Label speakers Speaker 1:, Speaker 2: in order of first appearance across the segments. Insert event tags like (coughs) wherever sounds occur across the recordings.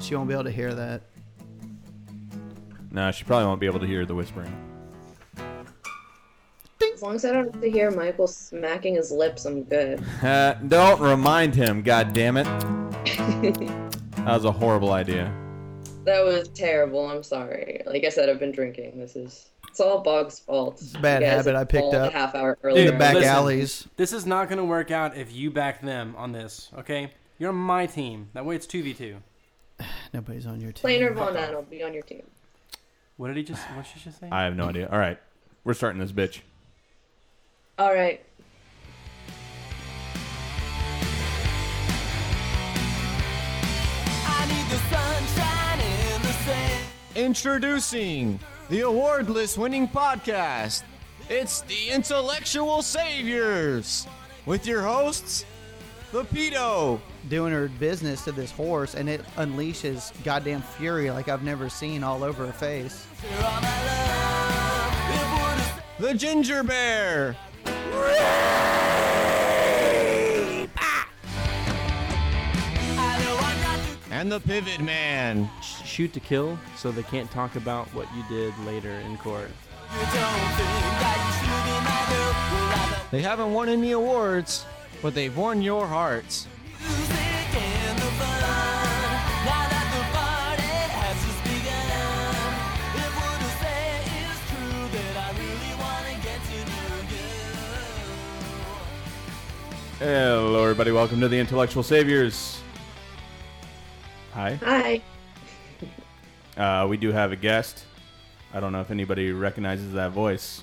Speaker 1: She won't be able to hear that.
Speaker 2: No, she probably won't be able to hear the whispering.
Speaker 3: As long as I don't have to hear Michael smacking his lips, I'm good.
Speaker 2: Uh, (laughs) don't remind him, God damn it! that was a horrible idea.
Speaker 3: That was terrible. I'm sorry. Like I said, I've been drinking. This is it's all Bog's fault.
Speaker 1: a bad
Speaker 3: You guys
Speaker 1: habit I picked
Speaker 3: called a
Speaker 1: up.
Speaker 3: half hour
Speaker 1: In
Speaker 3: earlier.
Speaker 1: the back
Speaker 4: listen.
Speaker 1: alleys.
Speaker 4: This is not going to work out if you back them on this, okay? You're on my team. That way it's 2v2.
Speaker 1: Nobody's on your team.
Speaker 3: Planer Von Ann will be on your team.
Speaker 4: What did he just, what did she just say?
Speaker 2: I have no idea. All right, we're starting this bitch.
Speaker 3: All right.
Speaker 5: Introducing the award list winning podcast. It's the Intellectual Saviors with your hosts, the Pedo,
Speaker 1: doing her business to this horse, and it unleashes goddamn fury like I've never seen all over her face.
Speaker 5: the Ginger Bear, and the Pivot Man.
Speaker 4: Shoot to kill so they can't talk about what you did later in court.
Speaker 5: They haven't won any awards, but they've won your hearts.
Speaker 2: Hello, everybody. Welcome to the Intellectual Saviors. Hi.
Speaker 3: Hi.
Speaker 2: Uh, we do have a guest. I don't know if anybody recognizes that voice.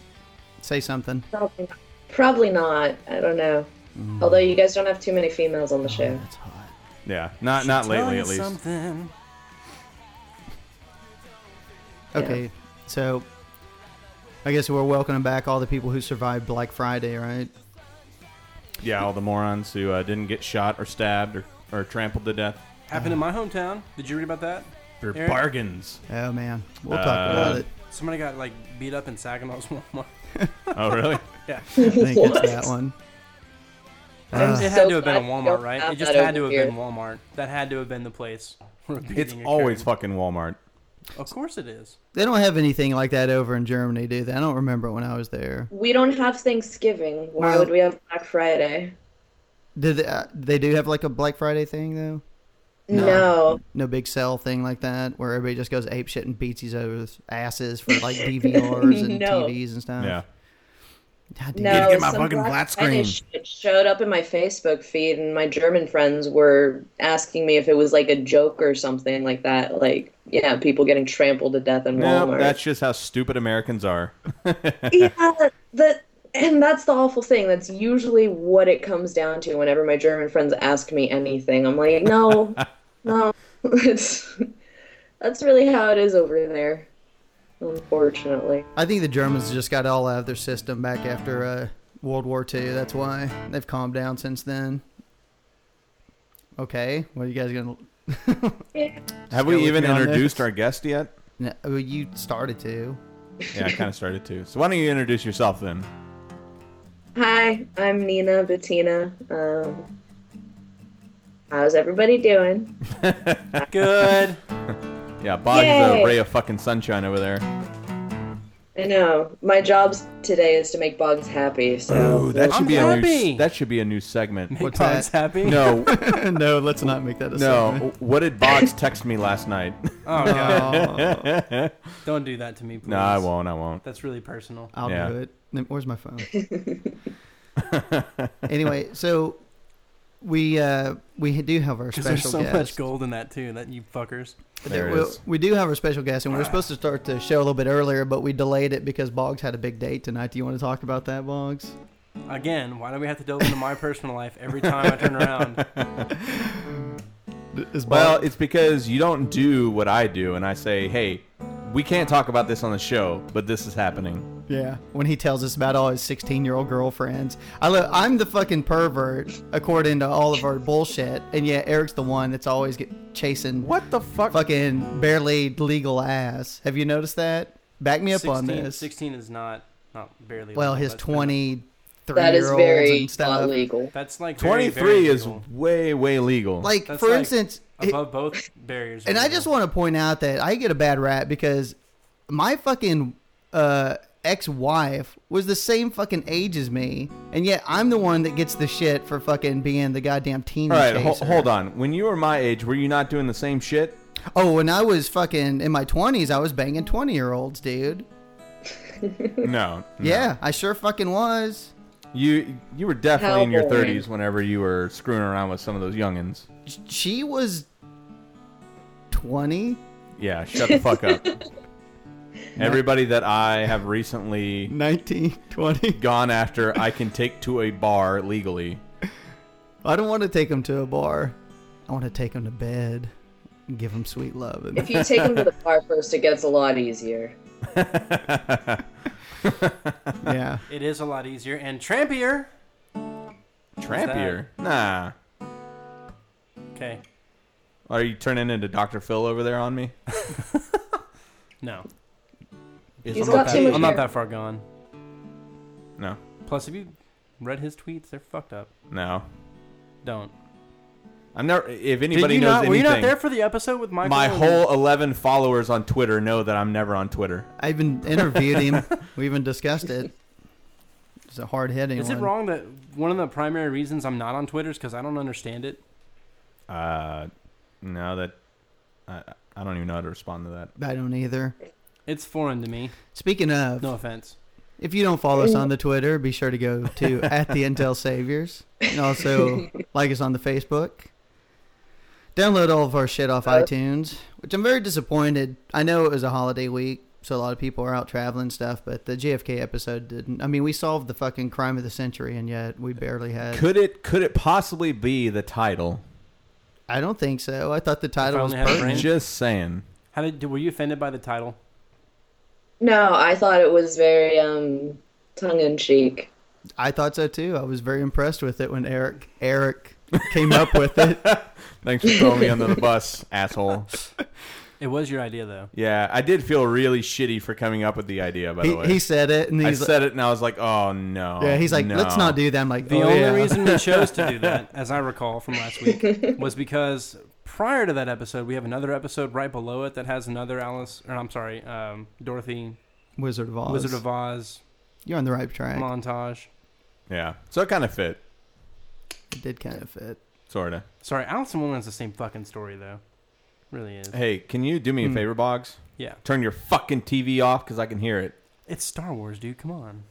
Speaker 1: Say something.
Speaker 3: Probably not. Probably not. I don't know.
Speaker 1: Mm.
Speaker 3: Although you guys don't have too many females on the show.
Speaker 1: That's hot.
Speaker 2: Yeah, not not lately at least.
Speaker 4: Something.
Speaker 1: Okay, so I guess we're welcoming back all the people who survived Black Friday, right?
Speaker 2: Yeah, all the morons who uh, didn't get shot or stabbed or, or trampled to death
Speaker 4: Happened in my hometown. Did you read about that?
Speaker 2: for
Speaker 4: Eric?
Speaker 2: bargains.
Speaker 1: Oh man, we'll talk
Speaker 2: Uh,
Speaker 1: about it.
Speaker 4: Somebody got like beat up in Saginaw's (laughs) Walmart.
Speaker 2: Oh, really?
Speaker 1: I think
Speaker 3: What?
Speaker 1: it's that one.
Speaker 3: I'm
Speaker 4: it had
Speaker 3: so
Speaker 4: to have been a
Speaker 3: glad you
Speaker 4: Walmart,
Speaker 3: don't
Speaker 4: right?
Speaker 3: have
Speaker 4: It just
Speaker 3: that
Speaker 4: had to
Speaker 3: over
Speaker 4: have
Speaker 3: here.
Speaker 4: been Walmart. That had to have been the place. where beating
Speaker 2: It's
Speaker 4: occurred.
Speaker 2: always fucking Walmart.
Speaker 4: Of course it is.
Speaker 1: They don't have anything like that over in Germany, do they? I don't remember when I was there.
Speaker 3: We don't have Thanksgiving. Why
Speaker 1: Well-
Speaker 3: would we have Black Friday?
Speaker 1: Did they, uh, they do have like a Black Friday thing though?
Speaker 3: No.
Speaker 1: No big sell thing like that, where everybody just goes ape shit and beats each other's asses for like DVRs and
Speaker 3: No.
Speaker 1: TVs and stuff.
Speaker 2: Yeah.
Speaker 1: God damn.
Speaker 3: No,
Speaker 2: get my
Speaker 3: some
Speaker 2: fucking flat
Speaker 3: Black Friday
Speaker 2: screen.
Speaker 3: shit showed up in my Facebook feed, and my German friends were asking me if it was like a joke or something like that. Like, yeah, people getting trampled to death in
Speaker 2: No,
Speaker 3: Walmart.
Speaker 2: that's just how stupid Americans are.
Speaker 3: yeah, that, and that's the awful thing. That's usually what it comes down to. Whenever my German friends ask me anything, I'm
Speaker 2: (laughs)
Speaker 3: like, no, no, it's that's really how it is over there. Unfortunately,
Speaker 1: I think the Germans just got it all out of their system back after uh, World War II. That's why they've calmed down since then. Okay, what are you guys gonna?
Speaker 2: Have
Speaker 1: go
Speaker 2: we
Speaker 1: with
Speaker 2: even
Speaker 1: me on
Speaker 2: introduced
Speaker 1: this.
Speaker 2: our guest yet?
Speaker 1: No, well, oh, you started to.
Speaker 2: Yeah, I kind of started to. So why don't you introduce yourself then?
Speaker 3: hi, I'm Nina Bettina. Um, how's everybody doing?
Speaker 4: Good.
Speaker 2: Yeah, Bog is a
Speaker 3: Yay.
Speaker 2: ray of fucking sunshine over there.
Speaker 3: I know. My job's today is to make Boggs happy, so.
Speaker 2: Ooh, that should
Speaker 4: I'm
Speaker 2: be a
Speaker 4: happy.
Speaker 2: new that should be a new segment.
Speaker 1: What's
Speaker 4: Bob's
Speaker 1: that?
Speaker 4: happy.
Speaker 2: (laughs) No,
Speaker 1: (laughs) no, let's not make that a (laughs)
Speaker 2: no. What did Boggs text me last night? (laughs)
Speaker 4: Oh god.
Speaker 1: segment. Oh,
Speaker 4: Don't do that to me, please.
Speaker 2: no, I won't. I won't.
Speaker 4: That's really personal.
Speaker 1: I'll (laughs)
Speaker 2: Yeah.
Speaker 1: do it. Then Where's my (laughs) phone? anyway, so we uh, we do have
Speaker 4: (laughs)
Speaker 1: our
Speaker 4: Because
Speaker 1: special
Speaker 4: there's so
Speaker 1: guest.
Speaker 4: much gold in that too. That you fuckers.
Speaker 2: There it
Speaker 1: we,
Speaker 2: is.
Speaker 1: we do have our special guest, and we were supposed to start the show a little bit earlier, but we delayed it because Boggs had a big date tonight. Do you want to talk about that, Boggs?
Speaker 4: Again, why do we have to delve into my personal life every time I
Speaker 1: (laughs)
Speaker 4: turn around?
Speaker 1: Is
Speaker 2: Well, it's because you don't do what I do, and I say, hey, we can't talk about this on the show, but this is happening.
Speaker 1: Yeah, when he tells us about all his 16 year old girlfriends. I lo- I'm the fucking pervert, according to all of our bullshit. And yet, Eric's the one that's always get- chasing
Speaker 2: What the fuck?
Speaker 1: fucking barely legal ass. Have you noticed that? Back me up on
Speaker 4: 16
Speaker 1: this.
Speaker 4: 16 is not not barely.
Speaker 1: Well,
Speaker 4: legal.
Speaker 1: his
Speaker 4: That's been-
Speaker 1: 20, three
Speaker 3: That is
Speaker 1: year olds
Speaker 3: very
Speaker 1: and stuff.
Speaker 3: not legal.
Speaker 4: That's like very,
Speaker 2: Twenty
Speaker 4: very
Speaker 2: three is
Speaker 4: legal.
Speaker 2: way way legal.
Speaker 1: Like
Speaker 4: That's
Speaker 1: for
Speaker 4: like
Speaker 1: instance, it-
Speaker 4: above both barriers.
Speaker 1: and I just want to point out that I get a bad rap because my fucking uh, ex-wife was the same fucking age as me, and yet I'm the one that gets the shit for fucking being the goddamn team.
Speaker 2: all right, ho- hold on. When you were my age, were you not doing the same
Speaker 4: (laughs)
Speaker 2: shit?
Speaker 1: Oh, when I was fucking in my 20s, I was banging 20-year-olds, dude.
Speaker 2: No. no.
Speaker 1: Yeah, I sure fucking was.
Speaker 2: You you were definitely in your
Speaker 3: Cowboy.
Speaker 2: thirties whenever you were screwing around with some of those youngins.
Speaker 1: She was 20.
Speaker 2: Yeah, shut the fuck up. (laughs) Everybody that I have recently
Speaker 1: (laughs) 19, 20.
Speaker 2: gone after, I can take to a bar legally.
Speaker 1: I don't want to take him to a bar. I want to take him to bed, and give him sweet love. And
Speaker 2: (laughs)
Speaker 3: If you take them to the (laughs) bar first, it gets a lot easier.
Speaker 1: yeah,
Speaker 4: It is a lot easier and trampier.
Speaker 2: Trampier? Nah.
Speaker 4: Okay.
Speaker 2: Are you turning into Dr. Phil over there on me?
Speaker 4: No.
Speaker 3: He's
Speaker 4: I'm,
Speaker 3: got
Speaker 4: not
Speaker 3: too
Speaker 4: that,
Speaker 3: much.
Speaker 4: I'm not
Speaker 3: hair.
Speaker 4: that far gone.
Speaker 2: No.
Speaker 4: Plus, if you read his tweets, they're fucked up.
Speaker 2: No.
Speaker 4: Don't.
Speaker 2: I'm never. If
Speaker 4: Did
Speaker 2: anybody
Speaker 4: you
Speaker 2: knows
Speaker 4: not?
Speaker 2: anything,
Speaker 4: Were you not there for the episode with Michael?
Speaker 2: my
Speaker 4: and-
Speaker 2: whole 11 followers on Twitter know that I'm never on Twitter.
Speaker 1: I even interviewed
Speaker 4: (laughs)
Speaker 1: him. we even discussed it. It's a hard hitting.
Speaker 4: Is it wrong that one of the primary reasons I'm not on Twitter is because I don't understand it?
Speaker 2: Uh, no, that I, I don't even know how to respond to that.
Speaker 1: I don't either.
Speaker 4: It's foreign to me.
Speaker 1: Speaking of,
Speaker 4: No offense.
Speaker 1: if you don't follow us on the Twitter, be sure to go
Speaker 4: (laughs)
Speaker 1: to at the Intel Saviors and also like us on the Facebook. Download all of our shit off
Speaker 4: Uh.
Speaker 1: iTunes, which I'm very disappointed. I know it was a holiday week, so a lot of people are out traveling and stuff, but the JFK episode didn't. I mean, we solved the fucking crime of the century, and yet we barely had.
Speaker 2: Could it could it possibly be the title?
Speaker 1: I don't think so. I thought the title was
Speaker 4: only had a
Speaker 1: pertinent.
Speaker 4: brain.
Speaker 2: Just saying.
Speaker 4: How did? Were you offended by the title?
Speaker 3: No, I thought it was very um tongue in cheek.
Speaker 1: I thought so too. I was very impressed with it when Eric Eric came up with
Speaker 2: (laughs)
Speaker 1: it.
Speaker 2: Thanks for throwing me under the bus, (laughs) asshole.
Speaker 4: It was your idea, though.
Speaker 2: Yeah, I did feel really shitty for coming up with the idea. By the
Speaker 1: He,
Speaker 2: way,
Speaker 1: he said it, and
Speaker 2: I
Speaker 1: he's
Speaker 2: said it and I was like, "Oh no."
Speaker 1: yeah, he's like,
Speaker 2: no.
Speaker 1: let's not do that. I'm like,
Speaker 4: The
Speaker 1: "Oh,
Speaker 4: only
Speaker 1: yeah."
Speaker 4: reason we chose to
Speaker 1: (laughs)
Speaker 4: do that, as I recall from last week, was because prior to that episode, we have another episode right below it that has another Alice, or I'm sorry, um, Dorothy,
Speaker 1: Wizard of Oz.
Speaker 4: Wizard of Oz
Speaker 1: You're on the right track.
Speaker 4: montage.
Speaker 2: Yeah, so it kind of fit,
Speaker 1: It did kind of fit.
Speaker 2: sorta.
Speaker 4: Sorry, Alice in Wonderland's the same fucking story, though. Really is.
Speaker 2: Hey, can you do me a favor, Boggs?
Speaker 4: Yeah.
Speaker 2: Turn your fucking TV off because I can hear it.
Speaker 4: It's Star Wars, dude. Come on.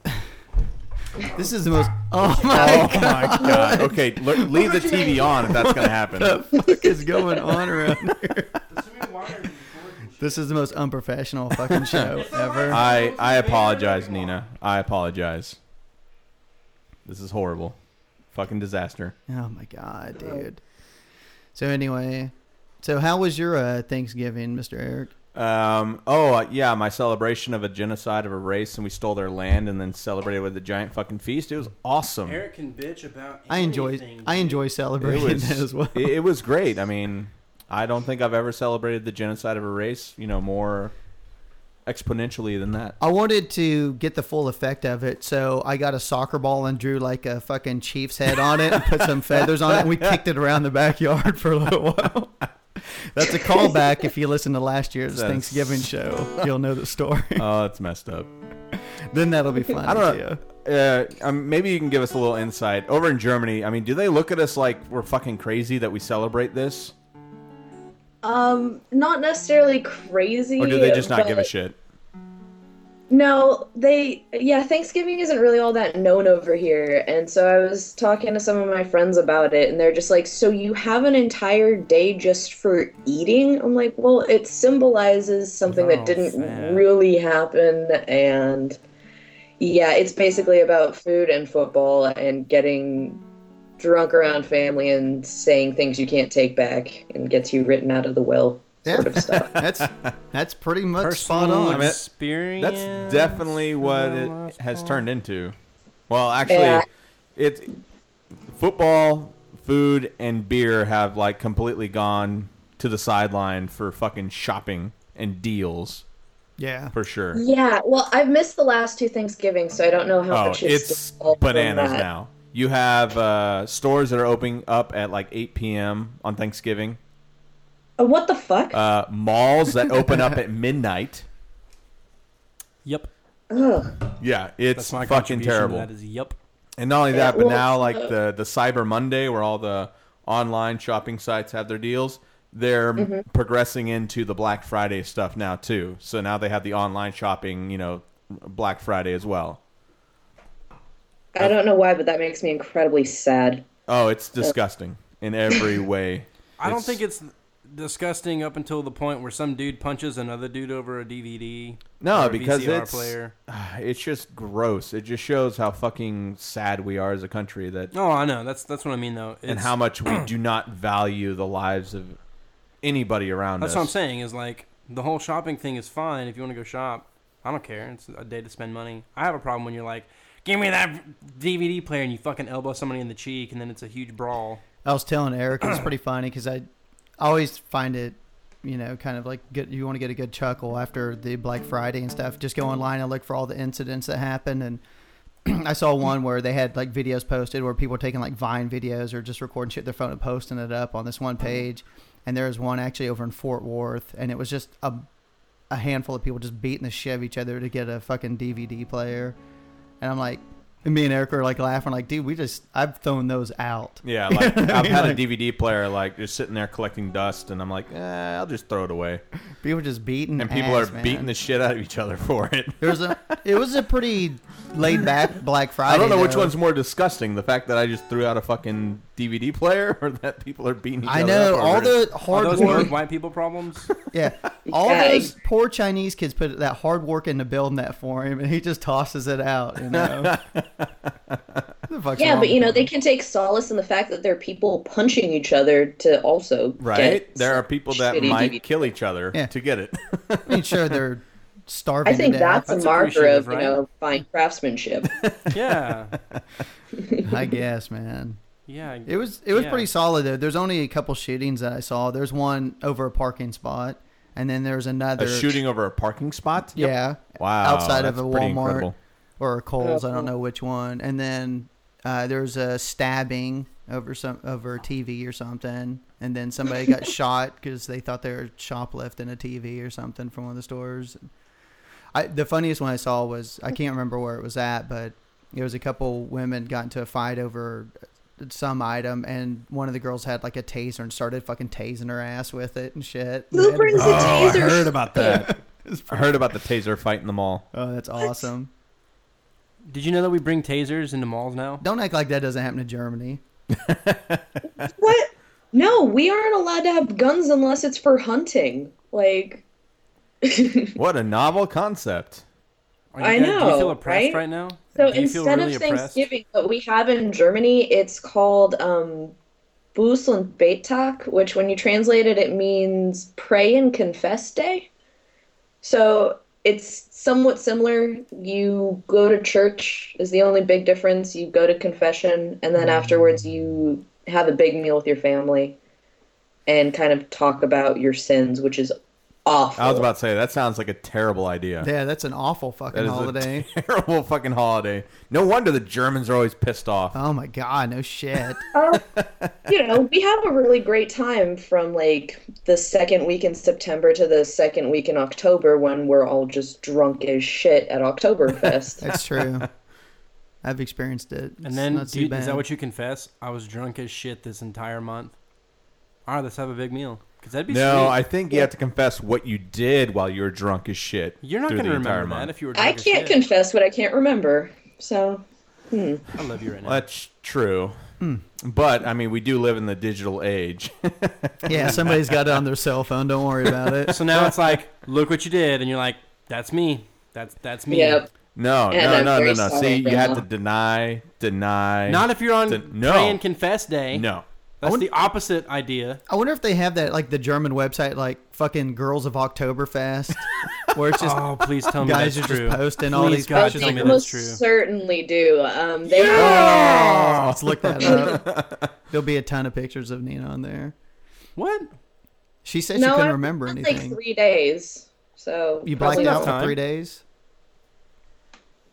Speaker 1: This is the most. (laughs) (laughs) Oh
Speaker 2: Oh (laughs)
Speaker 1: my
Speaker 2: my god. Okay, l- leave the TV on if that's gonna happen.
Speaker 1: fuck is going on around (laughs) here? This is the most unprofessional
Speaker 4: (laughs)
Speaker 1: fucking show ever.
Speaker 2: I I apologize, Nina. I apologize. This is horrible. Fucking disaster.
Speaker 1: Oh my god, dude. So anyway, so how was your uh, Thanksgiving, Mr. Eric?
Speaker 2: Um, oh, uh, yeah, my celebration of a genocide of a race and we stole their land and then celebrated with a giant fucking feast. It was awesome. It
Speaker 4: Eric can bitch about.
Speaker 1: I enjoy. I enjoy celebrating
Speaker 2: was,
Speaker 1: that (laughs) as well.
Speaker 2: it, it was great. I mean, I don't think I've ever celebrated the genocide of a race, you know, more exponentially than that.
Speaker 1: I wanted to get the full effect of it, so I got a soccer ball and drew like a fucking Chief's head on it and put some feathers on it, and we kicked it around the backyard for a little while. (laughs) That's a callback if you listen to last year's
Speaker 2: That's-
Speaker 1: Thanksgiving show.
Speaker 2: (laughs)
Speaker 1: You'll know the story. (laughs)
Speaker 2: Oh, it's messed up.
Speaker 1: then that'll be fun.
Speaker 2: I don't know. Uh, um, maybe you can give us a little insight. Over in Germany, I mean, do they look at us like we're fucking crazy that we celebrate this?
Speaker 3: Um, not necessarily crazy.
Speaker 2: Or do they just not give a
Speaker 3: but-
Speaker 2: shit?
Speaker 3: No, they yeah, Thanksgiving isn't really all that known over here. And so I was talking to some of my friends about it and they're just like, "So you have an entire day just for eating?" I'm like, "Well, it symbolizes something
Speaker 4: Oh,
Speaker 3: that didn't
Speaker 4: sad.
Speaker 3: really happen and yeah, it's basically about food and football and getting drunk around family and saying things you can't take back and gets you written out of the will sort of stuff.
Speaker 1: That's that's pretty much
Speaker 4: Personal
Speaker 1: spot on.
Speaker 2: I mean,
Speaker 4: experience.
Speaker 2: That's definitely what it has turned into. Well, actually,
Speaker 3: Yeah.
Speaker 2: it's football, food, and beer have like completely gone to the sideline for fucking shopping and deals.
Speaker 1: Yeah.
Speaker 2: for sure.
Speaker 3: Yeah, well, I've missed the last two Thanksgiving, so I don't know how
Speaker 2: Oh,
Speaker 3: much is
Speaker 2: it's
Speaker 3: still from
Speaker 2: bananas
Speaker 3: that.
Speaker 2: now. You have uh, stores that are opening up at like 8 p.m. on Thanksgiving.
Speaker 3: Uh, what the fuck?
Speaker 2: Uh, malls that open up
Speaker 4: (laughs)
Speaker 2: at midnight.
Speaker 4: Yep.
Speaker 3: Ugh.
Speaker 2: Yeah, it's
Speaker 4: That's my
Speaker 2: fucking
Speaker 4: contribution to
Speaker 2: terrible.
Speaker 4: That is yep.
Speaker 2: And not only that, but
Speaker 3: well,
Speaker 2: now like the the Cyber Monday, where all the online shopping sites have their deals, they're progressing into the Black Friday stuff now too. So now they have the online shopping, you know, Black Friday as well.
Speaker 3: I don't know why, but that makes me incredibly sad.
Speaker 2: Oh, it's disgusting in (laughs) every way.
Speaker 4: I don't think it's disgusting up until the point where some dude punches another dude over a DVD.
Speaker 2: no
Speaker 4: or a
Speaker 2: because
Speaker 4: VCR
Speaker 2: it's (sighs) it's just gross. It just shows how fucking sad we are as a country that
Speaker 4: No, I know. That's that's what I mean though.
Speaker 2: and
Speaker 4: It's-
Speaker 2: how much
Speaker 1: (clears throat)
Speaker 2: we do not value the lives of anybody around
Speaker 4: That's
Speaker 2: us.
Speaker 4: what I'm saying is like the whole shopping thing is fine if you want to go shop. I don't care. It's a day to spend money. I have a problem when you're like, give me that DVD player and you fucking elbow somebody in the cheek and then it's a huge brawl.
Speaker 1: I was telling Eric it's pretty funny because I, I always find it, you know, kind of like get, you want to get a good chuckle after the Black Friday and stuff. Just go online and look for all the incidents that happen. And (clears throat) I saw one where they had like videos posted where people were taking like Vine videos or just recording shit with their phone and posting it up on this one page. And there was one actually over in Fort Worth, and it was just a, a handful of people just beating the shit of each other to get a fucking DVD player. And I'm like, and me and Eric are like laughing, like, dude, we just, I've thrown those out. (laughs)
Speaker 2: Yeah, like I've had a DVD player like just sitting there collecting dust, and I'm like, eh, I'll just throw it away.
Speaker 1: People just beating
Speaker 2: And people
Speaker 1: ass,
Speaker 2: are
Speaker 1: man.
Speaker 2: beating the shit out of each other (laughs) for it.
Speaker 1: There was a it was a pretty laid back Black Friday.
Speaker 2: I don't know which
Speaker 1: though.
Speaker 2: one's more disgusting: the fact that I just threw out a fucking DVD player, (laughs) or that people are beating each
Speaker 1: I
Speaker 2: other.
Speaker 1: know
Speaker 2: up
Speaker 1: all
Speaker 2: over it.
Speaker 1: the
Speaker 4: Are those more
Speaker 1: hard work.
Speaker 4: white
Speaker 2: (laughs)
Speaker 4: people problems?
Speaker 1: Yeah, all
Speaker 3: Yeah,
Speaker 1: those poor Chinese kids put that hard work into building that for him, and he just tosses it out. You know.
Speaker 2: (laughs)
Speaker 1: What the fuck's
Speaker 3: Yeah,
Speaker 1: wrong
Speaker 3: but you
Speaker 1: with
Speaker 3: know,
Speaker 1: him?
Speaker 3: they can take solace in the fact that there are people punching each other to also
Speaker 2: right.
Speaker 3: get
Speaker 2: There are people that
Speaker 3: shitty
Speaker 2: might
Speaker 3: DVD.
Speaker 2: kill each other
Speaker 1: Yeah.
Speaker 2: to get it. (laughs)
Speaker 1: I mean, sure they're starving.
Speaker 3: I think
Speaker 1: to
Speaker 3: that's,
Speaker 1: death,
Speaker 4: That's
Speaker 3: a marker of
Speaker 4: appreciative,
Speaker 3: you
Speaker 4: right?
Speaker 3: know fine
Speaker 2: (laughs)
Speaker 3: craftsmanship.
Speaker 4: yeah.
Speaker 1: I guess, man.
Speaker 4: Yeah.
Speaker 1: It was it was
Speaker 4: Yeah.
Speaker 1: pretty solid though. There's only a couple shootings that I saw. There's one over a parking spot, and then there's another
Speaker 2: a shooting over a parking spot.
Speaker 1: Yeah.
Speaker 2: Wow,
Speaker 1: Outside of a
Speaker 2: that's pretty
Speaker 1: Walmart
Speaker 2: incredible.
Speaker 1: or a Coles, I don't
Speaker 3: Oh.
Speaker 1: know which one. And then uh, there was a stabbing over some over a TV or something, and then somebody got shot because they thought they were shoplifting a TV or something from one of the stores. I, the funniest one I saw was I can't remember where it was at, but it was a couple women got into a fight over some item, and one of the girls had like a taser and started fucking tasing her ass with it and shit.
Speaker 3: Who brings a
Speaker 2: Oh, I
Speaker 3: taser?
Speaker 2: heard
Speaker 1: (laughs)
Speaker 2: about that. I heard about the taser fight in the mall.
Speaker 1: Oh, that's awesome!
Speaker 4: Did you know that we bring tasers into malls now?
Speaker 1: Don't act like that doesn't happen in Germany.
Speaker 3: What? No, we aren't allowed to have guns unless it's for hunting. Like,
Speaker 2: What a novel concept.
Speaker 4: Are you
Speaker 3: I
Speaker 4: guys- Do you
Speaker 3: know,
Speaker 4: feel
Speaker 3: right?
Speaker 4: oppressed right, now?
Speaker 3: so
Speaker 4: do you feel
Speaker 3: instead
Speaker 4: really
Speaker 3: of
Speaker 4: oppressed?
Speaker 3: Thanksgiving, what we have in Germany, it's called um, Buß und Betag, which when you translate it, it means pray and confess day. So it's somewhat similar. You go to church is the only big difference. You go to confession, and
Speaker 4: Mm-hmm.
Speaker 3: then afterwards you have a big meal with your family, and kind of talk about your sins, which is awful.
Speaker 2: I was about to say that sounds like a terrible idea.
Speaker 1: Yeah, that's an awful fucking
Speaker 2: That is
Speaker 1: holiday.
Speaker 2: a (laughs) terrible fucking holiday. No wonder the Germans are always pissed off.
Speaker 1: Oh my god, no shit.
Speaker 3: Oh, you know, we have a really great time from like the second week in September to the second week in October when we're all just drunk as shit
Speaker 1: (laughs)
Speaker 3: at
Speaker 2: (laughs)
Speaker 3: Oktoberfest.
Speaker 1: That's true. I've experienced it.
Speaker 4: And then,
Speaker 1: not
Speaker 4: do
Speaker 1: too
Speaker 4: you- is
Speaker 1: bad.
Speaker 4: that what you confess? I was drunk as shit this entire month. All right, let's have a big meal. Because that'd be
Speaker 2: No,
Speaker 4: sweet.
Speaker 2: I think you have to confess what you did while you were drunk as shit.
Speaker 4: You're not
Speaker 2: through
Speaker 4: going to
Speaker 2: the entire
Speaker 4: remember
Speaker 2: month.
Speaker 4: that if you were drunk
Speaker 3: I
Speaker 4: as
Speaker 3: can't
Speaker 4: shit.
Speaker 3: confess what I can't remember. So,
Speaker 4: I love you right now.
Speaker 2: Well, That's true.
Speaker 1: Hmm.
Speaker 2: But I mean, we do live in the digital age. (laughs)
Speaker 4: (laughs)
Speaker 1: Yeah, somebody's got it on their cell phone. Don't worry about it.
Speaker 2: (laughs)
Speaker 4: So now it's like, look what you did, and you're like, that's me. That's that's me.
Speaker 3: yep.
Speaker 2: no,
Speaker 3: And
Speaker 2: no,
Speaker 3: I'm
Speaker 2: no, no,
Speaker 3: very
Speaker 2: no.
Speaker 3: sorry,
Speaker 2: See, you have
Speaker 3: Grandma.
Speaker 2: to deny, deny.
Speaker 4: Not if you're on
Speaker 2: D- no.
Speaker 4: Pray and Confess Day.
Speaker 2: no.
Speaker 4: That's the opposite idea.
Speaker 1: I wonder if they have that like the German website, like fucking Girls of Oktoberfest, where it's
Speaker 2: (laughs)
Speaker 1: just
Speaker 4: Oh, please tell me
Speaker 1: guys are
Speaker 4: that's
Speaker 1: just
Speaker 4: true.
Speaker 1: posting all
Speaker 4: Please
Speaker 1: these
Speaker 4: God,
Speaker 1: pictures.
Speaker 4: tell
Speaker 1: on
Speaker 4: me
Speaker 3: They
Speaker 1: the-
Speaker 4: that.
Speaker 3: most
Speaker 4: that's true.
Speaker 3: certainly do. Um, they
Speaker 1: Let's look that up.
Speaker 2: (laughs)
Speaker 1: There'll be a ton of pictures of Nina on there.
Speaker 4: What?
Speaker 1: She said
Speaker 3: no,
Speaker 1: she
Speaker 3: I
Speaker 1: couldn't remember
Speaker 3: went,
Speaker 1: anything.
Speaker 3: like three days. So
Speaker 1: You
Speaker 3: probably
Speaker 1: blacked
Speaker 3: not-
Speaker 1: out for
Speaker 4: time.
Speaker 1: three days.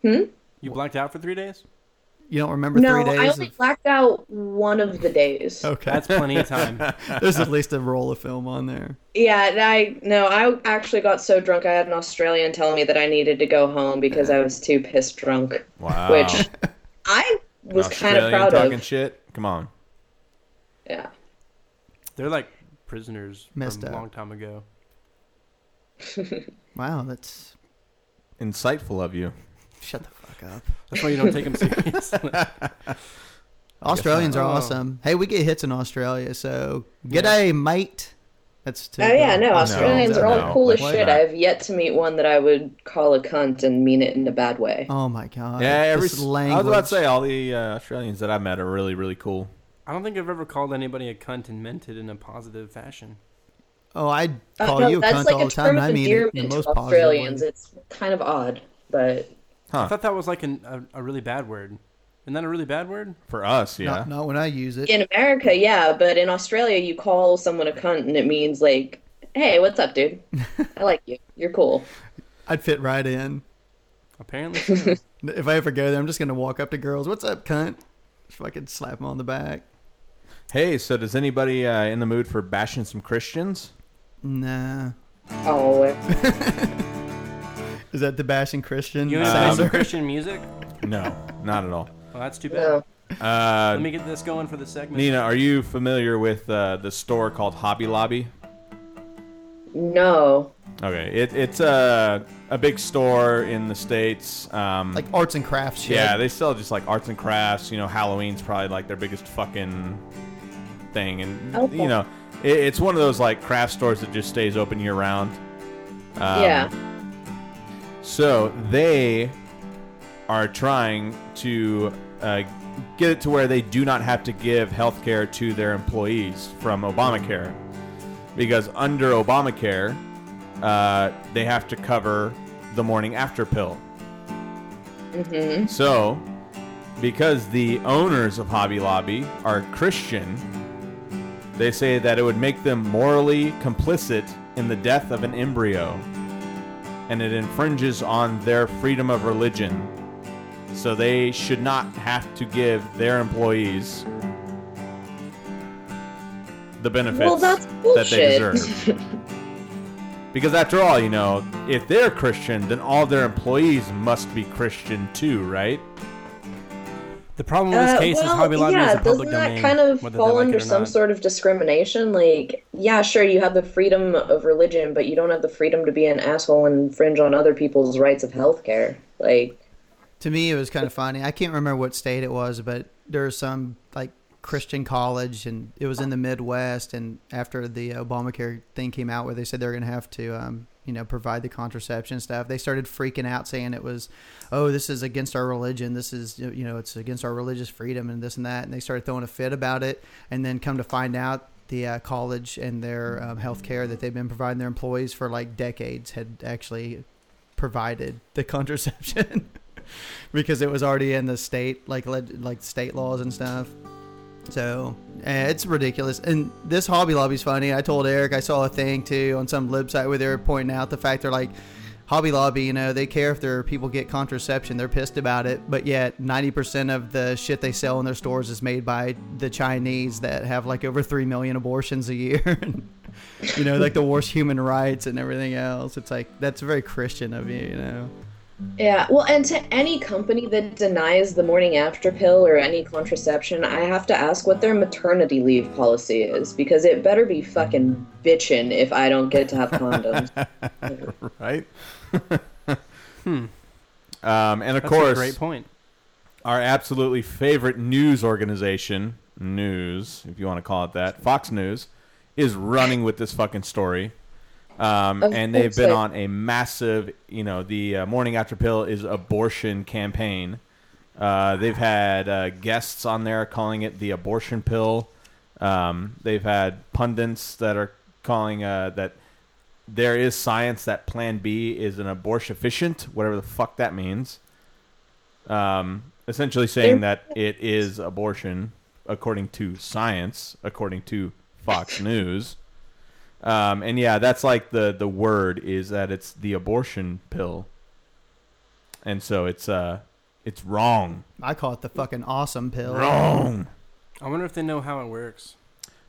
Speaker 4: You blacked out for
Speaker 2: (laughs)
Speaker 4: three days.
Speaker 1: You don't remember
Speaker 3: No,
Speaker 1: three
Speaker 3: I
Speaker 1: days.
Speaker 3: only
Speaker 1: of-
Speaker 3: blacked out one of the days.
Speaker 1: Okay,
Speaker 4: That's plenty of time.
Speaker 1: there's
Speaker 2: (laughs)
Speaker 1: at least a roll of film on there.
Speaker 3: Yeah, and I no, I actually got so drunk I had an Australian telling me that I needed to go home because I was too pissed drunk,
Speaker 2: Wow.
Speaker 3: which I was kind of
Speaker 2: Australian
Speaker 3: proud
Speaker 2: talking
Speaker 3: of.
Speaker 2: shit. Come on.
Speaker 3: Yeah.
Speaker 4: They're like prisoners
Speaker 1: Messed
Speaker 4: from
Speaker 1: up.
Speaker 4: a long time ago.
Speaker 1: Wow, that's
Speaker 2: Insightful of you.
Speaker 1: shut the fuck up.
Speaker 4: That's why you don't take them (laughs) seriously.
Speaker 1: Australians are
Speaker 4: Oh.
Speaker 1: awesome. Hey, we get hits in Australia, so g'day, mate. That's too.
Speaker 3: Oh yeah, no, Australians are all
Speaker 2: no,
Speaker 3: cool as
Speaker 2: why
Speaker 3: shit.
Speaker 2: not?
Speaker 3: I've yet to meet one that I would call a cunt and mean it in a bad way.
Speaker 1: Oh my god.
Speaker 2: Yeah, every,
Speaker 1: This
Speaker 2: I was about to
Speaker 1: language.
Speaker 2: say all the uh, Australians that I met are really, really cool.
Speaker 4: I don't think I've ever called anybody a cunt and meant it in a positive fashion.
Speaker 1: Oh, I
Speaker 3: Uh,
Speaker 1: call
Speaker 3: no,
Speaker 1: you a
Speaker 3: that's
Speaker 1: cunt
Speaker 3: like
Speaker 1: all
Speaker 3: a
Speaker 1: the time.
Speaker 3: term
Speaker 1: and
Speaker 3: of
Speaker 1: I mean it in
Speaker 3: endearment
Speaker 1: the most
Speaker 3: to Australians.
Speaker 1: positive. way.
Speaker 3: It's kind of odd, but
Speaker 4: I thought that was like an, a, a really bad word. Isn't that a really bad word?
Speaker 2: For us, yeah.
Speaker 1: Not, not when I use it.
Speaker 3: in America, yeah, but in Australia, you call someone a cunt and it means like, "Hey, what's up, dude? I like you. You're cool."
Speaker 1: I'd fit right in.
Speaker 4: Apparently,
Speaker 2: (laughs)
Speaker 4: so.
Speaker 1: If I ever go there, I'm just gonna walk up to girls. What's up, cunt? Fucking slap them on the back.
Speaker 2: Hey, so does anybody uh, in the mood for bashing some Christians?
Speaker 1: Nah.
Speaker 3: Oh,
Speaker 1: Is that the bashing Christian?
Speaker 4: you
Speaker 1: sound?
Speaker 4: into some
Speaker 2: um,
Speaker 4: Christian music?
Speaker 2: No, not at all.
Speaker 4: Well, that's too bad.
Speaker 3: no.
Speaker 2: Uh,
Speaker 4: Let me get this going for the segment.
Speaker 2: Nina, are you familiar with uh, the store called Hobby Lobby?
Speaker 3: no.
Speaker 2: Okay, it, it's a a big store in the states. Um,
Speaker 1: like arts and crafts shit.
Speaker 2: yeah, they sell just like arts and crafts. You know, Halloween's probably like their biggest fucking thing, and
Speaker 3: Okay.
Speaker 2: you know, it, it's one of those like craft stores that just stays open year round. Um,
Speaker 3: yeah.
Speaker 2: So they are trying to uh, get it to where they do not have to give health care to their employees from Obamacare. Because under Obamacare, uh, they have to cover the morning after pill. Mm-hmm. So, because the owners of Hobby Lobby are Christian, they say that it would make them morally complicit in the death of an embryo and it infringes on their freedom of religion. So they should not have to give their employees the benefits
Speaker 3: Well, that's
Speaker 2: that they
Speaker 3: bullshit.
Speaker 2: deserve.
Speaker 3: (laughs)
Speaker 2: because after all, you know, if they're Christian, then all their employees must be Christian too, right?
Speaker 4: The problem with this
Speaker 3: Uh,
Speaker 4: case is Hobby Lobby is a
Speaker 3: doesn't
Speaker 4: public
Speaker 3: that
Speaker 4: domain.
Speaker 3: kind of
Speaker 4: whether they
Speaker 3: fall
Speaker 4: like it
Speaker 3: under
Speaker 4: or
Speaker 3: some
Speaker 4: not.
Speaker 3: sort of discrimination? Like, yeah, sure, you have the freedom of religion, but you don't have the freedom to be an asshole and infringe on other people's rights of healthcare. Like,
Speaker 1: To me, it was kind of funny. I can't remember what state it was, but there was some like Christian college, and it was in the Midwest. And after the Obamacare thing came out, where they said they were going to have to, um, you know, provide the contraception stuff, they started freaking out, saying it was, oh, this is against our religion. This is, you know, it's against our religious freedom, and this and that. And they started throwing a fit about it. And then come to find out. The uh, college and their um, health care that they've been providing their employees for like decades had actually provided the (laughs) contraception because it was already in the state like leg- like state laws and stuff. So eh, it's ridiculous. And this Hobby Lobby's funny. I told Eric I saw a thing too on some lib site where they were pointing out the fact they're like Hobby Lobby, you know, they care if their people get contraception. They're pissed about it, but yet 90% of the shit they sell in their stores is made by the Chinese that have like over 3 million abortions a year. (laughs) you know, like the worst human rights and everything else. It's like that's very Christian of you, you know.
Speaker 3: Yeah, well, and to any company that denies the morning after pill or any contraception, I have to ask what their maternity leave policy is because it better be fucking bitchin' if I don't get to
Speaker 4: (laughs)
Speaker 3: have condoms.
Speaker 2: (laughs) Right? hmm. (laughs) Um, and of
Speaker 4: That's
Speaker 2: course,
Speaker 4: a great point.
Speaker 2: our absolutely favorite news organization, news, if you want to call it that, Fox News, is running with this fucking story. Um,
Speaker 3: Of
Speaker 2: and they've
Speaker 3: course
Speaker 2: been
Speaker 3: they-
Speaker 2: on a massive, you know, the uh, morning after pill is abortion campaign. Uh, they've had uh, guests on there calling it the abortion pill. Um, they've had pundits that are calling uh, that there is science that Plan B is an abortion efficient, whatever the fuck that means. Um, essentially saying that it is abortion according to science, according to Fox News. Um, and yeah, that's like the the word is that it's the abortion pill, and so it's uh, it's wrong,
Speaker 1: I call it the fucking awesome pill.
Speaker 2: wrong.
Speaker 4: I wonder if they know how it works.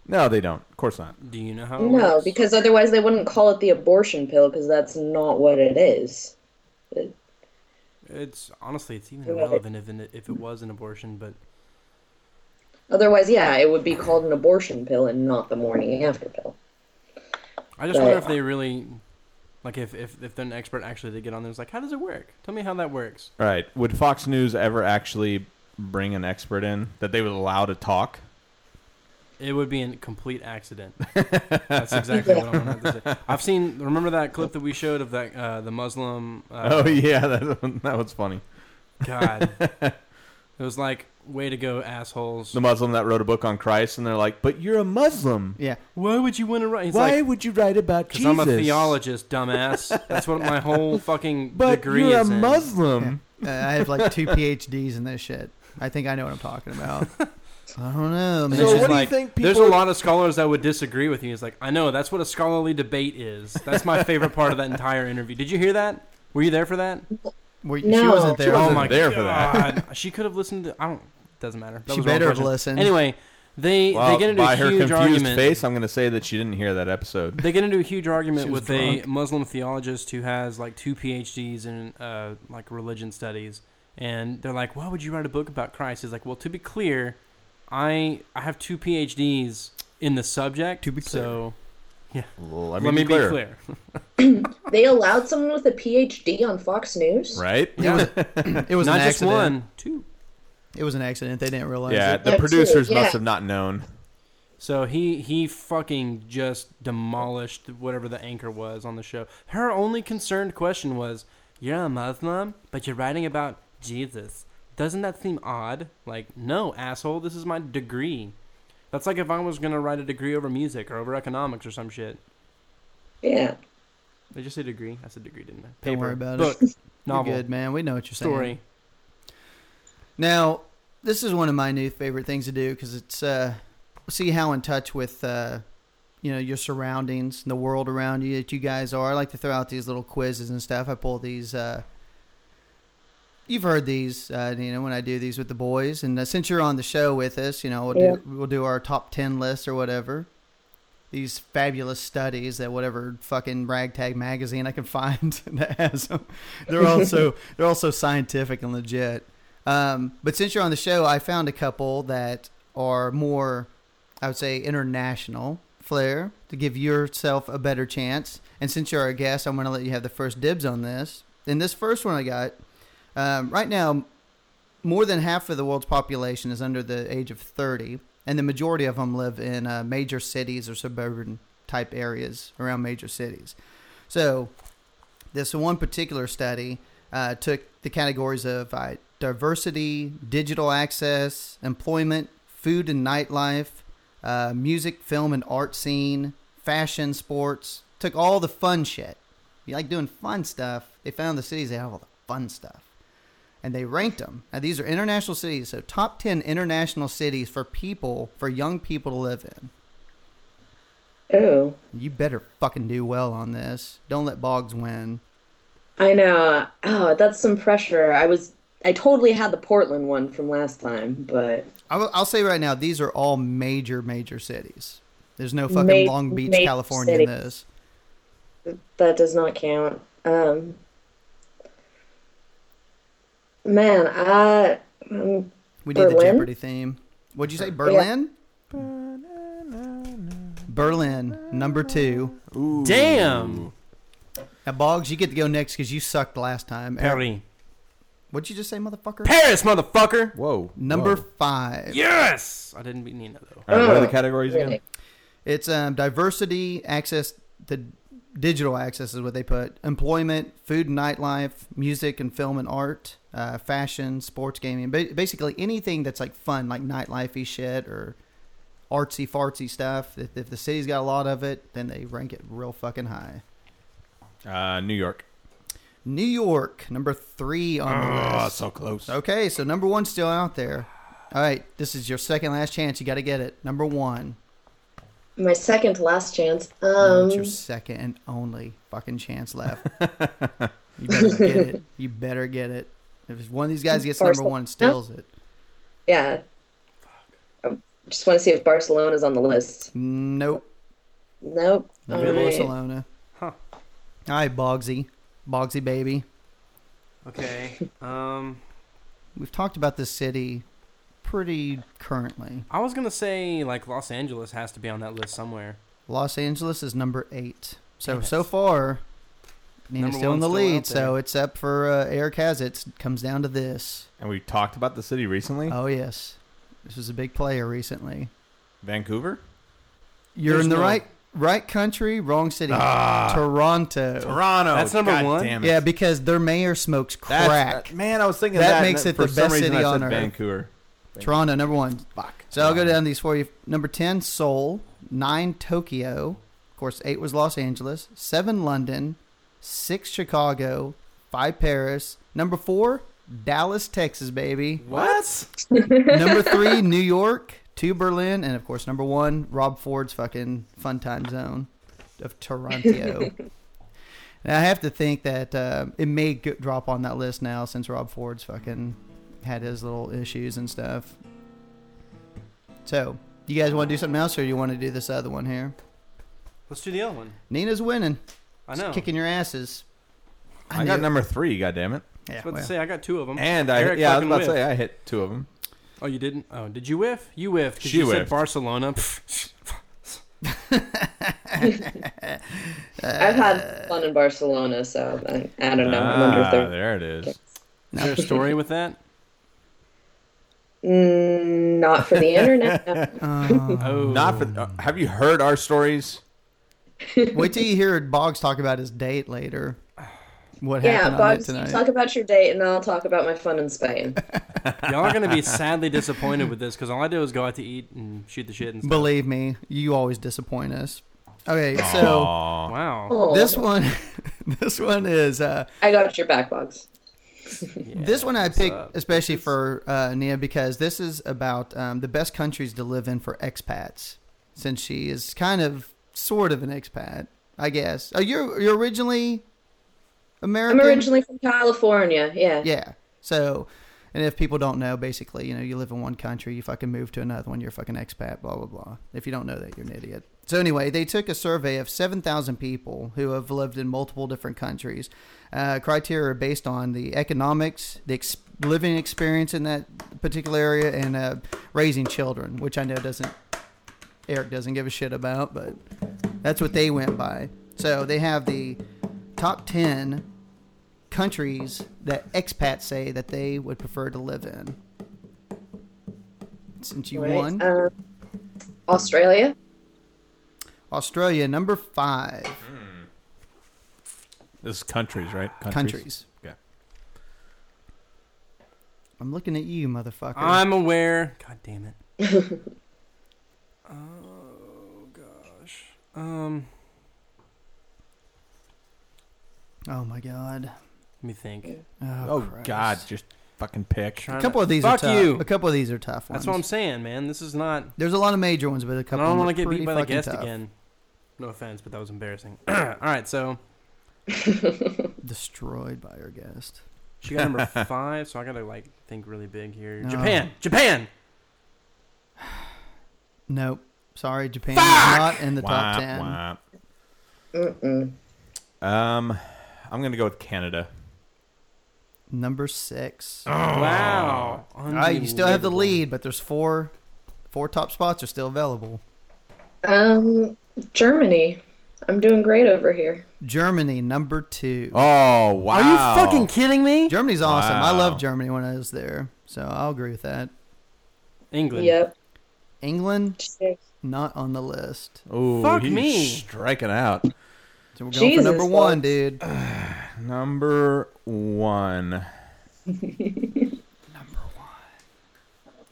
Speaker 2: No, they don't. Of course not.
Speaker 4: Do you know how? It
Speaker 3: No,
Speaker 4: works?
Speaker 3: because otherwise they wouldn't call it the abortion pill because that's not what it is.
Speaker 4: it's honestly it's even
Speaker 3: Right.
Speaker 4: irrelevant if it- if it was an abortion, but
Speaker 3: Otherwise, yeah, it would be called an abortion pill and not the morning after pill.
Speaker 4: I just
Speaker 3: Right.
Speaker 4: wonder if they really, like, if, if if they're an expert actually, they get on there. It's like, how does it work? Tell me how that works.
Speaker 2: All right. Would Fox News ever actually bring an expert in that they would allow to talk?
Speaker 4: It would be a complete
Speaker 2: (laughs)
Speaker 4: accident. That's exactly what I'm going to say. I've seen. Remember that clip that we showed of that uh, the Muslim? Uh,
Speaker 2: (laughs) oh yeah, that one- that was funny. (laughs)
Speaker 4: God, it was like way to go, assholes.
Speaker 2: The Muslim that wrote a book on Christ, and they're like, "But you're a Muslim.
Speaker 1: Yeah.
Speaker 4: Why would you want to write? He's
Speaker 2: Why
Speaker 4: like,
Speaker 2: would you write about
Speaker 4: because
Speaker 2: Jesus?
Speaker 4: I'm a theologist, dumbass. That's what my whole fucking
Speaker 2: (laughs) But
Speaker 4: degree
Speaker 2: you're a
Speaker 4: is in.
Speaker 2: Muslim.
Speaker 1: Uh, I have like
Speaker 4: (laughs)
Speaker 1: two PhDs in this shit. I think I know what I'm talking about. I don't know,
Speaker 4: And
Speaker 1: man.
Speaker 2: So
Speaker 4: it's just
Speaker 2: what do you
Speaker 4: like,
Speaker 2: think
Speaker 4: There's a
Speaker 2: people-
Speaker 4: lot of scholars that would disagree with you. He's like, I know that's what a scholarly debate is. That's my favorite part of that entire interview. Did you hear that? Were you there for that?
Speaker 1: Were- She
Speaker 3: No.
Speaker 1: wasn't there.
Speaker 2: She wasn't
Speaker 4: oh my
Speaker 2: there
Speaker 4: god,
Speaker 2: for that.
Speaker 4: (laughs) she could have listened. to... I don't. Doesn't matter. That
Speaker 1: She
Speaker 4: was the wrong
Speaker 1: better have
Speaker 4: question.
Speaker 1: listened.
Speaker 4: Anyway, they
Speaker 2: Well,
Speaker 4: they get into
Speaker 2: by
Speaker 4: a
Speaker 2: her
Speaker 4: huge
Speaker 2: confused
Speaker 4: argument.
Speaker 2: face, I'm going to say that she didn't hear that episode.
Speaker 4: They get into a huge argument
Speaker 1: She was
Speaker 4: with a
Speaker 1: drunk.
Speaker 4: Muslim theologist who has like two PhDs in uh, like religion studies, and they're like, "Why would you write a book about Christ?" He's like, "Well, to be clear, I I have two PhDs in the subject.
Speaker 1: To be clear.
Speaker 4: so
Speaker 2: Let
Speaker 4: let me be clear.
Speaker 3: They allowed someone with a PhD on Fox News?
Speaker 4: (laughs)
Speaker 2: Right?
Speaker 1: It was, it was
Speaker 4: Not
Speaker 1: an
Speaker 4: just
Speaker 1: accident.
Speaker 4: one, two.
Speaker 1: It was an accident. They didn't realize
Speaker 2: Yeah,
Speaker 1: it.
Speaker 2: the
Speaker 3: Yeah,
Speaker 2: producers
Speaker 3: too, yeah.
Speaker 2: must have not known.
Speaker 4: So he he fucking just demolished whatever the anchor was on the show. Her only concerned question was, "You're a Muslim, but you're writing about Jesus. Doesn't that seem odd?" Like, no, asshole. This is my degree. That's like if I was gonna write a degree over music or over economics or some shit.
Speaker 3: Yeah.
Speaker 4: They just say degree. I said degree, didn't I?
Speaker 1: Don't worry about it.
Speaker 4: book,
Speaker 1: You're
Speaker 4: (laughs) novel,
Speaker 1: good, man. We know what you're saying.
Speaker 4: story.
Speaker 1: Now, this is one of my new favorite things to do because it's uh, see how in touch with uh, you know your surroundings and the world around you that you guys are. I like to throw out these little quizzes and stuff. I pull these. Uh, you've heard these, uh, you know, when I do these with the boys. And uh, since you're on the show with us, you know, we'll
Speaker 3: Yeah.
Speaker 1: do we'll do our top ten list or whatever. These fabulous studies that whatever fucking ragtag magazine I can (laughs) find that has them. They're also they're also scientific and legit. Um, but since you're on the show, I found a couple that are more, I would say, international flair to give yourself a better chance. And since you're a guest, I'm going to let you have the first dibs on this. And this first one I got um, right now, more than half of the world's population is under the age of 30, and the majority of them live in uh, major cities or suburban type areas around major cities. So, this one particular study uh, took the categories of uh, diversity, digital access, employment, food and nightlife, uh, music, film, and art scene, fashion, sports. Took all the fun shit. You like doing fun stuff. They found the cities that have all the fun stuff. And they ranked them. Now, these are international cities. So, top 10 international cities for people, for young people to live in.
Speaker 3: Oh.
Speaker 1: You better fucking do well on this. Don't let Boggs win.
Speaker 3: I know. Oh, that's some pressure. I was. I totally had the Portland one from last time, but
Speaker 1: I will, I'll say right now, these are all major, major cities. There's no fucking
Speaker 3: Ma-
Speaker 1: Long Beach,
Speaker 3: major
Speaker 1: California in
Speaker 3: cities.
Speaker 1: this.
Speaker 3: that does not count. Um, man, I um,
Speaker 1: We need the
Speaker 3: Berlin?
Speaker 1: Jeopardy theme. What'd you say, Berlin? Berlin, number two.
Speaker 4: Damn,
Speaker 1: Now, Boggs, you get to go next because you sucked last time. Eric,
Speaker 4: Paris,
Speaker 1: What'd you just say, motherfucker?
Speaker 4: Paris, motherfucker.
Speaker 2: Whoa.
Speaker 1: Number Oh.
Speaker 2: Whoa.
Speaker 1: five.
Speaker 4: Yes, I didn't beat Nina though.
Speaker 2: All right, what are the categories again?
Speaker 3: really.
Speaker 1: It's um, diversity, access to digital access is what they put. Employment, food and nightlife, music and film and art, uh, fashion, sports, gaming. Ba- basically anything that's like fun, like nightlifey shit or artsy fartsy stuff. If, if the city's got a lot of it, then they rank it real fucking high.
Speaker 2: Uh, New York.
Speaker 1: New York, number three on the
Speaker 2: Oh,
Speaker 1: list.
Speaker 2: so close.
Speaker 1: Okay, so number one's still out there. All right, this is your second last chance. You got to get it. Number one.
Speaker 3: My second to last chance. Um,
Speaker 2: Mm-hmm.
Speaker 1: It's your second and only fucking chance
Speaker 4: (laughs)
Speaker 1: left. you better get it. You better get it. If one of these guys gets number
Speaker 3: Barcelona.
Speaker 1: one and steals it,
Speaker 3: yeah. I just want to see if Barcelona's on the list.
Speaker 1: nope.
Speaker 3: Nope. All
Speaker 1: Maybe
Speaker 3: right.
Speaker 1: Barcelona.
Speaker 4: Huh.
Speaker 1: All right, Bogsy. Bogsy, baby.
Speaker 4: Okay. (laughs) Um,
Speaker 1: We've talked about this city pretty currently.
Speaker 4: I was gonna say like Los Angeles has to be on that list somewhere.
Speaker 1: Los Angeles is number eight. So,
Speaker 4: Damn it.
Speaker 1: so far, Nina's
Speaker 4: Number
Speaker 1: still in
Speaker 4: one's
Speaker 1: the
Speaker 4: still
Speaker 1: lead.
Speaker 4: out there.
Speaker 1: So, it's up for uh, Eric Hazlitt. It comes down to this.
Speaker 2: And we talked about the city recently.
Speaker 1: Oh, yes. This was a big player recently.
Speaker 2: Vancouver.
Speaker 1: You're
Speaker 4: There's
Speaker 1: in the
Speaker 4: no-
Speaker 1: right right country, wrong city. Toronto.
Speaker 2: Toronto.
Speaker 4: That's number
Speaker 2: God
Speaker 4: one?
Speaker 2: Damn it.
Speaker 1: Yeah, because their mayor smokes
Speaker 2: That's-
Speaker 1: crack.
Speaker 2: that- man, I was thinking
Speaker 1: That
Speaker 2: that, and
Speaker 1: makes it
Speaker 2: for
Speaker 1: the
Speaker 2: some
Speaker 1: best
Speaker 2: reason
Speaker 1: city
Speaker 2: I
Speaker 1: on
Speaker 2: said
Speaker 1: Earth.
Speaker 2: Vancouver.
Speaker 1: Toronto, number one.
Speaker 2: Fuck.
Speaker 1: So I'll go down these for you. Number 10, Seoul. Nine, Tokyo. Of course, eight was Los Angeles. Seven, London. Six, Chicago. Five, Paris. Number four, Dallas, Texas, baby.
Speaker 2: What?
Speaker 1: number three, New York. Two, Berlin. And of course, number one, Rob Ford's fucking fun time zone of Toronto. and I have to think that uh, it may go- drop on that list now since Rob Ford's fucking had his little issues and stuff. So, you guys want to do something else or you want to do this other one here?
Speaker 4: Let's do the other one.
Speaker 1: Nina's winning.
Speaker 4: I know.
Speaker 1: She's kicking your asses.
Speaker 2: I,
Speaker 1: knew
Speaker 2: got
Speaker 1: it.
Speaker 2: number three. God damn it.
Speaker 1: Yeah,
Speaker 4: I was about
Speaker 1: well,
Speaker 4: to say I got two of them.
Speaker 2: And I
Speaker 4: Eric
Speaker 2: yeah, I was
Speaker 4: fucking
Speaker 2: about to
Speaker 4: whiffed.
Speaker 2: say I hit two of them.
Speaker 4: Oh, you didn't? Oh, did you whiff? You whiffed. 'cause
Speaker 2: She
Speaker 4: you said
Speaker 2: whiffed.
Speaker 4: Barcelona. (laughs)
Speaker 3: I've had fun in Barcelona, so I, I don't know. I wonder if
Speaker 2: Ah,
Speaker 3: they're.
Speaker 2: there it is.
Speaker 4: Is there a story with that?
Speaker 2: (laughs)
Speaker 3: Mm, not for the internet. no.
Speaker 4: Oh,
Speaker 2: Not for. uh, have you heard our stories?
Speaker 1: wait till you hear Boggs talk about his date later. What (laughs)
Speaker 3: Yeah,
Speaker 1: happened
Speaker 3: Bob,
Speaker 1: on it
Speaker 3: you
Speaker 1: tonight?
Speaker 3: talk about your date, and I'll talk about my fun in Spain.
Speaker 4: y'all are gonna be sadly disappointed with this because all I did was go out to eat and shoot the shit and stuff.
Speaker 1: Believe me, you always disappoint us. Okay, so
Speaker 2: Aw.
Speaker 4: Wow.
Speaker 3: Oh,
Speaker 1: this one, (laughs) this one is uh,
Speaker 3: I got your back box.
Speaker 1: this one I picked
Speaker 4: up?
Speaker 1: especially for uh, Nia because this is about um, the best countries to live in for expats, since she is kind of sort of an expat, I guess. Oh, you're you're originally American.
Speaker 3: I'm originally from California. Yeah.
Speaker 1: Yeah. So, and if people don't know, basically, you know, you live in one country, you fucking move to another one, you're a fucking expat, blah, blah, blah. If you don't know that, you're an idiot. So, anyway, they took a survey of 7,000 people who have lived in multiple different countries. Uh, criteria are based on the economics, the ex- living experience in that particular area, and uh, raising children, which I know doesn't, Eric doesn't give a shit about, but that's what they went by. So, they have the top 10 countries that expats say that they would prefer to live in. Since you
Speaker 3: Right.
Speaker 1: won,
Speaker 4: uh,
Speaker 3: Um, Australia.
Speaker 1: Australia number five
Speaker 2: This is countries, right?
Speaker 1: countries.
Speaker 2: Okay.
Speaker 1: I'm looking at you, motherfucker.
Speaker 4: I'm aware. God damn it. oh gosh. Um,
Speaker 1: oh my god.
Speaker 4: let me think.
Speaker 1: Oh,
Speaker 2: Oh
Speaker 1: Christ.
Speaker 2: God, just fucking pick.
Speaker 1: A couple of these
Speaker 4: Fuck
Speaker 1: are tough.
Speaker 4: you.
Speaker 1: A couple of these are tough ones.
Speaker 4: That's what I'm saying, man. This is not.
Speaker 1: There's a lot of major ones, but a
Speaker 4: I
Speaker 1: couple.
Speaker 4: don't
Speaker 1: want to
Speaker 4: get beat by the guest
Speaker 1: tough.
Speaker 4: again. No offense, but that was embarrassing. (clears throat) All right, so
Speaker 1: Destroyed by our guest.
Speaker 4: she got
Speaker 1: (laughs)
Speaker 4: number five, so I gotta like think really big here.
Speaker 1: No.
Speaker 4: Japan, Japan.
Speaker 1: Nope. Sorry, Japan is not in the top
Speaker 2: Womp,
Speaker 1: ten.
Speaker 3: Mm-mm.
Speaker 2: womp. Um, I'm gonna go with Canada.
Speaker 1: Number
Speaker 2: Oh,
Speaker 1: six.
Speaker 4: Wow.
Speaker 1: All right, Ah, you still have the lead, but there's four, four top spots are still available.
Speaker 3: Um, Germany. I'm doing great over here.
Speaker 1: Germany, number two.
Speaker 2: Oh wow!
Speaker 4: Are you fucking kidding me?
Speaker 1: Germany's awesome. I
Speaker 2: Wow.
Speaker 1: love Germany when I was there, so I'll agree with that.
Speaker 4: England.
Speaker 3: Yep.
Speaker 1: England,
Speaker 3: Jesus,
Speaker 1: not on the list.
Speaker 2: Ooh,
Speaker 4: Fuck
Speaker 2: he's
Speaker 4: me.
Speaker 2: Striking out.
Speaker 1: So we're going
Speaker 3: Jesus,
Speaker 1: for number
Speaker 3: Lord.
Speaker 1: one, dude.
Speaker 2: Number one.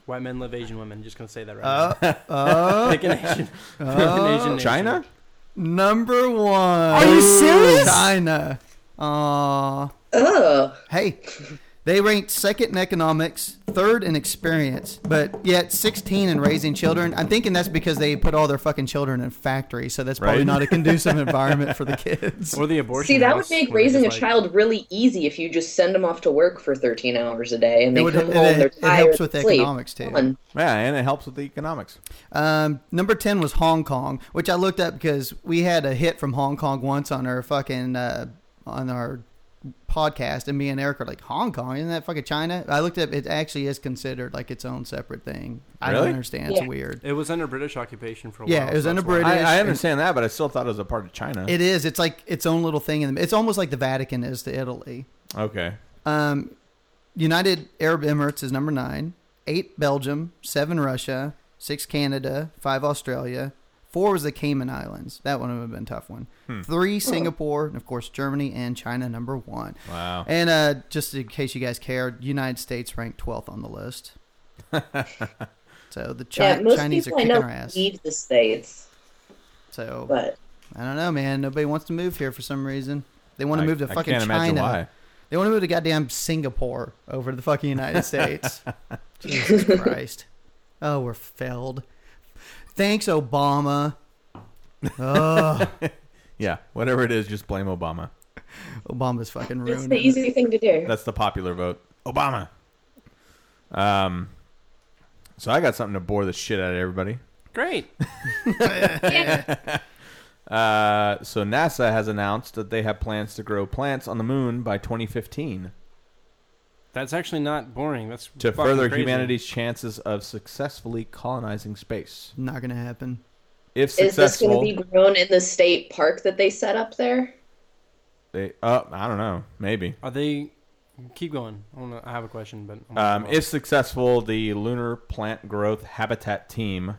Speaker 4: White men love Asian women. Just gonna say that right
Speaker 1: Uh,
Speaker 4: now. (laughs)
Speaker 1: uh,
Speaker 4: Pick an Asian. (laughs) pick an Asian nation.
Speaker 2: China?
Speaker 1: number one. Are
Speaker 4: you serious?
Speaker 1: China. Aw.
Speaker 3: Ugh.
Speaker 1: Hey, They ranked second in economics, third in experience, but yet 16 in raising children. I'm thinking that's because they put all their fucking children in factories, so that's probably
Speaker 2: Right.
Speaker 1: not a conducive environment for the kids.
Speaker 4: Or the abortion.
Speaker 3: See, that would
Speaker 4: house
Speaker 3: make
Speaker 4: where they're
Speaker 3: raising a
Speaker 4: just like-
Speaker 3: child really easy if you just send them off to work for 13 hours a day and they
Speaker 1: It would-
Speaker 3: come
Speaker 1: it-
Speaker 3: home,
Speaker 1: it-
Speaker 3: they're
Speaker 1: it
Speaker 3: tired.
Speaker 1: helps with
Speaker 3: and sleep.
Speaker 1: economics, too.
Speaker 3: Fun.
Speaker 2: Yeah, and it helps with the economics.
Speaker 1: Um, number 10 was Hong Kong, which I looked up because we had a hit from Hong Kong once on our fucking, uh, on our podcast, and me and Eric are like, Hong Kong, isn't that fucking China? I looked up, it actually is considered like its own separate thing. I don't
Speaker 2: Really?
Speaker 1: understand.
Speaker 3: Yeah.
Speaker 1: It's weird.
Speaker 4: It was under British occupation for a
Speaker 1: Yeah,
Speaker 4: while.
Speaker 1: it was
Speaker 4: so
Speaker 1: under
Speaker 4: that's why-
Speaker 1: British.
Speaker 2: I, I
Speaker 1: and-
Speaker 2: understand that, but I still thought it was a part of China.
Speaker 1: It is. It's like its own little thing. In the, it's almost like the Vatican is to Italy.
Speaker 2: okay.
Speaker 1: Um, United Arab Emirates is number nine, eight Belgium, seven Russia, six Canada, five Australia, four was the Cayman Islands. That one would have been a tough one.
Speaker 2: Hmm.
Speaker 1: Three Singapore, and of course Germany and China number one.
Speaker 2: Wow.
Speaker 1: And uh, just in case you guys care, United States ranked twelfth on the
Speaker 2: (laughs)
Speaker 1: list. so the Chi-
Speaker 3: Yeah, most
Speaker 1: Chinese are
Speaker 3: people I
Speaker 1: kicking
Speaker 3: know
Speaker 1: our ass.
Speaker 3: leave the states,
Speaker 1: So
Speaker 3: but
Speaker 1: I don't know, man. Nobody wants to move here for some reason. They want to
Speaker 2: I-
Speaker 1: move to
Speaker 2: I
Speaker 1: fucking
Speaker 2: can't imagine
Speaker 1: China.
Speaker 2: why.
Speaker 1: They want to move to goddamn Singapore over to the fucking United States. Jesus Christ. Oh, we're failed. Thanks, Obama. Ugh,
Speaker 2: Yeah, whatever it is, just blame Obama.
Speaker 1: Obama's fucking
Speaker 3: it's
Speaker 1: ruined.
Speaker 3: the
Speaker 1: it.
Speaker 3: easy thing to do.
Speaker 2: That's the popular vote. Obama. Um. So I got something to bore the shit out of everybody.
Speaker 4: Great.
Speaker 2: Uh, so NASA has announced that they have plans to grow plants on the moon by 2015
Speaker 4: That's actually not boring. That's
Speaker 2: to
Speaker 4: fucking
Speaker 2: further
Speaker 4: crazy.
Speaker 2: humanity's chances of successfully colonizing space.
Speaker 1: Not gonna happen.
Speaker 2: If
Speaker 3: Is this going
Speaker 2: successful,
Speaker 3: to be grown in the state park that they set up there?
Speaker 2: they uh, I don't know, maybe.
Speaker 4: Are they? Keep going. I, wanna, I have a question, but I'm
Speaker 2: Um, if successful, the Lunar Plant Growth Habitat Team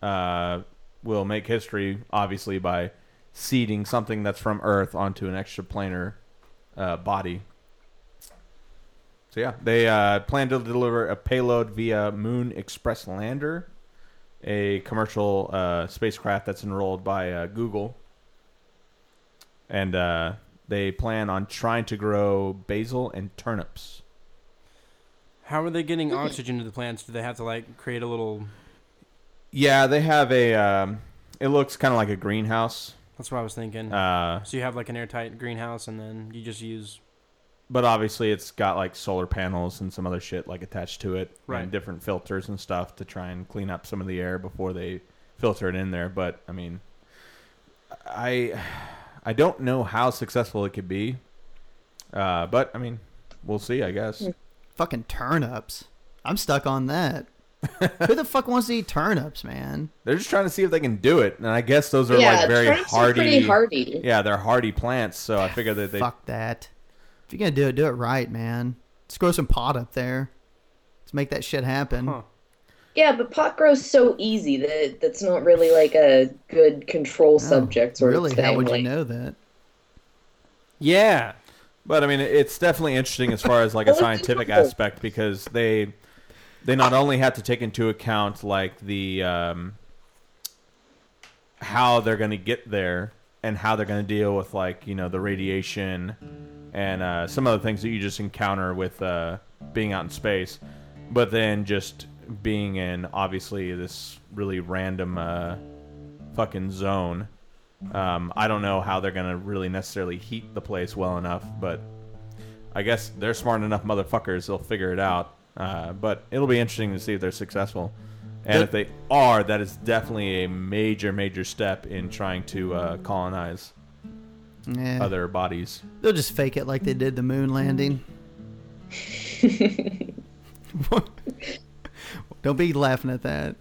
Speaker 2: uh, will make history, obviously, by seeding something that's from Earth onto an extraplanar uh, body. So, yeah, they uh, plan to deliver a payload via Moon Express Lander, a commercial uh, spacecraft that's enrolled by uh, Google. And uh, they plan on trying to grow basil and turnips.
Speaker 4: how are they getting oxygen to the plants? Do they have to like create a little?
Speaker 2: Yeah, they have a. Um, it looks kind of like a greenhouse,
Speaker 4: That's what I was thinking.
Speaker 2: uh,
Speaker 4: so you have like an airtight greenhouse, and then you just use
Speaker 2: but obviously it's got like solar panels and some other shit like attached to it,
Speaker 4: Right.
Speaker 2: And different filters and stuff to try and clean up some of the air before they filter it in there. But I mean, I I don't know how successful it could be, uh, but I mean, we'll see. I guess
Speaker 3: Hmm.
Speaker 1: Fucking turnips. I'm stuck on that. Who the fuck wants to eat turnips, man?
Speaker 2: they're just trying to see if they can do it, and I guess those are
Speaker 3: yeah,
Speaker 2: like very
Speaker 3: turnips are
Speaker 2: hardy.
Speaker 3: pretty hardy.
Speaker 2: Yeah, they're hardy plants, so I figure that they
Speaker 1: Fuck that. If you're gonna do it, do it right, man. Let's grow some pot up there. Let's make that shit happen.
Speaker 4: Huh.
Speaker 3: Yeah, but pot grows so easy that it- that's not really like a good control subject sort
Speaker 1: Oh, really?
Speaker 3: of thing.
Speaker 1: How would you
Speaker 3: like-
Speaker 1: know that?
Speaker 4: yeah.
Speaker 2: But I mean, it's definitely interesting as far as like a scientific aspect because they they not only have to take into account like the um, how they're going to get there and how they're going to deal with like you know the radiation and uh, some other things that you just encounter with uh, being out in space, but then just being in obviously this really random uh, fucking zone. Um, I don't know how they're gonna really necessarily heat the place well enough, but I guess they're smart enough motherfuckers. They'll figure it out. Uh, but it'll be interesting to see if they're successful, and if they are, that is definitely a major, major step in trying to uh, colonize
Speaker 1: Yeah.
Speaker 2: other bodies.
Speaker 1: They'll just fake it like they did the moon landing. (laughs) Don't be laughing at that.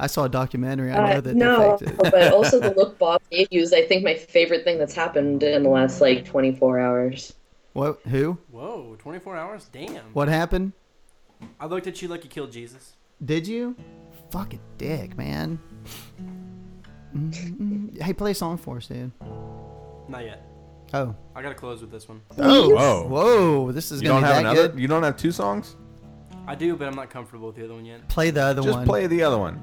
Speaker 1: I saw a documentary. I know
Speaker 3: Uh,
Speaker 1: that
Speaker 3: no,
Speaker 1: they faked it. (laughs)
Speaker 3: but also the look Bob gave you is, I think, my favorite thing that's happened in the last like 24 hours.
Speaker 1: What? Who?
Speaker 4: Whoa, 24 hours? Damn.
Speaker 1: What happened?
Speaker 4: I looked at you like you killed Jesus.
Speaker 1: Did you? Fucking dick, man. Mm-mm. Hey, play a song for us, dude.
Speaker 4: Not yet.
Speaker 1: Oh.
Speaker 4: I gotta close with this one.
Speaker 1: Oh.
Speaker 2: Whoa.
Speaker 1: Whoa. This is
Speaker 2: You
Speaker 1: going
Speaker 2: don't
Speaker 1: to be
Speaker 2: have
Speaker 1: that
Speaker 2: another.
Speaker 1: good.
Speaker 2: You don't have two songs.
Speaker 4: I do, but I'm not comfortable with the other one yet. (laughs)
Speaker 1: Play the other
Speaker 2: Just
Speaker 1: one.
Speaker 2: play the other one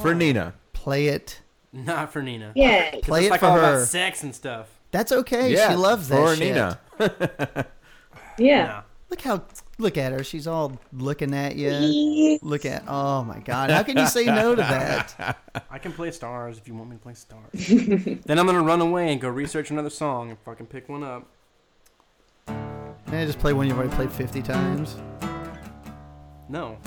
Speaker 2: for Nina.
Speaker 1: Play it.
Speaker 4: Not for Nina.
Speaker 3: Yeah,
Speaker 1: Play
Speaker 4: it's
Speaker 1: it
Speaker 4: like
Speaker 1: for
Speaker 4: all about
Speaker 1: her.
Speaker 4: sex and stuff.
Speaker 1: That's okay.
Speaker 2: yeah,
Speaker 1: she loves that
Speaker 2: for
Speaker 1: shit.
Speaker 2: Nina.
Speaker 3: yeah.
Speaker 4: Nah.
Speaker 1: Look how look at her. She's all looking at
Speaker 3: (laughs)
Speaker 1: you.
Speaker 3: He-
Speaker 1: Look at oh my god. How can you say no to
Speaker 2: (laughs)
Speaker 1: that?
Speaker 4: I can play stars if you want me to play stars. then I'm gonna run away and go research another song and fucking pick one up.
Speaker 1: Can I just play one you've already played fifty times?
Speaker 4: No.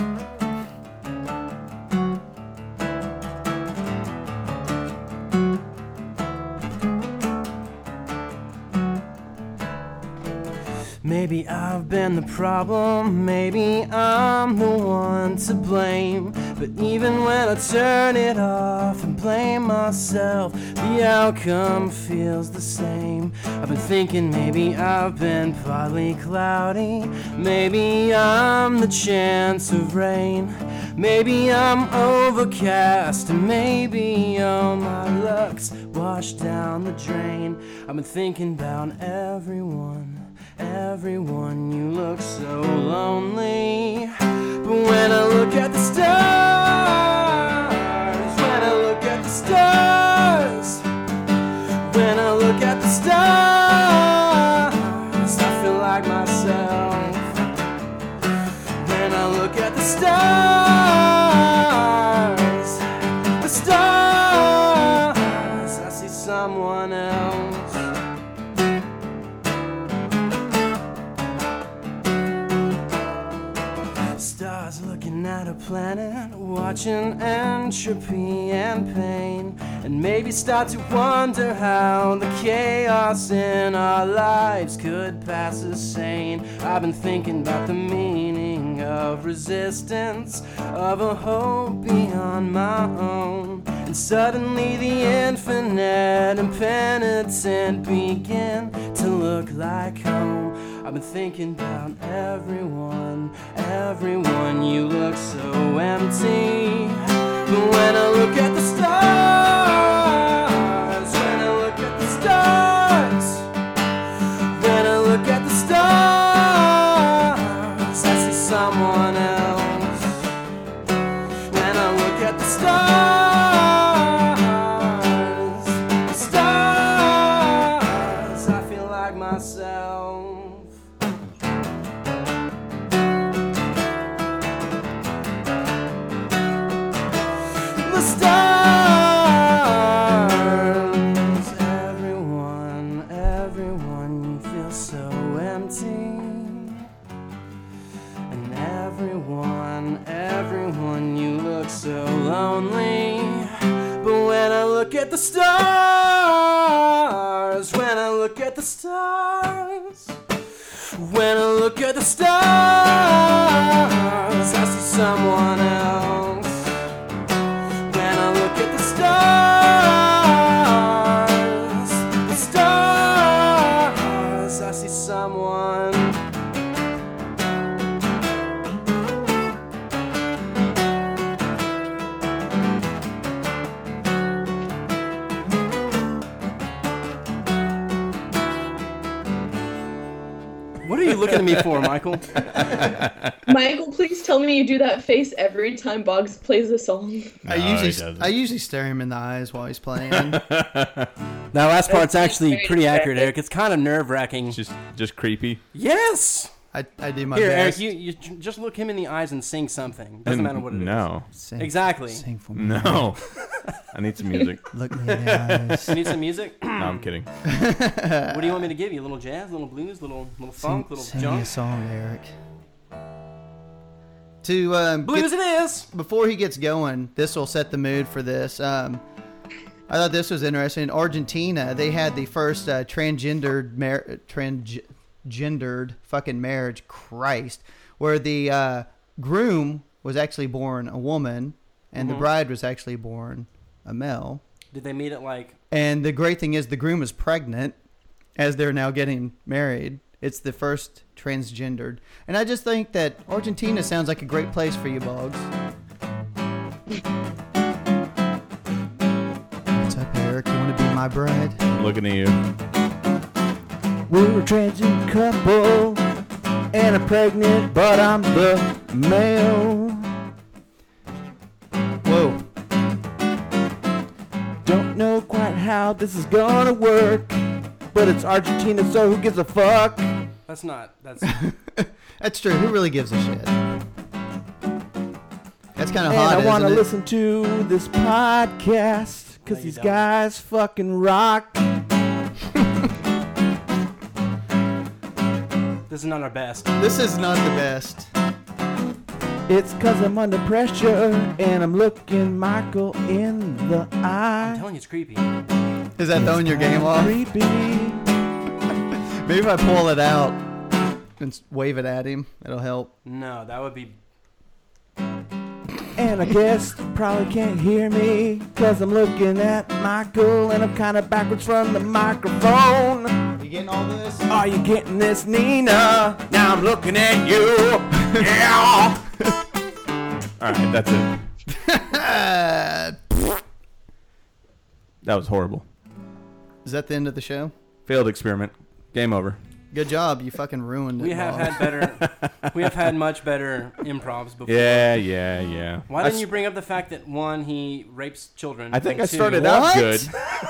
Speaker 4: Maybe I've been the problem, maybe I'm the one to blame. But even when I turn it off and blame myself, the outcome feels the same. I've been thinking maybe I've been partly cloudy, maybe I'm the chance of rain. Maybe I'm overcast, and maybe all my luck's washed down the drain. I've been thinking about everyone, everyone, you look so lonely. But when I look at the stars, when I look at the stars, when I look at the stars, I feel like myself. When I look at the stars, the stars, I see someone else. Stars looking at a planet, watching entropy and pain, and maybe start to wonder how the chaos in our lives could pass as sane. I've been thinking about the meaning of resistance, of a hope beyond my own. And suddenly the infinite and penitent begin to look like home. I've been thinking about everyone, everyone. You look so empty. But when I look at the stars, when I look at the stars, when I look at the stars, I see someone else. When I look at the stars, the stars, I feel like myself. The stars, everyone, everyone, you feel so empty. And everyone, everyone, you look so lonely. But when I look at the stars, when I look at the stars, when I look at the stars, I see someone else. When I look at the stars, the stars, I see someone What are you looking at me for, Michael? (laughs)
Speaker 3: Michael, please tell me you do that face every time Boggs plays a song.
Speaker 1: I
Speaker 2: No, he
Speaker 1: usually
Speaker 2: doesn't.
Speaker 1: I usually stare him in the eyes while he's (laughs) playing.
Speaker 4: That last part's actually
Speaker 3: very
Speaker 4: pretty accurate,
Speaker 3: distracting.
Speaker 4: Eric. It's kind of nerve wracking.
Speaker 2: just just creepy.
Speaker 4: Yes!
Speaker 1: I, I do my
Speaker 4: Here, Eric,
Speaker 1: best.
Speaker 4: you, you j- just look him in the eyes and sing something. Doesn't matter what it is.
Speaker 2: no,
Speaker 1: Sing-
Speaker 4: Exactly.
Speaker 1: Sing for me.
Speaker 2: (laughs) no. I need some music.
Speaker 1: Look me in the eyes. (laughs)
Speaker 4: You need
Speaker 1: (clears throat)
Speaker 4: some music?
Speaker 2: No, I'm kidding.
Speaker 4: what do you want me to give you? A little jazz, little blues, little little funk, little
Speaker 1: sing me a
Speaker 4: junk?
Speaker 1: song, Eric. To um, get-
Speaker 4: Blues it is!
Speaker 1: before he gets going, this will set the mood for this. Um, I thought this was interesting. In Argentina, they had the first uh, transgendered mar- transgendered fucking marriage. Christ, where the uh, groom was actually born a woman, and the bride was actually born a male.
Speaker 4: Did they meet at like.
Speaker 1: And the great thing is, the groom is pregnant as they're now getting married. It's the first transgendered. And I just think that Argentina sounds like a great place for you, Boggs. What's up, Eric? You want to be my bride?
Speaker 2: I'm looking at you.
Speaker 6: We're a transient couple, and I'm pregnant, but I'm the male.
Speaker 1: Whoa.
Speaker 6: Don't know quite how this is gonna work, but it's Argentina, so who gives a fuck?
Speaker 1: (laughs)
Speaker 4: That's not. That's.
Speaker 1: That's true. Who really gives a shit? That's kind of
Speaker 6: And
Speaker 1: hot.
Speaker 6: I want to
Speaker 1: isn't it?
Speaker 6: listen to this podcast because
Speaker 4: you
Speaker 6: these
Speaker 4: don't.
Speaker 6: guys fucking rock.
Speaker 4: This is not our best.
Speaker 1: This is not the best.
Speaker 6: It's because I'm under pressure and I'm looking Michael in the
Speaker 4: I'm
Speaker 6: eye.
Speaker 4: telling you, it's creepy.
Speaker 1: Is that throwing your game off?
Speaker 6: Creepy.
Speaker 1: Maybe if I pull it out and s- wave it at him, it'll help.
Speaker 4: No, that would be.
Speaker 6: And I guess you probably can't hear me Cause I'm looking at Michael And I'm kinda backwards from the microphone
Speaker 1: You getting all this?
Speaker 6: Are you getting this, Nina? Now I'm looking at you Yeah
Speaker 2: (laughs) All right, that's it. That was horrible.
Speaker 1: Is that the end of the show?
Speaker 2: Failed experiment. Game over.
Speaker 1: Good job. You fucking ruined it.
Speaker 4: We have
Speaker 1: Bob.
Speaker 4: had
Speaker 1: (laughs)
Speaker 4: better. we have had much better improvs before.
Speaker 2: Yeah, yeah, yeah.
Speaker 4: Why
Speaker 2: I
Speaker 4: didn't
Speaker 2: s-
Speaker 4: you bring up the fact that one, he rapes children?
Speaker 2: I think I
Speaker 4: and two,
Speaker 2: started
Speaker 1: What?
Speaker 2: out good.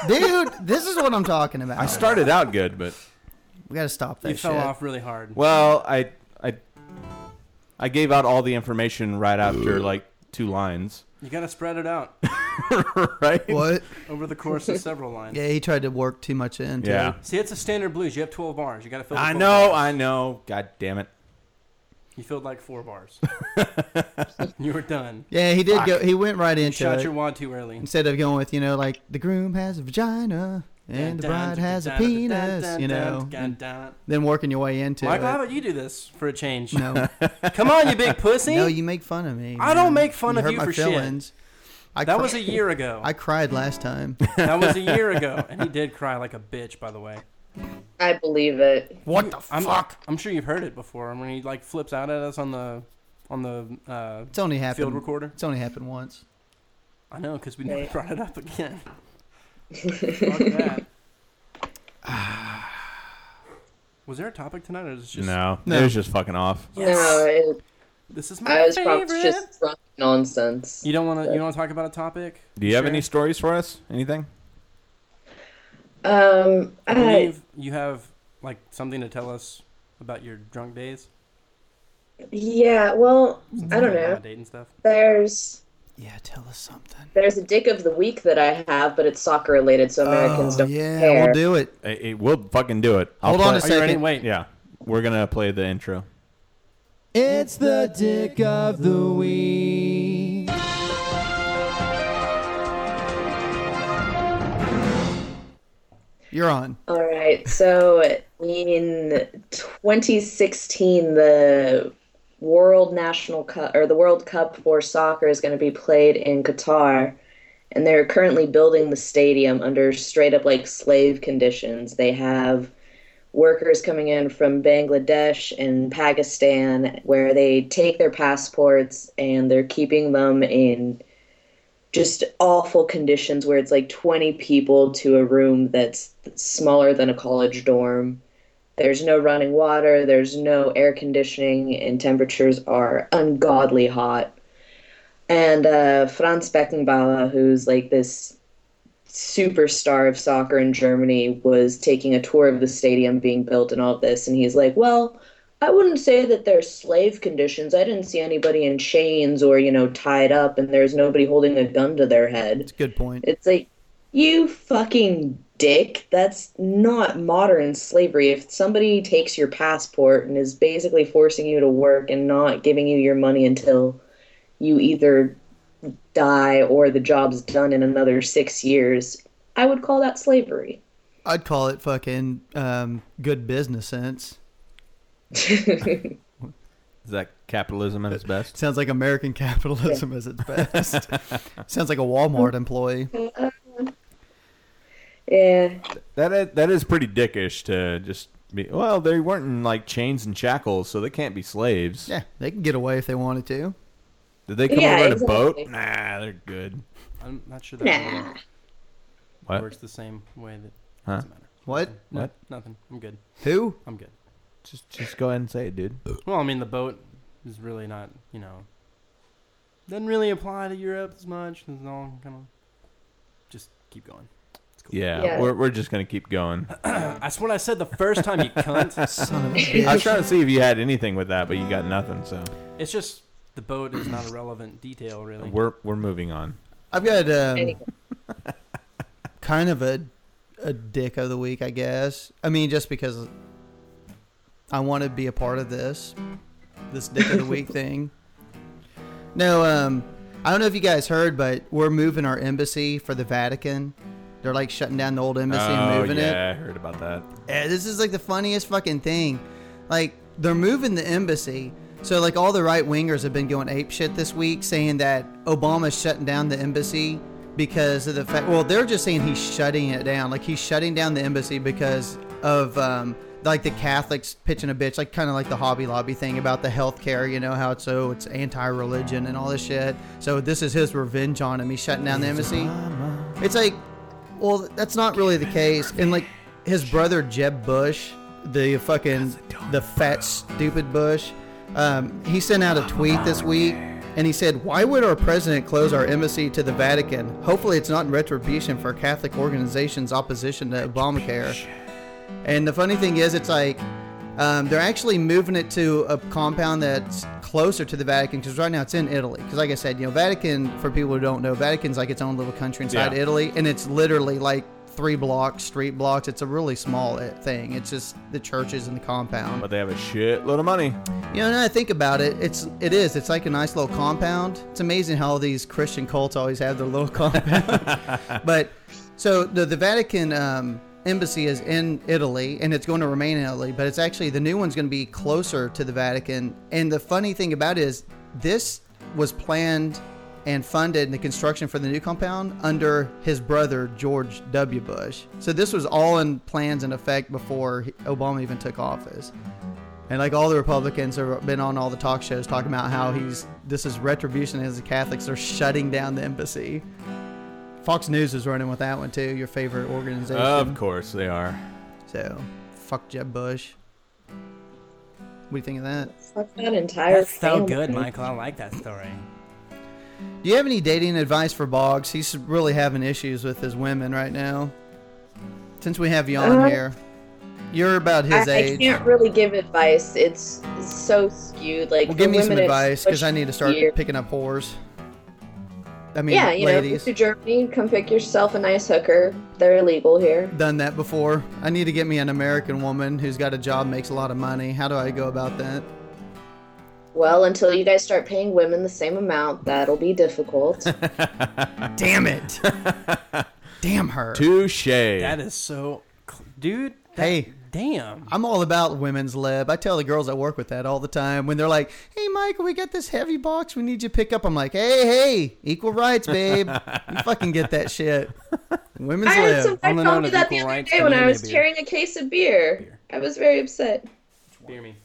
Speaker 1: Dude, this is what I'm talking about.
Speaker 2: I started out good, but
Speaker 1: we gotta stop that
Speaker 4: You fell
Speaker 1: shit.
Speaker 4: off really hard.
Speaker 2: well, I I I gave out all the information right after like two lines. (laughs)
Speaker 4: You gotta spread it out
Speaker 2: right?
Speaker 1: What?
Speaker 4: over the course of
Speaker 1: (laughs)
Speaker 4: several lines.
Speaker 1: Yeah, he tried to work too much into
Speaker 2: Yeah.
Speaker 4: See, it's a standard blues. You have 12 bars. You gotta fill. the
Speaker 2: I
Speaker 4: 12
Speaker 2: know,
Speaker 4: bars.
Speaker 2: I know. God damn it.
Speaker 4: You filled like
Speaker 2: (laughs)
Speaker 4: four bars. you were done.
Speaker 1: Yeah, he did go. He went right
Speaker 4: You
Speaker 1: into
Speaker 4: shot
Speaker 1: it
Speaker 4: your wad too early.
Speaker 1: instead of going with you know like the groom has a vagina and the bride has a penis. You know, and then working your way into
Speaker 4: Michael, how
Speaker 1: it.
Speaker 4: about you do this for a change?
Speaker 1: No,
Speaker 4: (laughs) Come on,
Speaker 1: (laughs)
Speaker 4: you big pussy.
Speaker 1: no, you make fun of me.
Speaker 4: I don't
Speaker 1: man.
Speaker 4: make fun of
Speaker 1: hurt
Speaker 4: you
Speaker 1: my
Speaker 4: for shit.
Speaker 1: feelings. I
Speaker 4: that
Speaker 1: cri-
Speaker 4: was a year ago.
Speaker 1: I cried last
Speaker 4: (laughs)
Speaker 1: time. (laughs)
Speaker 4: that was a year ago, and he did cry like a bitch. By the way,
Speaker 3: I believe it.
Speaker 1: what the
Speaker 4: I'm, I'm sure you've heard it before. When he like flips out at us on the on the uh,
Speaker 1: It's only happened.
Speaker 4: field recorder.
Speaker 1: It's only happened once.
Speaker 4: I know, because we never
Speaker 3: Right.
Speaker 4: brought it up again. Fuck
Speaker 3: (laughs)
Speaker 4: that. Was there a topic tonight, or is it just
Speaker 2: no,
Speaker 1: No.
Speaker 2: It was just fucking off.
Speaker 3: No, it,
Speaker 4: this is my
Speaker 3: I was
Speaker 4: favorite?
Speaker 3: probably just drunk nonsense.
Speaker 4: You don't want to. You want to talk about a topic?
Speaker 2: Do you have
Speaker 4: Sure.
Speaker 2: any stories for us? Anything?
Speaker 3: Um,
Speaker 4: I
Speaker 3: I,
Speaker 4: believe you have like something to tell us about your drunk days.
Speaker 3: yeah, well, I don't
Speaker 4: Like,
Speaker 3: know.
Speaker 4: on a date and stuff.
Speaker 3: There's
Speaker 1: Yeah, tell us something.
Speaker 3: there's a dick of the week that I have, but it's soccer related, so Americans
Speaker 1: Oh,
Speaker 3: don't
Speaker 1: yeah,
Speaker 3: care.
Speaker 1: we'll do it.
Speaker 2: It, it- we'll fucking do it. I'll
Speaker 1: Hold on
Speaker 2: play-
Speaker 1: a
Speaker 4: Are you ready?
Speaker 1: second.
Speaker 4: Wait.
Speaker 2: Yeah, we're gonna play the intro.
Speaker 6: It's the dick of the week
Speaker 1: You're on.
Speaker 3: All right. So in 2016, the World National Cup or the World Cup for soccer is going to be played in Qatar, and they're currently building the stadium under straight up like slave conditions. They have workers coming in from Bangladesh and Pakistan where they take their passports and they're keeping them in just awful conditions where it's like 20 people to a room that's smaller than a college dorm. There's no running water, there's no air conditioning, and temperatures are ungodly hot. And uh, Franz Beckenbauer, who's like this superstar of soccer in Germany, was taking a tour of the stadium being built and all this, and he's like, Well, I wouldn't say that there's slave conditions. I didn't see anybody in chains or, you know, tied up, and there's nobody holding a gun to their head.
Speaker 1: Good point.
Speaker 3: It's like, you fucking dick. That's not modern slavery. If somebody takes your passport and is basically forcing you to work and not giving you your money until you either die or the job's done in another six years, I would call that slavery.
Speaker 1: I'd call it fucking um, good business sense.
Speaker 2: Is that capitalism at its best?
Speaker 1: Sounds like American (laughs) capitalism is its best. Sounds like a Walmart employee.
Speaker 3: Yeah.
Speaker 2: That is, that is pretty dickish to just be. Well, they weren't in like chains and shackles, so they can't be slaves.
Speaker 1: Yeah, they can get away if they wanted to.
Speaker 2: Did they come
Speaker 3: Yeah,
Speaker 2: over on
Speaker 3: exactly.
Speaker 2: a boat? Nah, they're good.
Speaker 4: I'm not sure
Speaker 3: Nah.
Speaker 4: that
Speaker 2: What?
Speaker 4: works the same way that
Speaker 2: Huh?
Speaker 4: doesn't matter.
Speaker 1: (laughs) What?
Speaker 4: No,
Speaker 2: What?
Speaker 4: Nothing. I'm good.
Speaker 1: Who?
Speaker 4: I'm good.
Speaker 2: Just just go ahead and say it, dude.
Speaker 4: Well, I mean, the boat is really not, you know, doesn't really apply to Europe as much. It's all kind of just keep going. cool.
Speaker 2: Yeah,
Speaker 3: Yeah.
Speaker 2: We're, we're just gonna keep going.
Speaker 4: (laughs) That's what I said the first time, you cunt.
Speaker 1: Son of a (laughs)
Speaker 2: I
Speaker 1: bitch.
Speaker 2: was trying to see if you had anything with that, but you got nothing. So
Speaker 4: It's just the boat is not a relevant detail, really.
Speaker 2: we're we're moving on.
Speaker 1: I've got um,
Speaker 3: Anyway.
Speaker 1: kind of a a dick of the week, I guess. I mean, just because I want to be a part of this this dick of the (laughs) week thing. No, um, I don't know if you guys heard, but we're moving our embassy for the Vatican. They're like shutting down the old embassy and
Speaker 2: oh
Speaker 1: moving it.
Speaker 2: yeah, I heard about that.
Speaker 1: Eh, this is like the funniest fucking thing. Like they're moving the embassy. So like all the right wingers have been going ape shit this week, saying that Obama's shutting down the embassy because of the fact. Well, they're just saying he's shutting it down. Like he's shutting down the embassy because of um, like the Catholics pitching a bitch, like kind of like the Hobby Lobby thing about the health care. You know how it's so it's anti-religion and all this shit. So this is his revenge on him. He's shutting down the embassy. It's like, well, that's not really the case. And like his brother Jeb Bush, the fucking the fat stupid Bush, um, he sent out a tweet this week, and he said, "Why would our president close our embassy to the Vatican? Hopefully, it's not in retribution for Catholic organizations' opposition to Obamacare." And the funny thing is, it's like um, they're actually moving it to a compound that's closer to the Vatican because right now it's in Italy. Because, like I said, you know, Vatican, for people who don't know, Vatican's like its own little country inside
Speaker 2: Yeah.
Speaker 1: Italy, and it's literally like three blocks, street blocks. It's a really small uh, thing. It's just the churches and the compound.
Speaker 2: But they have a shitload of money.
Speaker 1: You know, now I think about it, it's it is. It's like a nice little compound. It's amazing how all these Christian cults always have their little (laughs) compound. but so the the Vatican um, embassy is in Italy, and it's going to remain in Italy. But it's actually the new one's going to be closer to the Vatican. And the funny thing about it is, this was planned and funded in the construction for the new compound under his brother George W. Bush. So this was all in plans and effect before he- Obama even took office. And like all the Republicans have been on all the talk shows talking about how he's this is retribution as the Catholics are shutting down the embassy. Fox News is running with that one too, your favorite organization.
Speaker 2: Of course they are.
Speaker 1: So fuck Jeb Bush. What do you think of that?
Speaker 3: Fuck that entire
Speaker 4: That's so
Speaker 3: family.
Speaker 4: good, Michael. I like that
Speaker 3: (laughs)
Speaker 4: story.
Speaker 1: Do you have any dating advice for Boggs? He's really having issues with his women right now. Since we have you on
Speaker 3: Uh,
Speaker 1: here, you're about his
Speaker 3: I, I
Speaker 1: age.
Speaker 3: can't really give advice. It's so skewed. Like,
Speaker 1: well,
Speaker 3: for
Speaker 1: give me some
Speaker 3: women, it's
Speaker 1: advice
Speaker 3: so
Speaker 1: because I need to start
Speaker 3: skewed.
Speaker 1: picking up whores. I mean,
Speaker 3: yeah, you know,
Speaker 1: ladies.
Speaker 3: go to Germany, come pick yourself a nice hooker. They're illegal here.
Speaker 1: done that before. I need to get me an American woman who's got a job, makes a lot of money. How do I go about that?
Speaker 3: Well, until you guys start paying women the same amount, that'll
Speaker 1: (laughs)
Speaker 3: be difficult.
Speaker 1: Damn
Speaker 2: (laughs)
Speaker 1: it! Damn her!
Speaker 2: Touche.
Speaker 4: That is so, cl- dude. that-
Speaker 1: Hey.
Speaker 4: damn.
Speaker 1: I'm all about women's lib. I tell the girls I work with that all the time when they're like, "Hey, Michael, we got this heavy box. We need you to pick up." I'm like, "Hey, hey, equal rights, babe.
Speaker 2: (laughs)
Speaker 1: you fucking get that shit." Women's
Speaker 3: I
Speaker 1: lib.
Speaker 3: had some guy
Speaker 4: Only
Speaker 3: tell
Speaker 4: known
Speaker 3: me
Speaker 4: as
Speaker 3: that
Speaker 4: equal
Speaker 3: the other
Speaker 4: rights
Speaker 3: day when I
Speaker 4: community
Speaker 3: was
Speaker 4: beer.
Speaker 3: carrying a case of beer. I was very upset.
Speaker 4: Hear me.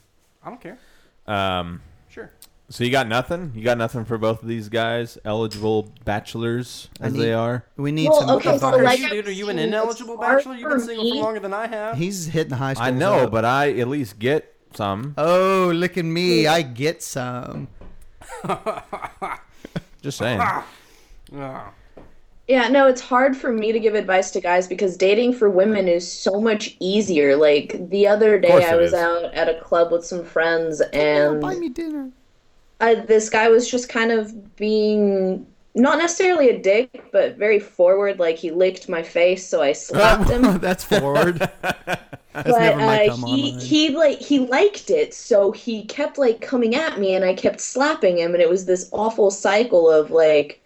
Speaker 4: I don't care.
Speaker 2: Um,
Speaker 4: Sure.
Speaker 2: so you got nothing? You got nothing for both of these guys, eligible bachelors as
Speaker 1: need-
Speaker 2: they are.
Speaker 1: we need
Speaker 3: Well,
Speaker 1: some
Speaker 3: okay, so
Speaker 1: advice.
Speaker 3: like-
Speaker 4: Dude, are you an
Speaker 3: It's
Speaker 4: ineligible
Speaker 3: hard
Speaker 4: bachelor? You've been
Speaker 3: for
Speaker 4: single
Speaker 3: me.
Speaker 4: for longer than I have.
Speaker 1: He's hitting high school.
Speaker 2: I know, but I at least get some.
Speaker 1: oh, look at me. I get some.
Speaker 2: Just saying.
Speaker 4: Ah.
Speaker 3: Yeah, no, it's hard for me to give advice to guys because dating for women is so much easier. Like the other
Speaker 2: course
Speaker 3: day, I
Speaker 2: it
Speaker 3: was
Speaker 2: is.
Speaker 3: out at a club with some friends,
Speaker 1: Oh,
Speaker 3: and
Speaker 1: buy me dinner.
Speaker 3: uh, this guy was just kind of being not necessarily a dick, but very forward. Like he licked my face, so
Speaker 2: (laughs)
Speaker 3: I slapped
Speaker 1: (laughs)
Speaker 3: him.
Speaker 1: That's forward. That's
Speaker 3: but
Speaker 1: never my
Speaker 3: uh,
Speaker 1: come
Speaker 3: he
Speaker 1: online.
Speaker 3: he like he liked it, so he kept like coming at me, and I kept slapping him, and it was this awful cycle of like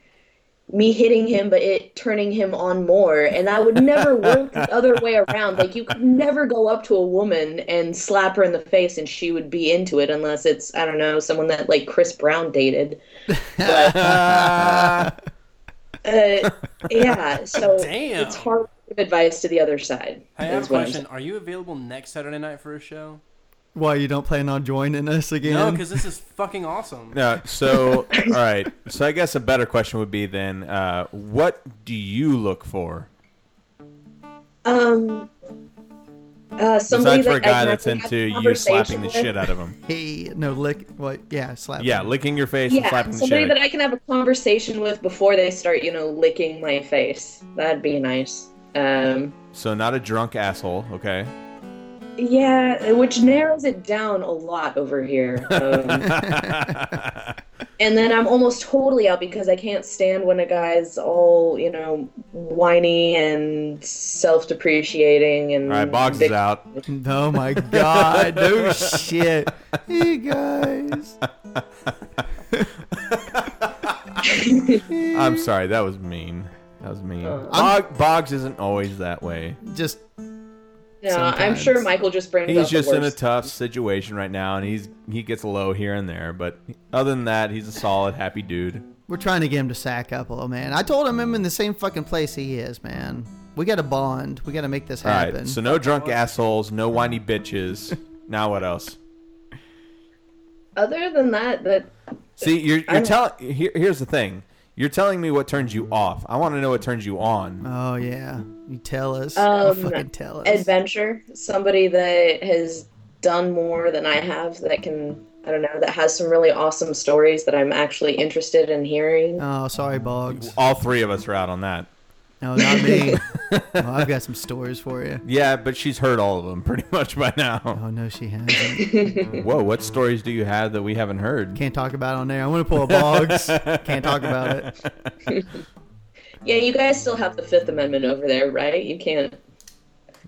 Speaker 3: me hitting him, but it turning him on more, and that would
Speaker 4: (laughs)
Speaker 3: never work the other way around. Like you could never go up to a woman and slap her in the face, and she would be into it, unless it's I don't know someone that like Chris Brown
Speaker 4: (laughs)
Speaker 3: dated. But, uh, yeah, so
Speaker 4: Damn.
Speaker 3: it's hard to give advice to the other side.
Speaker 4: I have a
Speaker 3: is what I'm
Speaker 4: question. Are you available next Saturday night for a show?
Speaker 1: Why you don't plan on joining us again?
Speaker 4: No, because this is fucking awesome.
Speaker 2: No, so (coughs) all right. So I guess a better question would be then, uh, what do you look for?
Speaker 3: Um, uh, somebody
Speaker 2: Besides for a
Speaker 3: that I
Speaker 2: guy
Speaker 3: can
Speaker 2: that's into
Speaker 3: actually have a
Speaker 2: you slapping the
Speaker 3: conversation
Speaker 2: shit out of him.
Speaker 1: Hey, no lick. What? Yeah, slap.
Speaker 2: Yeah, licking your face
Speaker 3: with.
Speaker 2: and
Speaker 3: Yeah,
Speaker 2: slapping the
Speaker 3: somebody
Speaker 2: shit.
Speaker 3: that
Speaker 2: out
Speaker 3: I can have a conversation with before they start, you know, licking my face. That'd be nice. Um,
Speaker 2: So not a drunk asshole, okay?
Speaker 3: yeah, which narrows it down a lot over here.
Speaker 2: (laughs)
Speaker 3: Um, and then I'm almost totally out because I can't stand when a guy's all, you know, whiny and self depreciating and.
Speaker 2: All right, Boggs is
Speaker 3: vic-
Speaker 2: out.
Speaker 1: Oh my god,
Speaker 2: (laughs)
Speaker 1: no shit. Hey guys.
Speaker 2: I'm sorry, that was mean. That was mean.
Speaker 3: Uh,
Speaker 2: Bog, Boggs isn't always that way.
Speaker 1: Just
Speaker 3: No, I'm sure
Speaker 1: sometimes.
Speaker 3: Michael just brings
Speaker 2: He's
Speaker 3: out
Speaker 2: just
Speaker 3: the
Speaker 2: in a
Speaker 3: worst.
Speaker 2: tough situation right now, and he's he gets low here and there. But other than that, he's a solid, happy dude.
Speaker 1: we're trying to get him to sack up a little man. I told him I'm in the same fucking place he is, man. We gotta bond. We gotta make this
Speaker 2: All
Speaker 1: happen.
Speaker 2: right, so no drunk assholes, no whiny bitches. Now what else?
Speaker 3: Other than that, that
Speaker 2: See, you're you're
Speaker 3: I'm-
Speaker 2: telling. Here, here's the thing. You're telling me what turns you off. I want to know what turns you on.
Speaker 1: oh yeah. You tell us.
Speaker 3: Um,
Speaker 1: you fucking tell us.
Speaker 3: adventure, somebody that has done more than I have, that can, I don't know, that has some really awesome stories that I'm actually interested in hearing.
Speaker 1: oh, sorry, Boggs.
Speaker 2: All three of us are out on that.
Speaker 1: No, not me. Well, I've got some stories for you.
Speaker 2: Yeah, but she's heard all of them (laughs) pretty much by now.
Speaker 1: Oh no, she hasn't.
Speaker 2: Whoa, what stories do you have that we haven't heard?
Speaker 1: Can't talk about it on there. I want to pull a Boggs. Can't talk about it.
Speaker 3: Yeah, you guys still have the Fifth Amendment over there, right? You can't.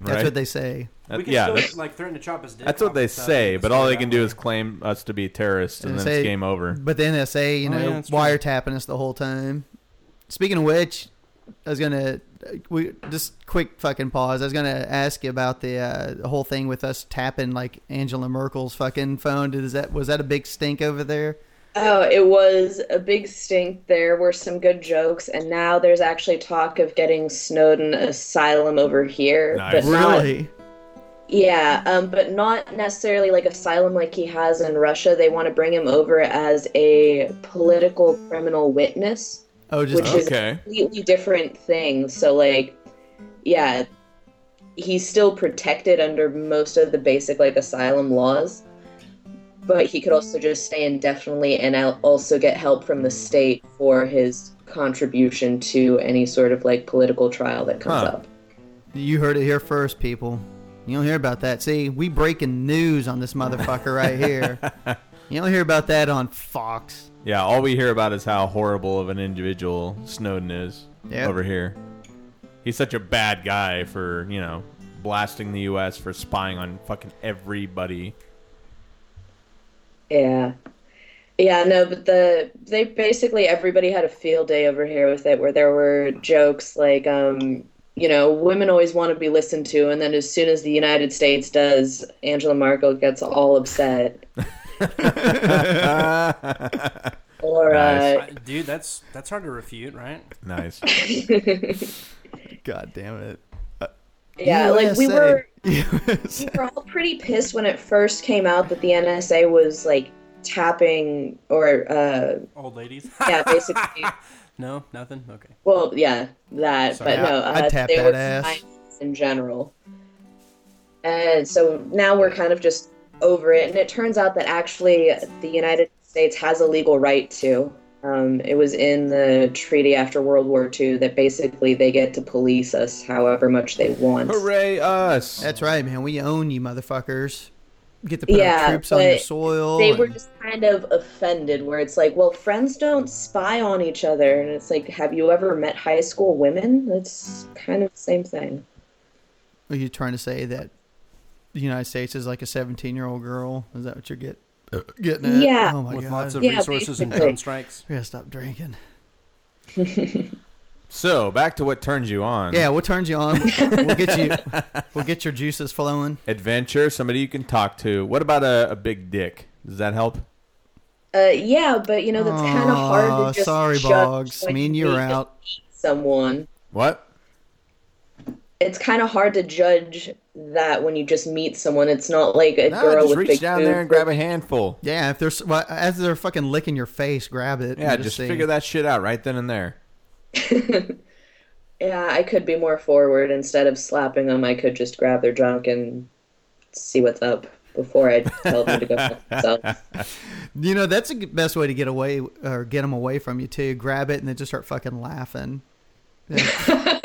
Speaker 1: That's
Speaker 2: right?
Speaker 1: what they say.
Speaker 2: That-
Speaker 4: We can
Speaker 2: yeah,
Speaker 4: still,
Speaker 2: that's,
Speaker 4: like threaten to chop his dick.
Speaker 2: that's what
Speaker 4: off
Speaker 2: they
Speaker 4: and stuff.
Speaker 2: say. But all they can
Speaker 4: Yeah.
Speaker 2: do is claim us to be terrorists, and then
Speaker 1: NSA
Speaker 2: it's game over.
Speaker 1: But the NSA, you
Speaker 4: Oh, yeah,
Speaker 1: know,
Speaker 4: that's true.
Speaker 1: wiretapping us the whole time. Speaking of which, I was gonna we just quick fucking pause. I was gonna ask you about the uh, the whole thing with us tapping like Angela Merkel's fucking phone. Did- Is that was that a big stink over there?
Speaker 3: Oh, it was a big stink. There were some good jokes, and now there's actually talk of getting Snowden asylum over here.
Speaker 2: Nice.
Speaker 3: But not-
Speaker 1: Really?
Speaker 3: Yeah, um, but not necessarily like asylum like he has in Russia. They want to bring him over as a political criminal witness,
Speaker 1: Oh, just
Speaker 3: which is
Speaker 2: Okay.
Speaker 3: a completely different thing. So, like, yeah, he's still protected under most of the basic like asylum laws, but he could also just stay indefinitely and al- also get help from the state for his contribution to any sort of like political trial that comes
Speaker 2: Huh.
Speaker 3: up.
Speaker 1: you heard it here first, people. You don't hear about that. See, we breaking news on this motherfucker right
Speaker 3: (laughs)
Speaker 1: here. you don't hear about that on Fox.
Speaker 2: Yeah, all we hear about is how horrible of an individual Snowden is
Speaker 1: Yep.
Speaker 2: over here. He's such a bad guy for, you know, blasting the U.S., for spying on fucking everybody.
Speaker 3: Yeah. Yeah, no, but the they basically everybody had a field day over here with it where there were jokes like um, you know, women always want to be listened to and then as soon as the United States does, Angela Merkel gets all upset. Or
Speaker 2: Nice.
Speaker 3: uh
Speaker 4: I- Dude, that's that's hard to refute, right?
Speaker 2: (laughs) Nice.
Speaker 1: God damn it.
Speaker 3: yeah, like we
Speaker 1: USA.
Speaker 3: were
Speaker 1: USA.
Speaker 3: we were all pretty pissed when it first came out that the NSA was like tapping or uh
Speaker 4: Old ladies. (laughs)
Speaker 3: yeah, basically
Speaker 4: no, nothing. Okay.
Speaker 3: Well, yeah, that.
Speaker 4: Sorry.
Speaker 3: but no,
Speaker 1: I- I'd
Speaker 3: uh,
Speaker 1: tap
Speaker 3: they
Speaker 1: that
Speaker 3: were
Speaker 1: ass.
Speaker 3: clients in general. And so now we're kind of just over it. And it turns out that actually the United States has a legal right to. Um, it was in the treaty after World War II that basically they get to police us however much they want.
Speaker 2: Hooray us!
Speaker 1: That's right, man. We own you, motherfuckers. Get to put
Speaker 3: Yeah,
Speaker 1: our troops on your
Speaker 3: but
Speaker 1: soil.
Speaker 3: They were
Speaker 1: and-
Speaker 3: just kind of offended, where it's like, well, friends don't spy on each other. And it's like, have you ever met high school women? That's kind of the same thing.
Speaker 1: Are you trying to say that the United States is like a 17-year-old girl? Is that what you're get, getting at?
Speaker 3: Yeah.
Speaker 1: Oh my
Speaker 4: With
Speaker 1: god.
Speaker 4: lots of
Speaker 3: Yeah,
Speaker 4: resources and
Speaker 3: basically.
Speaker 4: drone strikes.
Speaker 1: we gotta stop drinking.
Speaker 2: So back to what turns you on.
Speaker 1: Yeah, what turns you
Speaker 3: (laughs)
Speaker 1: on? we'll get (laughs) you. We'll get your juices flowing.
Speaker 2: Adventure, somebody you can talk to. What about a, a big dick? Does that help?
Speaker 3: Uh, yeah, but you know that's kind of
Speaker 1: Aw,
Speaker 3: hard to just
Speaker 1: sorry,
Speaker 3: judge
Speaker 1: Boggs.
Speaker 3: when
Speaker 1: Me and you
Speaker 3: meet
Speaker 1: are out.
Speaker 3: Someone.
Speaker 2: What?
Speaker 3: It's kind of hard to judge that when you just meet someone. It's not like a
Speaker 2: No,
Speaker 3: girl
Speaker 2: just
Speaker 3: with
Speaker 2: reach
Speaker 3: big
Speaker 2: down
Speaker 3: boobs.
Speaker 2: there and grab a handful.
Speaker 1: Yeah, if there's well, as they're fucking licking your face, grab it.
Speaker 2: Yeah,
Speaker 1: and
Speaker 2: just
Speaker 1: see.
Speaker 2: figure that shit out right then and there.
Speaker 3: Yeah, I could be more forward instead of slapping them. I could just grab their junk and see what's up before I tell them to go fuck themselves.
Speaker 1: You know that's the g- best way to get away
Speaker 3: (laughs)
Speaker 1: or get them away from you too. Grab it and then just start fucking laughing. Yeah.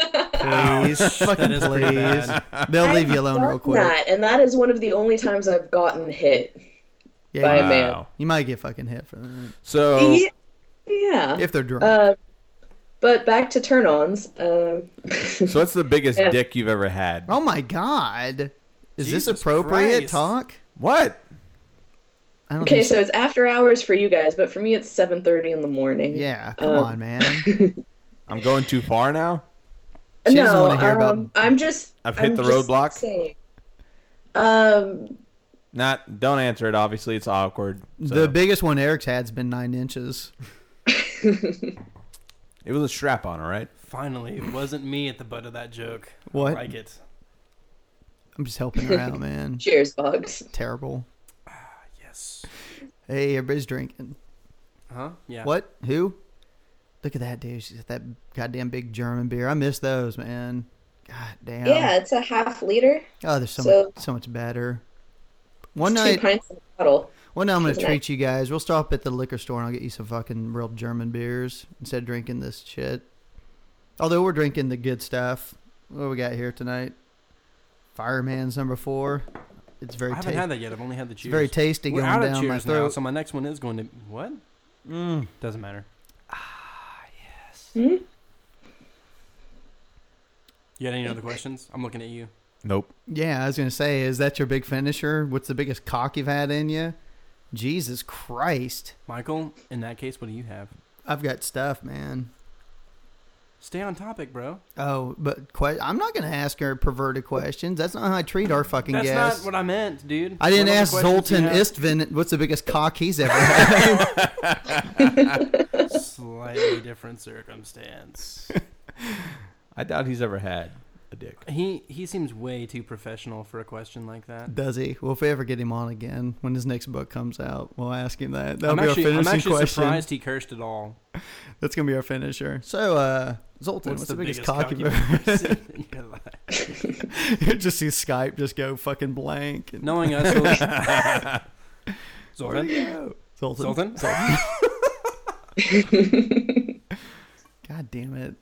Speaker 1: please. Fucking
Speaker 4: is pretty
Speaker 1: please.
Speaker 4: bad.
Speaker 1: They'll
Speaker 3: I've
Speaker 1: leave you alone
Speaker 3: done
Speaker 1: real quick.
Speaker 3: That, and that is one of the only times I've gotten hit.
Speaker 1: Yeah, you,
Speaker 3: Bye. man.
Speaker 1: you might get fucking hit for that.
Speaker 2: So
Speaker 3: (laughs) Yeah. yeah.
Speaker 1: If they're drunk.
Speaker 3: Uh, but back to turn ons. Uh, (laughs)
Speaker 2: so what's the biggest
Speaker 3: Yeah.
Speaker 2: dick you've ever had?
Speaker 1: oh my god. Is
Speaker 4: Jesus
Speaker 1: this appropriate
Speaker 4: Christ.
Speaker 1: talk?
Speaker 2: What?
Speaker 1: I don't
Speaker 3: okay,
Speaker 1: think
Speaker 3: so it's after hours for you guys, but for me it's 7.30 in the morning.
Speaker 1: Yeah, come
Speaker 3: Uh,
Speaker 1: on,
Speaker 3: (laughs)
Speaker 1: man.
Speaker 2: I'm going too far now.
Speaker 1: She doesn't
Speaker 3: no,
Speaker 1: wanna hear about-
Speaker 3: um, I'm just.
Speaker 2: I've hit
Speaker 3: I'm
Speaker 2: the
Speaker 3: just
Speaker 2: roadblock.
Speaker 3: saying. Um,
Speaker 2: Not. Don't answer it. Obviously, it's awkward. So.
Speaker 1: The biggest one Eric's had's been nine inches.
Speaker 2: it was a strap on. All right.
Speaker 4: Finally, it wasn't me at the butt of that joke.
Speaker 1: What?
Speaker 4: I like it.
Speaker 1: I'm just helping her out,
Speaker 3: (laughs)
Speaker 1: man.
Speaker 3: cheers, Boggs.
Speaker 1: Terrible.
Speaker 4: Yes.
Speaker 1: Hey, everybody's drinking.
Speaker 4: Huh? Yeah.
Speaker 1: What? Who? Look at that dude. She's got that goddamn big German beer. I miss those, man. God damn.
Speaker 3: Yeah, it's a half liter.
Speaker 1: Oh, they're so,
Speaker 3: So-
Speaker 1: much, so much better. One
Speaker 3: It's two
Speaker 1: night,
Speaker 3: pints in a bottle.
Speaker 1: one night I'm gonna
Speaker 3: isn't it?
Speaker 1: treat you guys. We'll stop at the liquor store and I'll get you some fucking real German beers instead of drinking this shit. Although we're drinking the good stuff. What do we got here tonight? Fireman's number four. It's
Speaker 4: I
Speaker 1: very
Speaker 4: haven't
Speaker 1: tasty.
Speaker 4: had that yet. I've only had the cheers.
Speaker 1: It's very tasty
Speaker 4: We're
Speaker 1: going
Speaker 4: out
Speaker 1: down
Speaker 4: of
Speaker 1: my
Speaker 4: cheers now,
Speaker 1: throat.
Speaker 4: so my next one is going to what?
Speaker 1: Mm. Ah,
Speaker 4: Doesn't matter.
Speaker 3: Hmm?
Speaker 4: You got any other questions? I'm looking at you.
Speaker 2: Nope.
Speaker 1: Yeah, I was gonna say, is that your big finisher? What's the biggest cock you've had in you? Jesus Christ,
Speaker 4: Michael, in that case, what do you have?
Speaker 1: I've got stuff, man.
Speaker 4: Stay on topic, bro.
Speaker 1: Oh, but que- I'm not gonna ask her perverted questions. That's not how I treat our fucking
Speaker 4: That's
Speaker 1: guests.
Speaker 4: not what I meant, dude.
Speaker 1: I didn't
Speaker 4: What other
Speaker 1: ask
Speaker 4: questions you
Speaker 1: Zoltan
Speaker 4: have?
Speaker 1: Istvin what's the biggest cock he's ever had. (laughs)
Speaker 4: Slightly
Speaker 1: (laughs)
Speaker 4: different circumstance.
Speaker 2: I doubt he's ever had a dick.
Speaker 4: He he seems way too professional for a question like that.
Speaker 1: Does he? Well, if we ever get him on again when his next book comes out, we'll ask him that. That'll
Speaker 4: I'm
Speaker 1: be
Speaker 4: actually,
Speaker 1: our
Speaker 4: I'm
Speaker 1: finishing
Speaker 4: actually
Speaker 1: question.
Speaker 4: surprised he cursed at all.
Speaker 1: That's gonna be our finisher. So, uh, Zoltan, what's, the, biggest, cock you've ever?
Speaker 4: seen (laughs) in your life?
Speaker 1: (laughs) just see Skype just go fucking blank. And-
Speaker 4: Knowing us, Zoltan.
Speaker 1: (laughs)
Speaker 4: Zoltan.
Speaker 1: Zoltan.
Speaker 4: Zoltan?
Speaker 1: God damn it.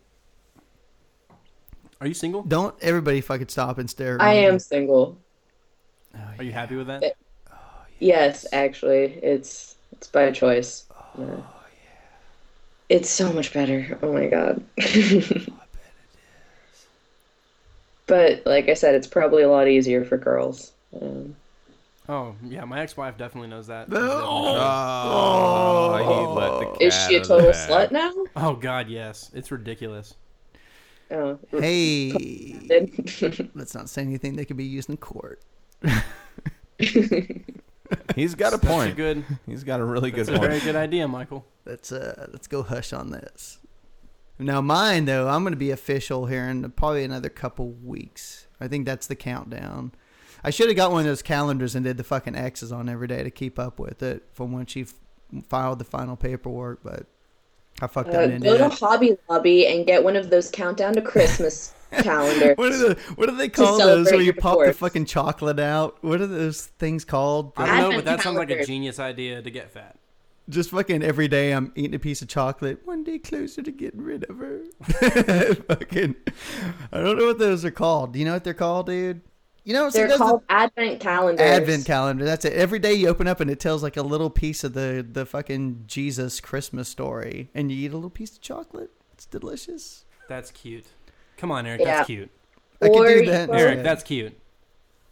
Speaker 4: Are you single?
Speaker 1: Don't everybody fucking stop and stare. at
Speaker 3: I
Speaker 1: me.
Speaker 3: am single.
Speaker 4: Are you happy with that?
Speaker 3: Yes, actually, it's it's by choice. Oh, yeah. It's so much better. Oh my god. But like I said, it's probably a lot easier for girls. Um,
Speaker 4: Oh yeah, my ex-wife definitely knows that.
Speaker 1: Uh,
Speaker 2: Oh, he let the cat
Speaker 3: is she a
Speaker 2: out of
Speaker 3: total
Speaker 2: the bag.
Speaker 3: slut now?
Speaker 4: Oh god, yes, it's ridiculous.
Speaker 3: Oh,
Speaker 1: Hey,
Speaker 3: then-
Speaker 1: let's not say anything that could be used in court.
Speaker 2: He's got a
Speaker 4: That's
Speaker 2: point.
Speaker 4: a good.
Speaker 2: He's got a really good
Speaker 4: That's a very
Speaker 2: point.
Speaker 4: good idea, Michael.
Speaker 1: Let's uh, let's go hush on this. Now, mine though, I'm gonna be official here in probably another couple weeks. I think that's the countdown. I should have got one of those calendars and did the fucking X's on every day to keep up with it from when she f- filed the final paperwork, but I fucked
Speaker 3: uh,
Speaker 1: up and did
Speaker 3: go to
Speaker 1: it.
Speaker 3: Hobby Lobby and get one of those countdown to
Speaker 4: (laughs)
Speaker 3: Christmas calendar.
Speaker 1: What are the what do they call
Speaker 3: celebrate
Speaker 1: those where you
Speaker 3: your
Speaker 1: pop the
Speaker 3: divorce.
Speaker 1: fucking chocolate out? What are those things called?
Speaker 4: I
Speaker 1: The-
Speaker 4: don't know, but
Speaker 3: Advent
Speaker 4: that sounds like a
Speaker 3: calendar.
Speaker 4: genius idea to get fat.
Speaker 1: Just fucking every day I'm eating a piece of chocolate. One day closer to getting rid of her.
Speaker 4: (laughs)
Speaker 1: fucking I don't know what those are called. Do you know what they're called, dude? You know what
Speaker 3: They're called Advent calendars.
Speaker 1: Advent calendar. That's it. Every day you open up and it tells like a little piece of the the fucking Jesus Christmas story and you eat a little piece of chocolate. It's delicious.
Speaker 4: That's cute. Come on, Eric.
Speaker 3: Yeah.
Speaker 4: That's cute.
Speaker 1: I could
Speaker 3: Or
Speaker 1: do
Speaker 3: you
Speaker 1: that.
Speaker 3: go-
Speaker 4: Eric,
Speaker 1: instead.
Speaker 4: that's cute.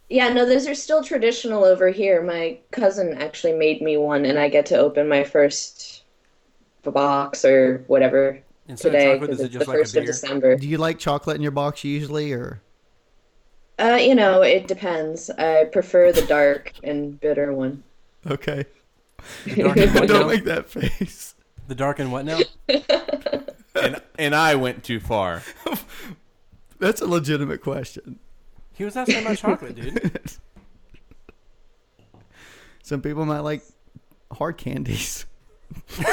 Speaker 3: Yeah, no, those are still traditional over here. My cousin actually made me one, and I get to open my first box or whatever
Speaker 4: Instead
Speaker 3: today
Speaker 4: of chocolate, is
Speaker 3: because
Speaker 4: it
Speaker 3: it's
Speaker 4: just
Speaker 3: the
Speaker 4: like a
Speaker 3: first
Speaker 4: beer?
Speaker 3: of December.
Speaker 1: Do you like chocolate in your box usually or
Speaker 3: Uh, you know, it depends. I prefer the dark and bitter one.
Speaker 1: okay.
Speaker 4: The
Speaker 3: (laughs)
Speaker 4: dark and
Speaker 1: (laughs)
Speaker 4: what
Speaker 1: Don't
Speaker 4: now?
Speaker 1: make that face.
Speaker 4: The dark and what now?
Speaker 2: And, and I went too far.
Speaker 1: That's a legitimate question.
Speaker 4: He was asking about chocolate, dude.
Speaker 1: Some people might like hard candies (laughs)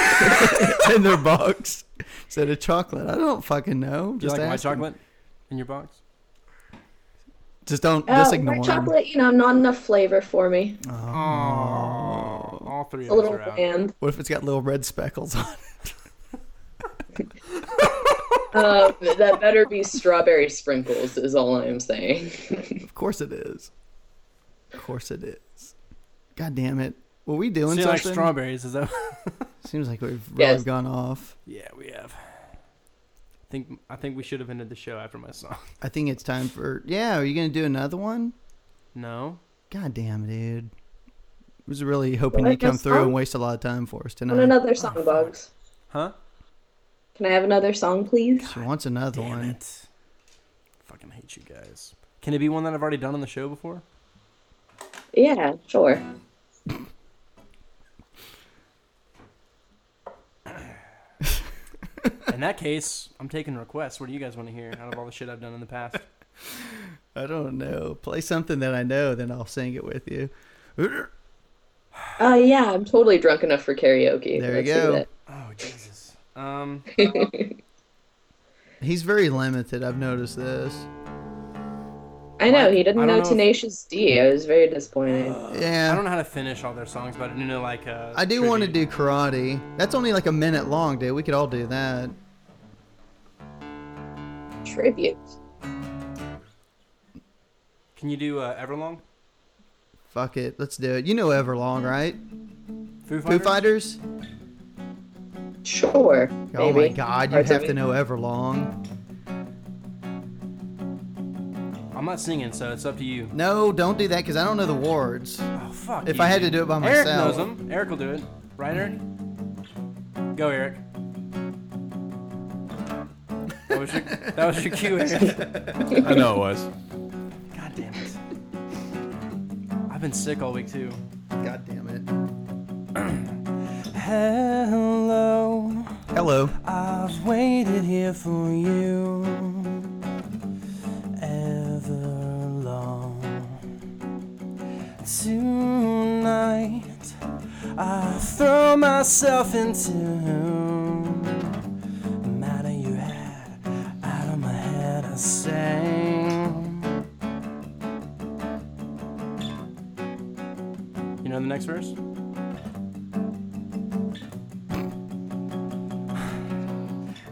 Speaker 1: in their box instead of chocolate. I don't fucking know.
Speaker 4: Do you
Speaker 1: Just
Speaker 4: like my
Speaker 1: ask 'em.
Speaker 4: chocolate in your box?
Speaker 1: Just don't.
Speaker 3: Uh,
Speaker 1: just
Speaker 3: white
Speaker 1: ignore 'em.
Speaker 3: chocolate, you know, not enough flavor for me.
Speaker 4: Oh, all three
Speaker 3: a
Speaker 4: of us
Speaker 3: little
Speaker 4: are out.
Speaker 3: bland.
Speaker 1: What if it's got little red speckles on it?
Speaker 3: Uh, that better be strawberry sprinkles, is all I'm saying.
Speaker 1: Of course it is. Of course it is. God damn it. Were we doing
Speaker 4: See, like
Speaker 1: something?
Speaker 4: strawberries, is that?
Speaker 1: Seems like we've really
Speaker 3: Yes.
Speaker 1: gone off.
Speaker 4: (laughs) yeah, we have. I think I think we should have ended the show after my song. (laughs)
Speaker 1: I think it's time for. Yeah, are you going to do another one?
Speaker 4: No,
Speaker 1: God damn, dude. I was really hoping
Speaker 3: Well, I
Speaker 1: you'd come
Speaker 3: guess
Speaker 1: through
Speaker 3: I'll-
Speaker 1: and waste a lot of time for us
Speaker 3: On
Speaker 1: tonight.
Speaker 3: another song, Bugs.
Speaker 4: huh?
Speaker 3: Can I have another song, please?
Speaker 1: She wants another
Speaker 4: Damn
Speaker 1: one.
Speaker 4: it! Fucking hate you guys. Can it be one that I've already done on the show before?
Speaker 3: Yeah, sure.
Speaker 4: In that case, I'm taking requests. What do you guys want to hear out of all the shit I've done in the past?
Speaker 1: I don't know. Play something that I know, then I'll sing it with you. There
Speaker 3: Uh, yeah, I'm totally drunk enough for karaoke.
Speaker 1: you
Speaker 3: Let's do
Speaker 1: go.
Speaker 3: that.
Speaker 4: Oh Jesus. Um,
Speaker 1: He's very limited. I've noticed this.
Speaker 3: I know, he didn't
Speaker 4: I
Speaker 3: know,
Speaker 4: don't know if-
Speaker 3: Tenacious D. I was very disappointed.
Speaker 1: Uh,
Speaker 4: I
Speaker 1: Yeah.
Speaker 4: don't know how to finish all their songs, but I do know like. Uh,
Speaker 1: I do want to
Speaker 4: tribute.
Speaker 1: do karate. That's only like a minute long, dude. We could all do that.
Speaker 3: Tribute.
Speaker 4: Can you do uh, Everlong?
Speaker 1: Fuck it. Let's do it. You know Everlong, right?
Speaker 4: Foo
Speaker 1: Foo
Speaker 4: Fighters.
Speaker 1: Fighters?
Speaker 3: Sure.
Speaker 1: Oh my
Speaker 3: maybe.
Speaker 1: god, you
Speaker 3: Parts of
Speaker 1: have to
Speaker 3: it.
Speaker 1: know Everlong.
Speaker 4: I'm not singing, so it's up to you.
Speaker 1: No, don't do that because I don't know the words.
Speaker 4: Oh fuck.
Speaker 1: If
Speaker 4: you,
Speaker 1: I had to
Speaker 4: dude.
Speaker 1: do it by
Speaker 4: Eric
Speaker 1: myself.
Speaker 4: knows them. Eric will do it, right, Eric? Go, Eric. That was your, that was your cue, Eric.
Speaker 1: (laughs)
Speaker 2: I know it was.
Speaker 4: God damn it. I've been sick all week too.
Speaker 1: God damn it.
Speaker 4: Hello.
Speaker 1: Hello.
Speaker 4: I've waited here for you ever long. Tonight, I throw myself into I'm out of your head, out of my head. I sang. You know the next verse? (sighs)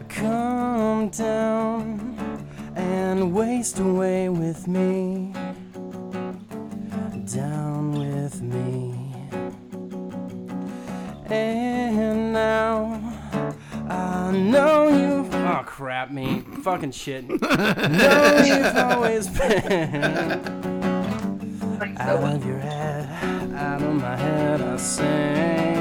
Speaker 4: Come down and waste away with me. Down with me. And now I know you. Oh, crap, me. Fucking shit. know you've always been out of your head, out of my head. I sing.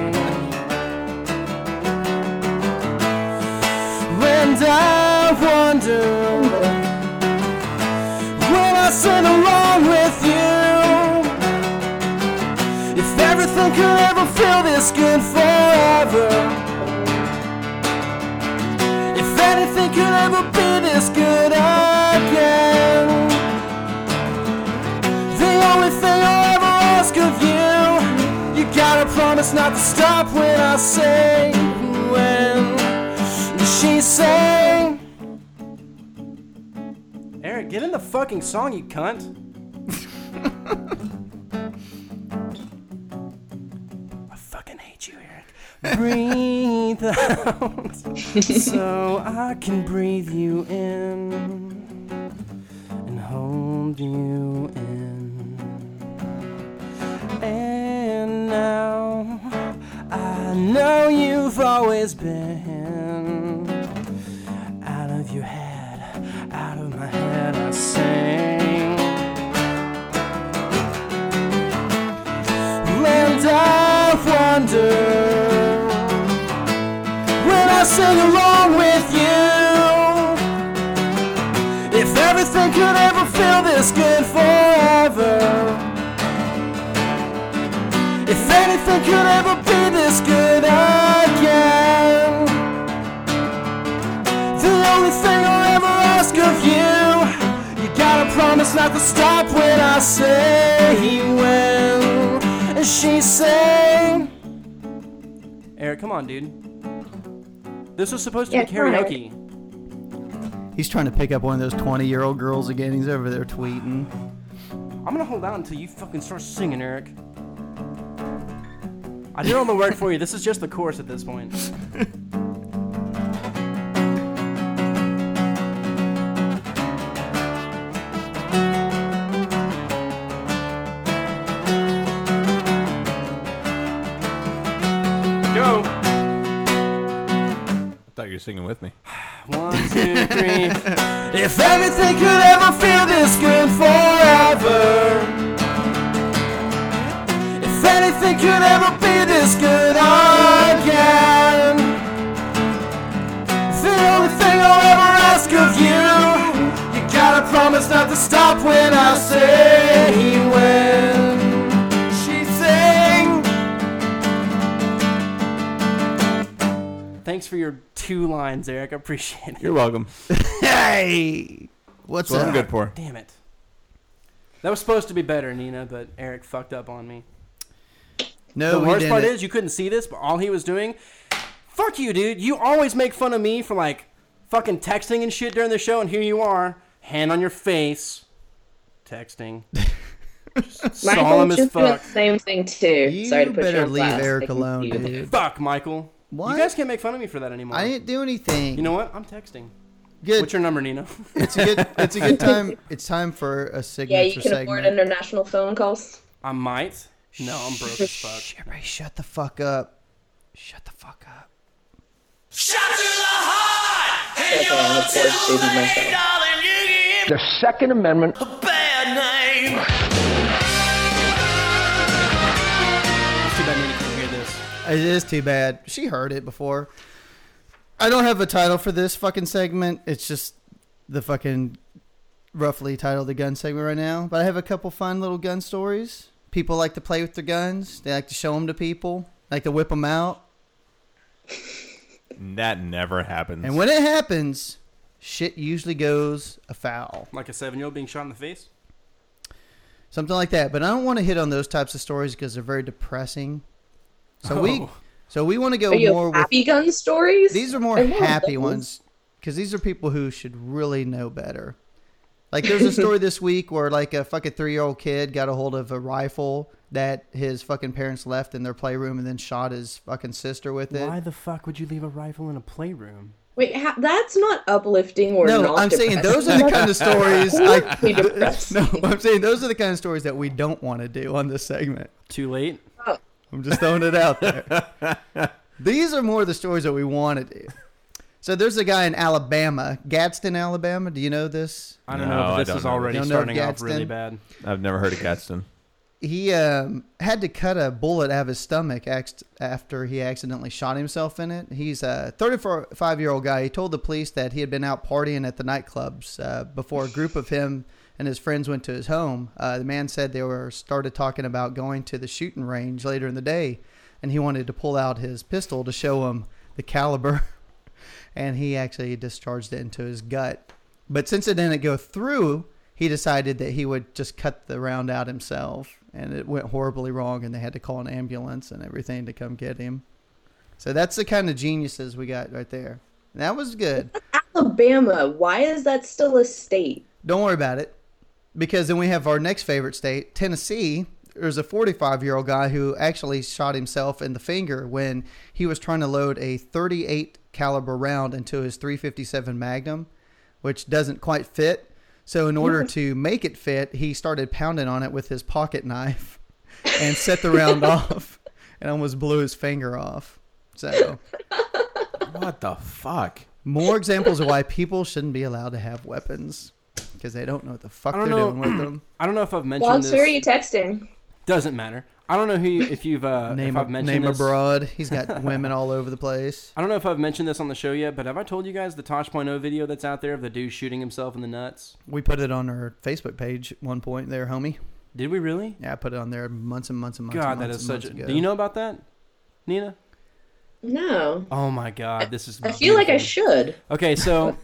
Speaker 4: And I wonder When I sing along with you If everything could ever feel this good forever If anything could ever be this good again The only thing I ever ask of you You gotta promise not to stop when I say when she sang. Eric, get in the fucking song, you cunt. I fucking hate you, Eric. Breathe out so I can breathe you in and hold you in. And now. I know you've always been out of your head, out of my head. I sing, and I wonder when I sing along with you if everything could ever feel this good forever. If anything could ever be this good again, the only thing I'll ever ask of you, you gotta promise not to stop when I say when. And she sang. Eric, come on, dude. This was supposed to
Speaker 3: Yeah,
Speaker 4: be
Speaker 3: come on, Eric.
Speaker 4: karaoke.
Speaker 1: He's trying to pick up one of those 20 year old girls again. He's over there tweeting.
Speaker 4: I'm gonna hold out until you fucking start singing, Eric. I did all the work for you. This is just the chorus at this point.
Speaker 2: singing with me.
Speaker 4: One, two, three.
Speaker 6: If everything could ever feel this good forever. If anything could ever be this good again. It's the only thing I'll ever ask of you. You gotta promise not to stop when I say when. She sang.
Speaker 4: Thanks for your two lines, Eric. I appreciate it.
Speaker 2: You're welcome. That's
Speaker 1: Hey, what's
Speaker 2: what
Speaker 1: up?
Speaker 2: I'm good for.
Speaker 4: Damn it. That was supposed to be better, Nina, but Eric fucked up on me.
Speaker 1: No,
Speaker 4: The
Speaker 1: we
Speaker 4: worst part
Speaker 1: didn't.
Speaker 4: is you couldn't see this, but all he was doing, fuck you, dude. You always make fun of me for like fucking texting and shit during the show, and here you are, hand on your face,
Speaker 1: (laughs)
Speaker 4: texting. Just solemn
Speaker 3: Michael
Speaker 4: as
Speaker 3: just doing the
Speaker 4: fuck.
Speaker 3: same thing too.
Speaker 1: You
Speaker 3: Sorry to put you
Speaker 1: better
Speaker 3: on
Speaker 1: leave
Speaker 3: blast.
Speaker 1: Eric
Speaker 3: I can
Speaker 1: alone,
Speaker 3: see you.
Speaker 1: dude.
Speaker 4: (laughs) Fuck, Michael.
Speaker 1: What?
Speaker 4: You guys can't make fun of me for that anymore.
Speaker 1: I didn't do anything.
Speaker 4: you know what? I'm texting.
Speaker 1: good.
Speaker 4: What's your number, Nina? (laughs)
Speaker 1: it's a good. It's a good time. It's time for a
Speaker 3: Yeah,
Speaker 1: signature
Speaker 3: you can afford
Speaker 1: segment.
Speaker 3: international phone calls.
Speaker 4: I might. No, I'm broke as fuck.
Speaker 1: Shh, everybody, shut the fuck up. Shut the fuck up.
Speaker 3: That's what I'm a poor student myself.
Speaker 4: It's too bad Nina can't hear this.
Speaker 1: It is too bad. She heard it before. I don't have a title for this fucking segment. It's just the fucking roughly titled the gun segment right now. But I have a couple fun little gun stories. People like to play with their guns. They like to show them to people. They like to whip them out.
Speaker 2: That never happens.
Speaker 1: And when it happens, shit usually goes afoul.
Speaker 4: Like a seven year old being shot in the face?
Speaker 1: Something like that. But I don't want to hit on those types of stories because they're very depressing. So we
Speaker 4: Oh.
Speaker 1: so we want to go
Speaker 3: Are you
Speaker 1: more with
Speaker 3: happy gun stories?
Speaker 1: These are more
Speaker 3: I love
Speaker 1: happy
Speaker 3: those.
Speaker 1: ones because these are people who should really know better. Like, there's a story this week where, like, a fucking three year old kid got a hold of a rifle that his fucking parents left in their playroom and then shot his fucking sister with it.
Speaker 4: Why the fuck would you leave a rifle in a playroom?
Speaker 3: Wait, ha- that's not uplifting or
Speaker 1: No,
Speaker 3: not
Speaker 1: I'm saying those are the kind of
Speaker 3: (laughs)
Speaker 1: stories. I,
Speaker 3: Be
Speaker 1: (laughs)
Speaker 3: depressed.
Speaker 1: no, I'm saying those are the kind of stories that we don't want to do on this segment.
Speaker 4: Too late?
Speaker 1: I'm just throwing it out there. (laughs) These are more the stories that we want to do. So there's a guy in Alabama, Gadsden, Alabama. Do you know this?
Speaker 4: I don't
Speaker 2: No,
Speaker 4: know
Speaker 2: I
Speaker 4: if this
Speaker 2: don't
Speaker 4: is
Speaker 2: know.
Speaker 4: already
Speaker 1: Don't know
Speaker 4: starting off really
Speaker 1: Gadsden?
Speaker 4: bad.
Speaker 2: I've never heard of Gadsden.
Speaker 1: he um, had to cut a bullet out of his stomach act- after he accidentally shot himself in it. He's a 35 year old guy. He told the police that he had been out partying at the nightclubs uh, before a group of him and his friends went to his home. Uh, the man said they were started talking about going to the shooting range later in the day, and he wanted to pull out his pistol to show him the caliber, (laughs) and he actually discharged it into his gut. But since it didn't go through, he decided that he would just cut the round out himself, and it went horribly wrong, and they had to call an ambulance and everything to come get him. So that's the kind of geniuses we got right there. And that was good.
Speaker 3: Alabama, why is that still a state?
Speaker 1: Don't worry about it, because then we have our next favorite state, Tennessee. There's a 45 year old guy who actually shot himself in the finger when he was trying to load a 38 caliber round into his 357 Magnum, which doesn't quite fit. So in order to make it fit, he started pounding on it with his pocket knife (laughs) and set the round off, and almost blew his finger off. So
Speaker 2: What the fuck?
Speaker 1: more examples of why people shouldn't be allowed to have weapons because they don't know what the fuck
Speaker 4: I
Speaker 1: they're
Speaker 4: don't know.
Speaker 1: doing with them.
Speaker 4: I don't know if I've mentioned
Speaker 3: Logs,
Speaker 4: this.
Speaker 3: who are you texting?
Speaker 4: Doesn't matter. I don't know who you, (clears throat) if you've uh,
Speaker 1: Name,
Speaker 4: if I've
Speaker 1: a, name
Speaker 4: mentioned this.
Speaker 1: abroad. He's
Speaker 4: (laughs)
Speaker 1: got women all over the place.
Speaker 4: I don't know if I've mentioned this on the show yet, but have I told you guys the Tosh.0 video that's out there of the dude shooting himself in the nuts?
Speaker 1: We put it on our Facebook page at one point there, homie.
Speaker 4: Did we really?
Speaker 1: Yeah, I put it on there months and months and months.
Speaker 4: God,
Speaker 1: and
Speaker 4: that
Speaker 1: months
Speaker 4: is
Speaker 1: and
Speaker 4: such. A,
Speaker 1: months ago.
Speaker 4: do you know about that, Nina?
Speaker 3: No.
Speaker 4: Oh my God, this is.
Speaker 3: I feel like I
Speaker 4: beautiful.
Speaker 3: should.
Speaker 4: Okay, (laughs) so.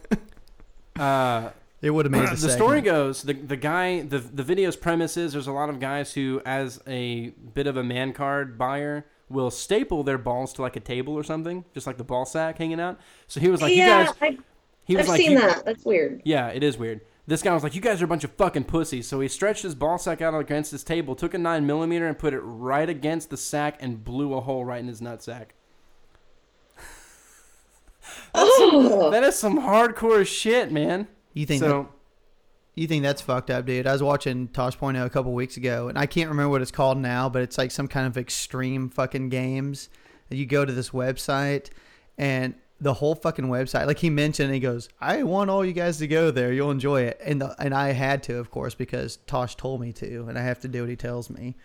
Speaker 4: Uh,
Speaker 1: It would have
Speaker 4: (clears throat)
Speaker 1: made the,
Speaker 4: the story goes the the guy the the video's premise is there's a lot of guys who as a bit of a man card buyer will staple their balls to like a table or something just like the ball sack hanging out so he was like
Speaker 3: yeah,
Speaker 4: you guys
Speaker 3: I,
Speaker 4: he was
Speaker 3: I've
Speaker 4: like
Speaker 3: seen
Speaker 4: you-
Speaker 3: that. That's weird.
Speaker 4: yeah it is weird this guy was like you guys are a bunch of fucking pussies so he stretched his ball sack out against his table took a nine millimeter and put it right against the sack and blew a hole right in his nut sack (laughs)
Speaker 3: Oh,
Speaker 4: that is some hardcore shit man
Speaker 1: You think
Speaker 4: so
Speaker 1: you think that's fucked up, dude? I was watching Tosh Point a couple weeks ago, and I can't remember what it's called now, but it's like some kind of extreme fucking games. You go to this website, and the whole fucking website. Like he mentioned, he goes, "I want all you guys to go there. You'll enjoy it." And the, and I had to, of course, because Tosh told me to, and I have to do what he tells me.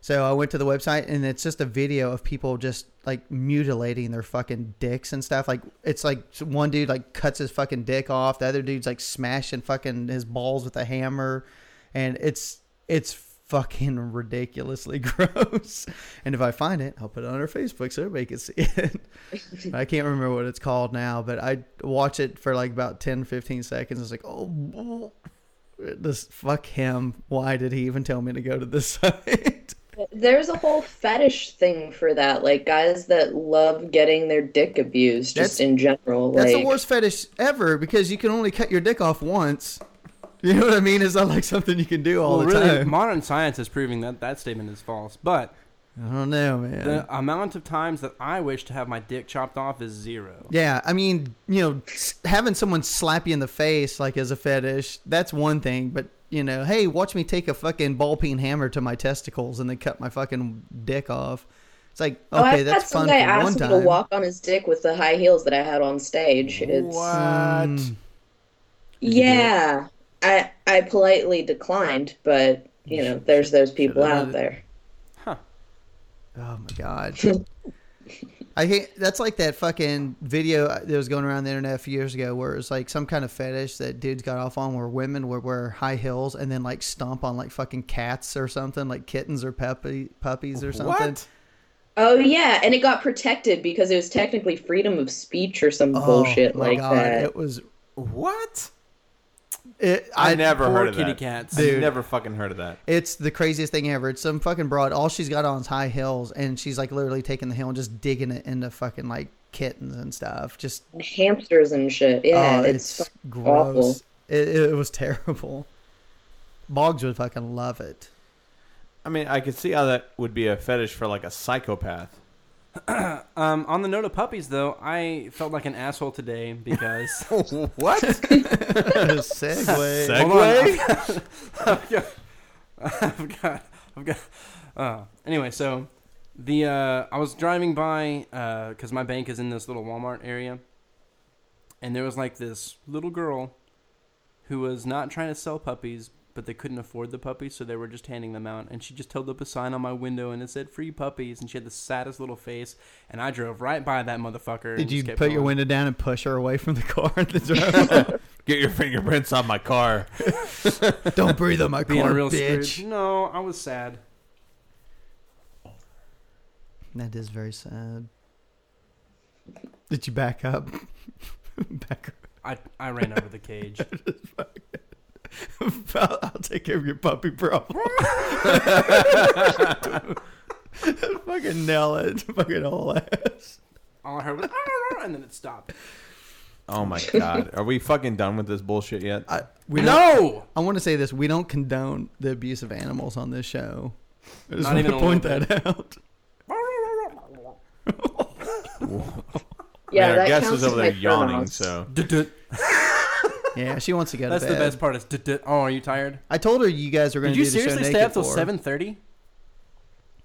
Speaker 1: So I went to the website, and it's just a video of people just like mutilating their fucking dicks and stuff. Like it's like one dude like cuts his fucking dick off, the other dude's like smashing fucking his balls with a hammer, and it's it's fucking ridiculously (laughs) gross. And if I find it, I'll put it on our Facebook so everybody can see it. I can't remember what it's called now, but I watch it for like about 10, 15 seconds. It's like, oh, (laughs) this fuck him. Why did he even tell me to go to this (laughs) site?
Speaker 3: There's a whole fetish thing for that, like guys that love getting their dick abused, just
Speaker 1: That's-
Speaker 3: in general.
Speaker 1: That's the
Speaker 3: like-
Speaker 1: worst fetish ever because you can only cut your dick off once. (laughs) You know what I mean? It's not like something you can do all the
Speaker 4: well, really,
Speaker 1: time.
Speaker 4: modern science is proving that that statement is false. But
Speaker 1: I don't know, man.
Speaker 4: the amount of times that I wish to have my dick chopped off is zero.
Speaker 1: Yeah, I mean, you know, s- having someone slap you in the face like as a fetish, that's one thing, but you know, hey, watch me take a fucking ball peen hammer to my testicles and then cut my fucking dick off. It's like,
Speaker 3: Oh,
Speaker 1: okay,
Speaker 3: I've had
Speaker 1: that's fun
Speaker 3: some guy
Speaker 1: for one
Speaker 3: ask me to
Speaker 1: time.
Speaker 3: walk on his dick with the high heels that I had on stage. It's
Speaker 1: Mm,
Speaker 3: yeah. I I politely declined, but you know, there's those people
Speaker 1: Should've
Speaker 3: out
Speaker 1: done it.
Speaker 3: there.
Speaker 1: oh my
Speaker 3: (laughs)
Speaker 1: god. I hate that's like that fucking video that was going around the internet a few years ago where it was like some kind of fetish that dudes got off on where women would wear high heels and then like stomp on like fucking cats or something, like kittens or puppy, puppies or something.
Speaker 2: What?
Speaker 3: Oh yeah, and it got protected because it was technically freedom of speech or some Oh bullshit
Speaker 1: Oh, my
Speaker 3: like
Speaker 1: God.
Speaker 3: that.
Speaker 1: It was.
Speaker 2: What?
Speaker 1: It,
Speaker 2: I,
Speaker 1: I,
Speaker 2: never
Speaker 4: poor
Speaker 2: heard of
Speaker 4: kitty
Speaker 2: that.
Speaker 4: cats.
Speaker 2: I
Speaker 1: Dude.
Speaker 2: never fucking heard of that.
Speaker 1: It's the craziest thing ever. It's some fucking broad. All she's got on is high heels, and she's like literally taking the heel and just digging it into fucking like kittens and stuff. Just
Speaker 3: Hamsters and shit. Yeah,
Speaker 1: oh,
Speaker 3: it's,
Speaker 1: it's,
Speaker 3: fucking awful.
Speaker 1: gross. It, it was (laughs) terrible. Boggs would fucking love it. (laughs)
Speaker 2: I mean, I could see how that would be a fetish for like a psychopath.
Speaker 4: Um, on the note of puppies, though, I felt like an asshole
Speaker 1: (laughs)
Speaker 4: today because
Speaker 2: What?
Speaker 1: Segway.
Speaker 4: Hold on.
Speaker 2: (laughs) Segway?
Speaker 4: (laughs) I've got, I've got, I've got. Uh, anyway, so the uh, I was driving by because my bank is in this little Walmart area, and there was like this little girl who was not trying to sell puppies, but they couldn't afford the puppies, so they were just handing them out. And she just held up a sign on my window, and it said "Free Puppies," and she had the saddest little face. And I drove right by that motherfucker. and
Speaker 1: Did you
Speaker 4: just
Speaker 1: put
Speaker 4: kept
Speaker 1: your
Speaker 4: going.
Speaker 1: window down and push her away from the car? (laughs) in the driveway?
Speaker 2: (laughs) Get your fingerprints on my car.
Speaker 1: Don't breathe (laughs) on my
Speaker 4: Being
Speaker 1: car,
Speaker 4: a real
Speaker 1: bitch.
Speaker 4: Scrooge. No, I was sad.
Speaker 1: That is very sad. Did you back up? (laughs) back up. (laughs)
Speaker 4: I I ran over the cage.
Speaker 1: I'll, I'll take care of your puppy (laughs) problem. fucking nail it. Fucking whole ass.
Speaker 4: All I heard was (laughs) "Arr, arr," and then it stopped.
Speaker 2: Oh my god. Are we fucking done with this bullshit yet?
Speaker 1: I, we don't- (laughs)
Speaker 4: (laughs) No.
Speaker 1: I want to say this. We don't condone the abuse of animals on this show. I just
Speaker 4: Not
Speaker 1: want
Speaker 4: even
Speaker 1: to
Speaker 4: a
Speaker 1: point
Speaker 4: little
Speaker 1: that out.
Speaker 3: Yeah,
Speaker 2: our
Speaker 3: that
Speaker 2: guest
Speaker 3: counts
Speaker 2: is
Speaker 3: as
Speaker 2: over
Speaker 3: my Mm-hmm.
Speaker 2: there
Speaker 3: turn
Speaker 2: yawning,
Speaker 3: offs.
Speaker 2: so
Speaker 1: Yeah, she wants to go to
Speaker 4: That's the
Speaker 1: bed.
Speaker 4: best part. Is duh, duh. oh, are you tired?
Speaker 1: I told her you guys were going
Speaker 4: Did
Speaker 1: to
Speaker 4: you
Speaker 1: do the show
Speaker 4: seriously stay
Speaker 1: naked
Speaker 4: up till
Speaker 1: for her.
Speaker 4: seven thirty?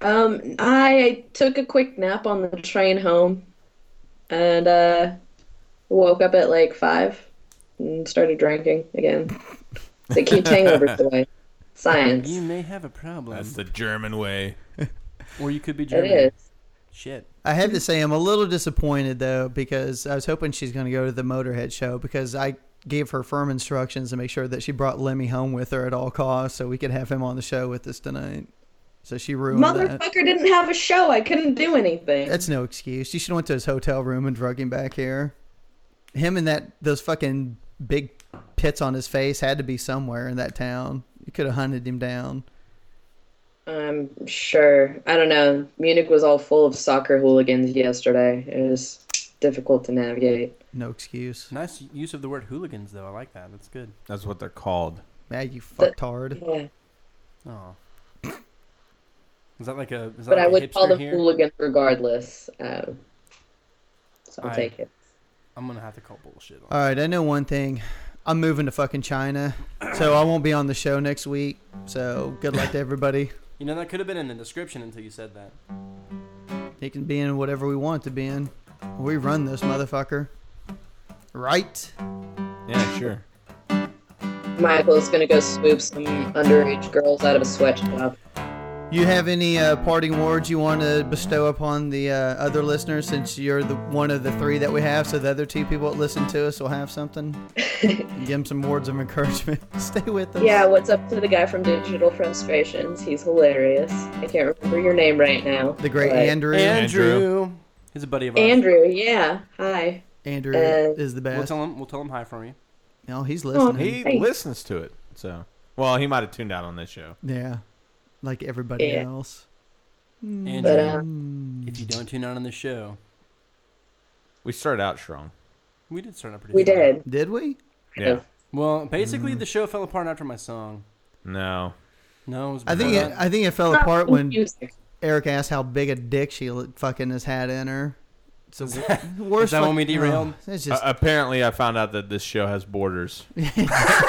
Speaker 3: Um, I took a quick nap on the train home, and uh, woke up at like five and started dranking again. It's a cute
Speaker 2: (laughs)
Speaker 3: hangover today. Science.
Speaker 4: You may have a problem,
Speaker 2: that's the German way.
Speaker 4: or you could be
Speaker 3: It
Speaker 4: German.
Speaker 3: is.
Speaker 4: Shit.
Speaker 1: I have to say, I'm a little disappointed though because I was hoping she's going to go to the Motorhead show because I gave her firm instructions to make sure that she brought Lemmy home with her at all costs so we could have him on the show with us tonight. So she ruined that.
Speaker 3: Motherfucker didn't have a show. I couldn't do anything.
Speaker 1: That's no excuse. You should have went to his hotel room and drug him back here. Him and that those fucking big pits on his face had to be somewhere in that town. You could have hunted him down.
Speaker 3: I'm sure. I don't know. Munich was all full of soccer hooligans yesterday. It was difficult to navigate.
Speaker 1: No excuse.
Speaker 4: Nice use of the word hooligans, though. I like that. That's good.
Speaker 2: That's what they're called.
Speaker 1: Man, you fucked hard.
Speaker 3: Yeah.
Speaker 4: Oh. Is that like a? Is that
Speaker 3: But
Speaker 4: like
Speaker 3: I
Speaker 4: a
Speaker 3: would call
Speaker 4: hipster
Speaker 3: them
Speaker 4: here?
Speaker 3: hooligans regardless. Um, so I'll
Speaker 4: Aye.
Speaker 3: take it.
Speaker 4: I'm gonna have to call bullshit. On.
Speaker 1: All right, I know one thing. I'm moving to fucking China, so I won't be on the show next week. So good luck to everybody.
Speaker 4: you know that could have been in the description until you said that.
Speaker 1: It can be in whatever we want it to be in. We run this motherfucker. Right?
Speaker 3: Mm-hmm.
Speaker 2: Yeah, sure.
Speaker 3: Michael's gonna go swoop some underage girls out of a sweatshop.
Speaker 1: You have any uh, parting words you want to bestow upon the uh, other listeners since you're the one of the three that we have, so the other two people that listen to us will have
Speaker 3: (laughs)
Speaker 1: something? Give them some words of encouragement. (laughs) Stay with us.
Speaker 3: Yeah, what's up to the guy from Digital Frustrations? He's hilarious. I can't remember your name right now.
Speaker 1: The great
Speaker 3: but-
Speaker 1: Andrew.
Speaker 4: Andrew.
Speaker 2: Andrew.
Speaker 4: He's a buddy of ours.
Speaker 3: Andrew, yeah. Hi.
Speaker 1: Andrew
Speaker 3: Uh,
Speaker 1: is the
Speaker 4: We'll
Speaker 1: best.
Speaker 4: tell him. We'll tell him hi from you.
Speaker 1: No,
Speaker 3: Oh,
Speaker 1: he's listening.
Speaker 2: He
Speaker 3: Mm-hmm. Hey.
Speaker 2: listens to it. So, well, he might have tuned out on this show.
Speaker 1: Yeah, like everybody
Speaker 3: Yeah.
Speaker 1: else.
Speaker 4: Andrew,
Speaker 3: But um,
Speaker 4: if you don't tune out on the show,
Speaker 2: We started out strong.
Speaker 4: we did start up pretty.
Speaker 3: we
Speaker 4: strong.
Speaker 3: did.
Speaker 1: Did we?
Speaker 2: Yeah.
Speaker 4: Well, basically, the show fell apart after my song.
Speaker 2: No.
Speaker 4: No, it was
Speaker 1: I think
Speaker 4: before
Speaker 1: it,
Speaker 4: that.
Speaker 1: I think it fell apart when
Speaker 3: Music.
Speaker 1: Eric asked how big a dick she li- fucking has had in her. It's
Speaker 4: (laughs)
Speaker 1: the wo- worst.
Speaker 4: is that
Speaker 1: fuck-
Speaker 4: when we derailed? Uh-uh.
Speaker 1: Oh, it's just
Speaker 2: A- apparently, I found out that this show has borders.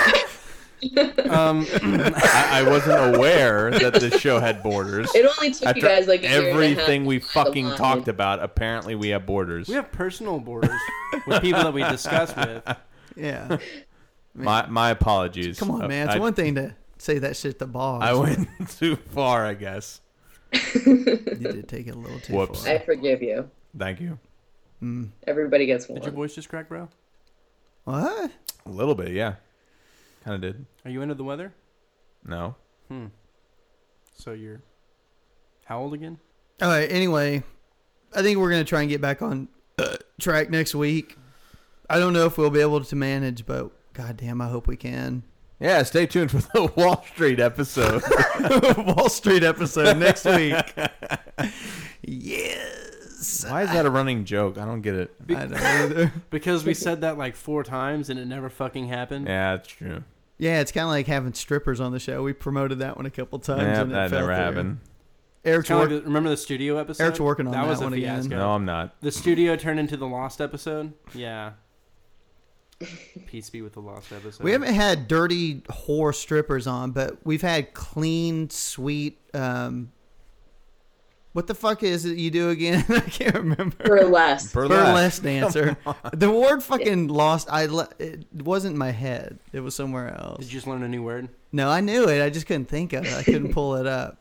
Speaker 4: (laughs) um,
Speaker 2: I, I wasn't
Speaker 3: (laughs)
Speaker 2: aware that this show had borders.
Speaker 3: It only took you
Speaker 2: After
Speaker 3: guys like a year and a half
Speaker 2: everything we
Speaker 3: to find the
Speaker 2: fucking
Speaker 3: line.
Speaker 2: talked about, apparently we have borders.
Speaker 4: we have personal borders with people that we discuss with. (laughs)
Speaker 1: yeah.
Speaker 2: my my apologies.
Speaker 1: Come
Speaker 2: Uh,
Speaker 1: on, man. It's
Speaker 2: I,
Speaker 1: one thing to say that shit to boss.
Speaker 2: I went (laughs) too far, I guess.
Speaker 1: You did take it a little too
Speaker 2: Whoops.
Speaker 1: far.
Speaker 3: I forgive you.
Speaker 2: Thank you.
Speaker 3: Everybody gets
Speaker 4: Did your
Speaker 3: one.
Speaker 4: voice just crack, bro?
Speaker 1: What?
Speaker 2: A little bit, yeah. Kind of did.
Speaker 4: Are you under the weather?
Speaker 2: No.
Speaker 4: So you're how old again?
Speaker 1: All right. Anyway, I think we're gonna try and get back on uh, track next week. I don't know if we'll be able to manage, but goddamn, I hope we can.
Speaker 2: Yeah, stay tuned for the (laughs) Wall Street episode. (laughs)
Speaker 1: Wall Street episode next week. yes.
Speaker 2: Why is that a running joke? I don't get it.
Speaker 1: I don't either.
Speaker 4: Because we said that like four times and it never fucking happened.
Speaker 2: Yeah, that's true.
Speaker 1: (laughs) Yeah, it's kind of like having strippers on the show. We promoted that one a couple times.
Speaker 2: Yeah,
Speaker 1: and it
Speaker 2: that
Speaker 1: fell
Speaker 2: never
Speaker 1: through.
Speaker 2: happened.
Speaker 1: Eric's
Speaker 4: Kinda like
Speaker 1: work,
Speaker 4: the- remember the studio episode?
Speaker 1: Eric's working on that
Speaker 4: was a
Speaker 1: one again.
Speaker 4: fiasco.
Speaker 2: No, I'm not.
Speaker 4: The studio turned into the lost episode. Yeah. (laughs) Peace be with the lost episode.
Speaker 1: we haven't had dirty whore strippers on, but we've had clean, sweet. Um, what the fuck is it you do again? (laughs) I can't remember.
Speaker 3: Or less.
Speaker 1: Burlesque dancer. The word fucking lost. I le- it wasn't my head. It was somewhere else.
Speaker 4: Did you just learn a new word?
Speaker 1: No, I knew it. I just couldn't think of it. I couldn't pull it
Speaker 4: (laughs)
Speaker 1: up.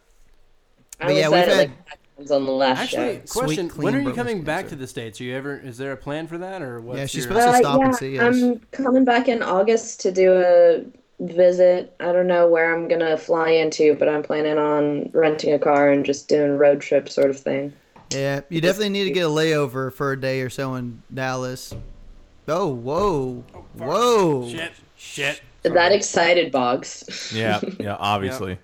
Speaker 3: I
Speaker 1: But
Speaker 3: was
Speaker 1: yeah,
Speaker 3: at
Speaker 1: we've
Speaker 3: it,
Speaker 1: had-
Speaker 3: like five times on the last
Speaker 4: Actually,
Speaker 3: show.
Speaker 4: question:
Speaker 1: clean
Speaker 4: When are you
Speaker 1: burlesque
Speaker 4: coming back
Speaker 1: dancer.
Speaker 4: to the states? Are you ever? Is there a plan for that or what?
Speaker 1: Yeah, she's
Speaker 4: your,
Speaker 1: supposed to
Speaker 3: Uh,
Speaker 1: stop and
Speaker 3: yeah,
Speaker 1: see us.
Speaker 3: I'm coming back in August to do a visit. I don't know where I'm gonna fly into, but I'm planning on renting a car and just doing road trip sort of thing.
Speaker 1: Yeah, you definitely need to get a layover for a day or so in Dallas. Oh, whoa, whoa!
Speaker 4: shit, shit.
Speaker 3: That excited Boggs.
Speaker 2: Yeah, yeah, obviously.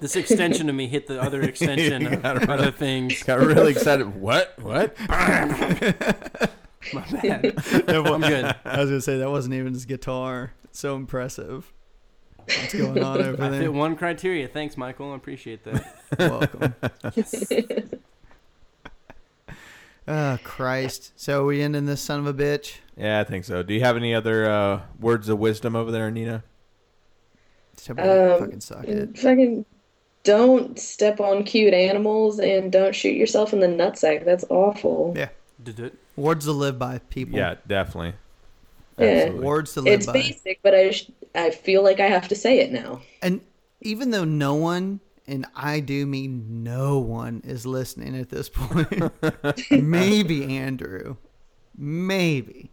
Speaker 4: This extension of me hit the
Speaker 1: (laughs)
Speaker 4: other extension of
Speaker 2: Got rid
Speaker 4: other
Speaker 2: of-
Speaker 4: things.
Speaker 2: Got really excited. What? What?
Speaker 4: My bad. I'm
Speaker 1: (laughs)
Speaker 4: good.
Speaker 1: I was gonna say that wasn't even his guitar. It's so impressive. What's going on over
Speaker 4: I fit
Speaker 1: there?
Speaker 4: one criteria. Thanks, Michael. I appreciate
Speaker 1: (laughs)
Speaker 4: that.
Speaker 1: Welcome. oh Christ! So are we ending this son of a bitch?
Speaker 2: Yeah, I think so. Do you have any other uh, words of wisdom over there, Nina?
Speaker 1: Somebody
Speaker 3: Um,
Speaker 1: fucking suck it.
Speaker 3: (laughs) Fucking don't step on cute animals and don't shoot yourself in the nutsack. That's awful.
Speaker 1: Yeah.
Speaker 4: Did it?
Speaker 1: Words to live by, people.
Speaker 2: Yeah, definitely.
Speaker 3: Yeah.
Speaker 2: Absolutely.
Speaker 1: Words to live
Speaker 3: It's
Speaker 1: by.
Speaker 3: basic, but I sh- I feel like I have to say it now.
Speaker 1: And even though no one, and I do mean no one, is listening at this point, maybe Andrew, maybe.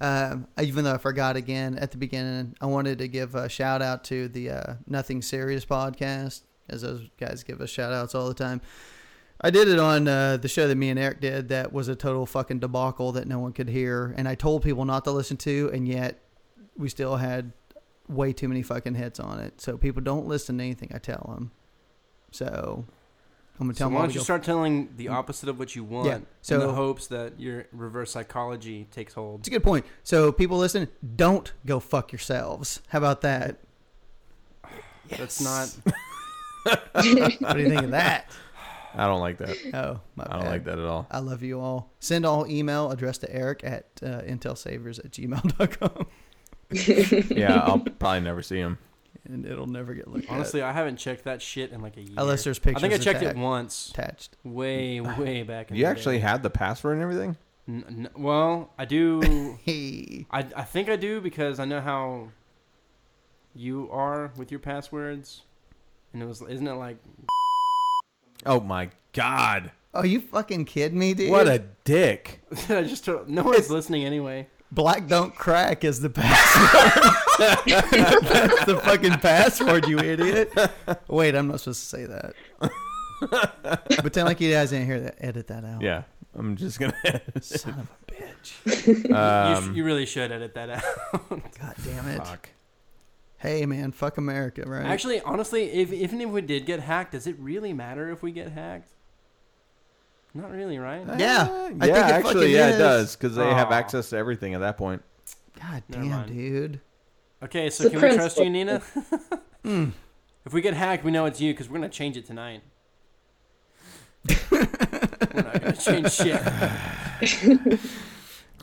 Speaker 1: Um, even though I forgot again at the beginning, I wanted to give a shout out to the uh, Nothing Serious podcast, as those guys give us shout outs all the time. I did it on uh, the show that me and Eric did that was a total fucking debacle that no one could hear. And I told people not to listen to, and yet we still had way too many fucking hits on it. So people don't listen to anything I tell them. So I'm going to
Speaker 4: So
Speaker 1: tell
Speaker 4: why
Speaker 1: them.
Speaker 4: don't you start telling the opposite of what you want in
Speaker 1: Mm. So-
Speaker 4: the hopes that your reverse psychology takes hold?
Speaker 1: It's a good point. So people listen, don't go fuck yourselves. How about that? (laughs)
Speaker 4: That's not.
Speaker 1: What do you think of that?
Speaker 4: (laughs)
Speaker 2: I don't like that.
Speaker 1: Oh, my
Speaker 2: I don't like that at all.
Speaker 1: I love you all. Send all email addressed to Eric at uh, intelsavers at gmail.com.
Speaker 2: Yeah, I'll probably never see him.
Speaker 1: (laughs) And it'll never get looked
Speaker 4: Honestly, I haven't checked that shit in like a year.
Speaker 1: Unless there's
Speaker 4: I think I
Speaker 1: pictures
Speaker 4: checked it
Speaker 1: attached.
Speaker 4: once,
Speaker 1: (laughs) at. Attached.
Speaker 4: way, way back. In
Speaker 2: You
Speaker 4: the
Speaker 2: actually
Speaker 4: day.
Speaker 2: had the password and everything?
Speaker 4: N- n- well,
Speaker 1: (laughs)
Speaker 4: I do.
Speaker 1: Hey.
Speaker 4: I, I think I do because I know how you are with your passwords, and it was isn't it like (laughs)
Speaker 2: Oh my god!
Speaker 1: Are you fucking kidding me, dude?
Speaker 2: (laughs) What a dick!
Speaker 4: I just told- no one's listening anyway.
Speaker 1: black don't crack is the password. That's the fucking password, you (laughs) idiot. Wait, I'm not supposed to say
Speaker 4: (laughs)
Speaker 1: that. Pretend like you guys didn't hear that. Edit that out.
Speaker 2: Yeah, I'm just gonna. (laughs)
Speaker 1: Son of a
Speaker 4: (laughs)
Speaker 1: bitch.
Speaker 4: you, sh- you really should edit that out.
Speaker 1: God damn it.
Speaker 2: Fuck.
Speaker 1: Hey man, fuck America, right?
Speaker 4: Actually, honestly, if even if we did get hacked, does it really matter if we get hacked? Not really,
Speaker 1: yeah,
Speaker 4: right?
Speaker 2: Uh,
Speaker 1: I
Speaker 2: yeah,
Speaker 1: think it fucking
Speaker 2: actually, yeah,
Speaker 1: is.
Speaker 2: it does because they have
Speaker 4: Aw.
Speaker 2: access to everything at that point.
Speaker 1: God
Speaker 4: Never
Speaker 1: damn,
Speaker 4: mind.
Speaker 1: dude.
Speaker 4: Okay, so
Speaker 3: The
Speaker 4: can we trust
Speaker 3: principle.
Speaker 4: you, Nina? (laughs) Hmm. If we get hacked, we know it's you because we're gonna change it tonight. we're not gonna change shit.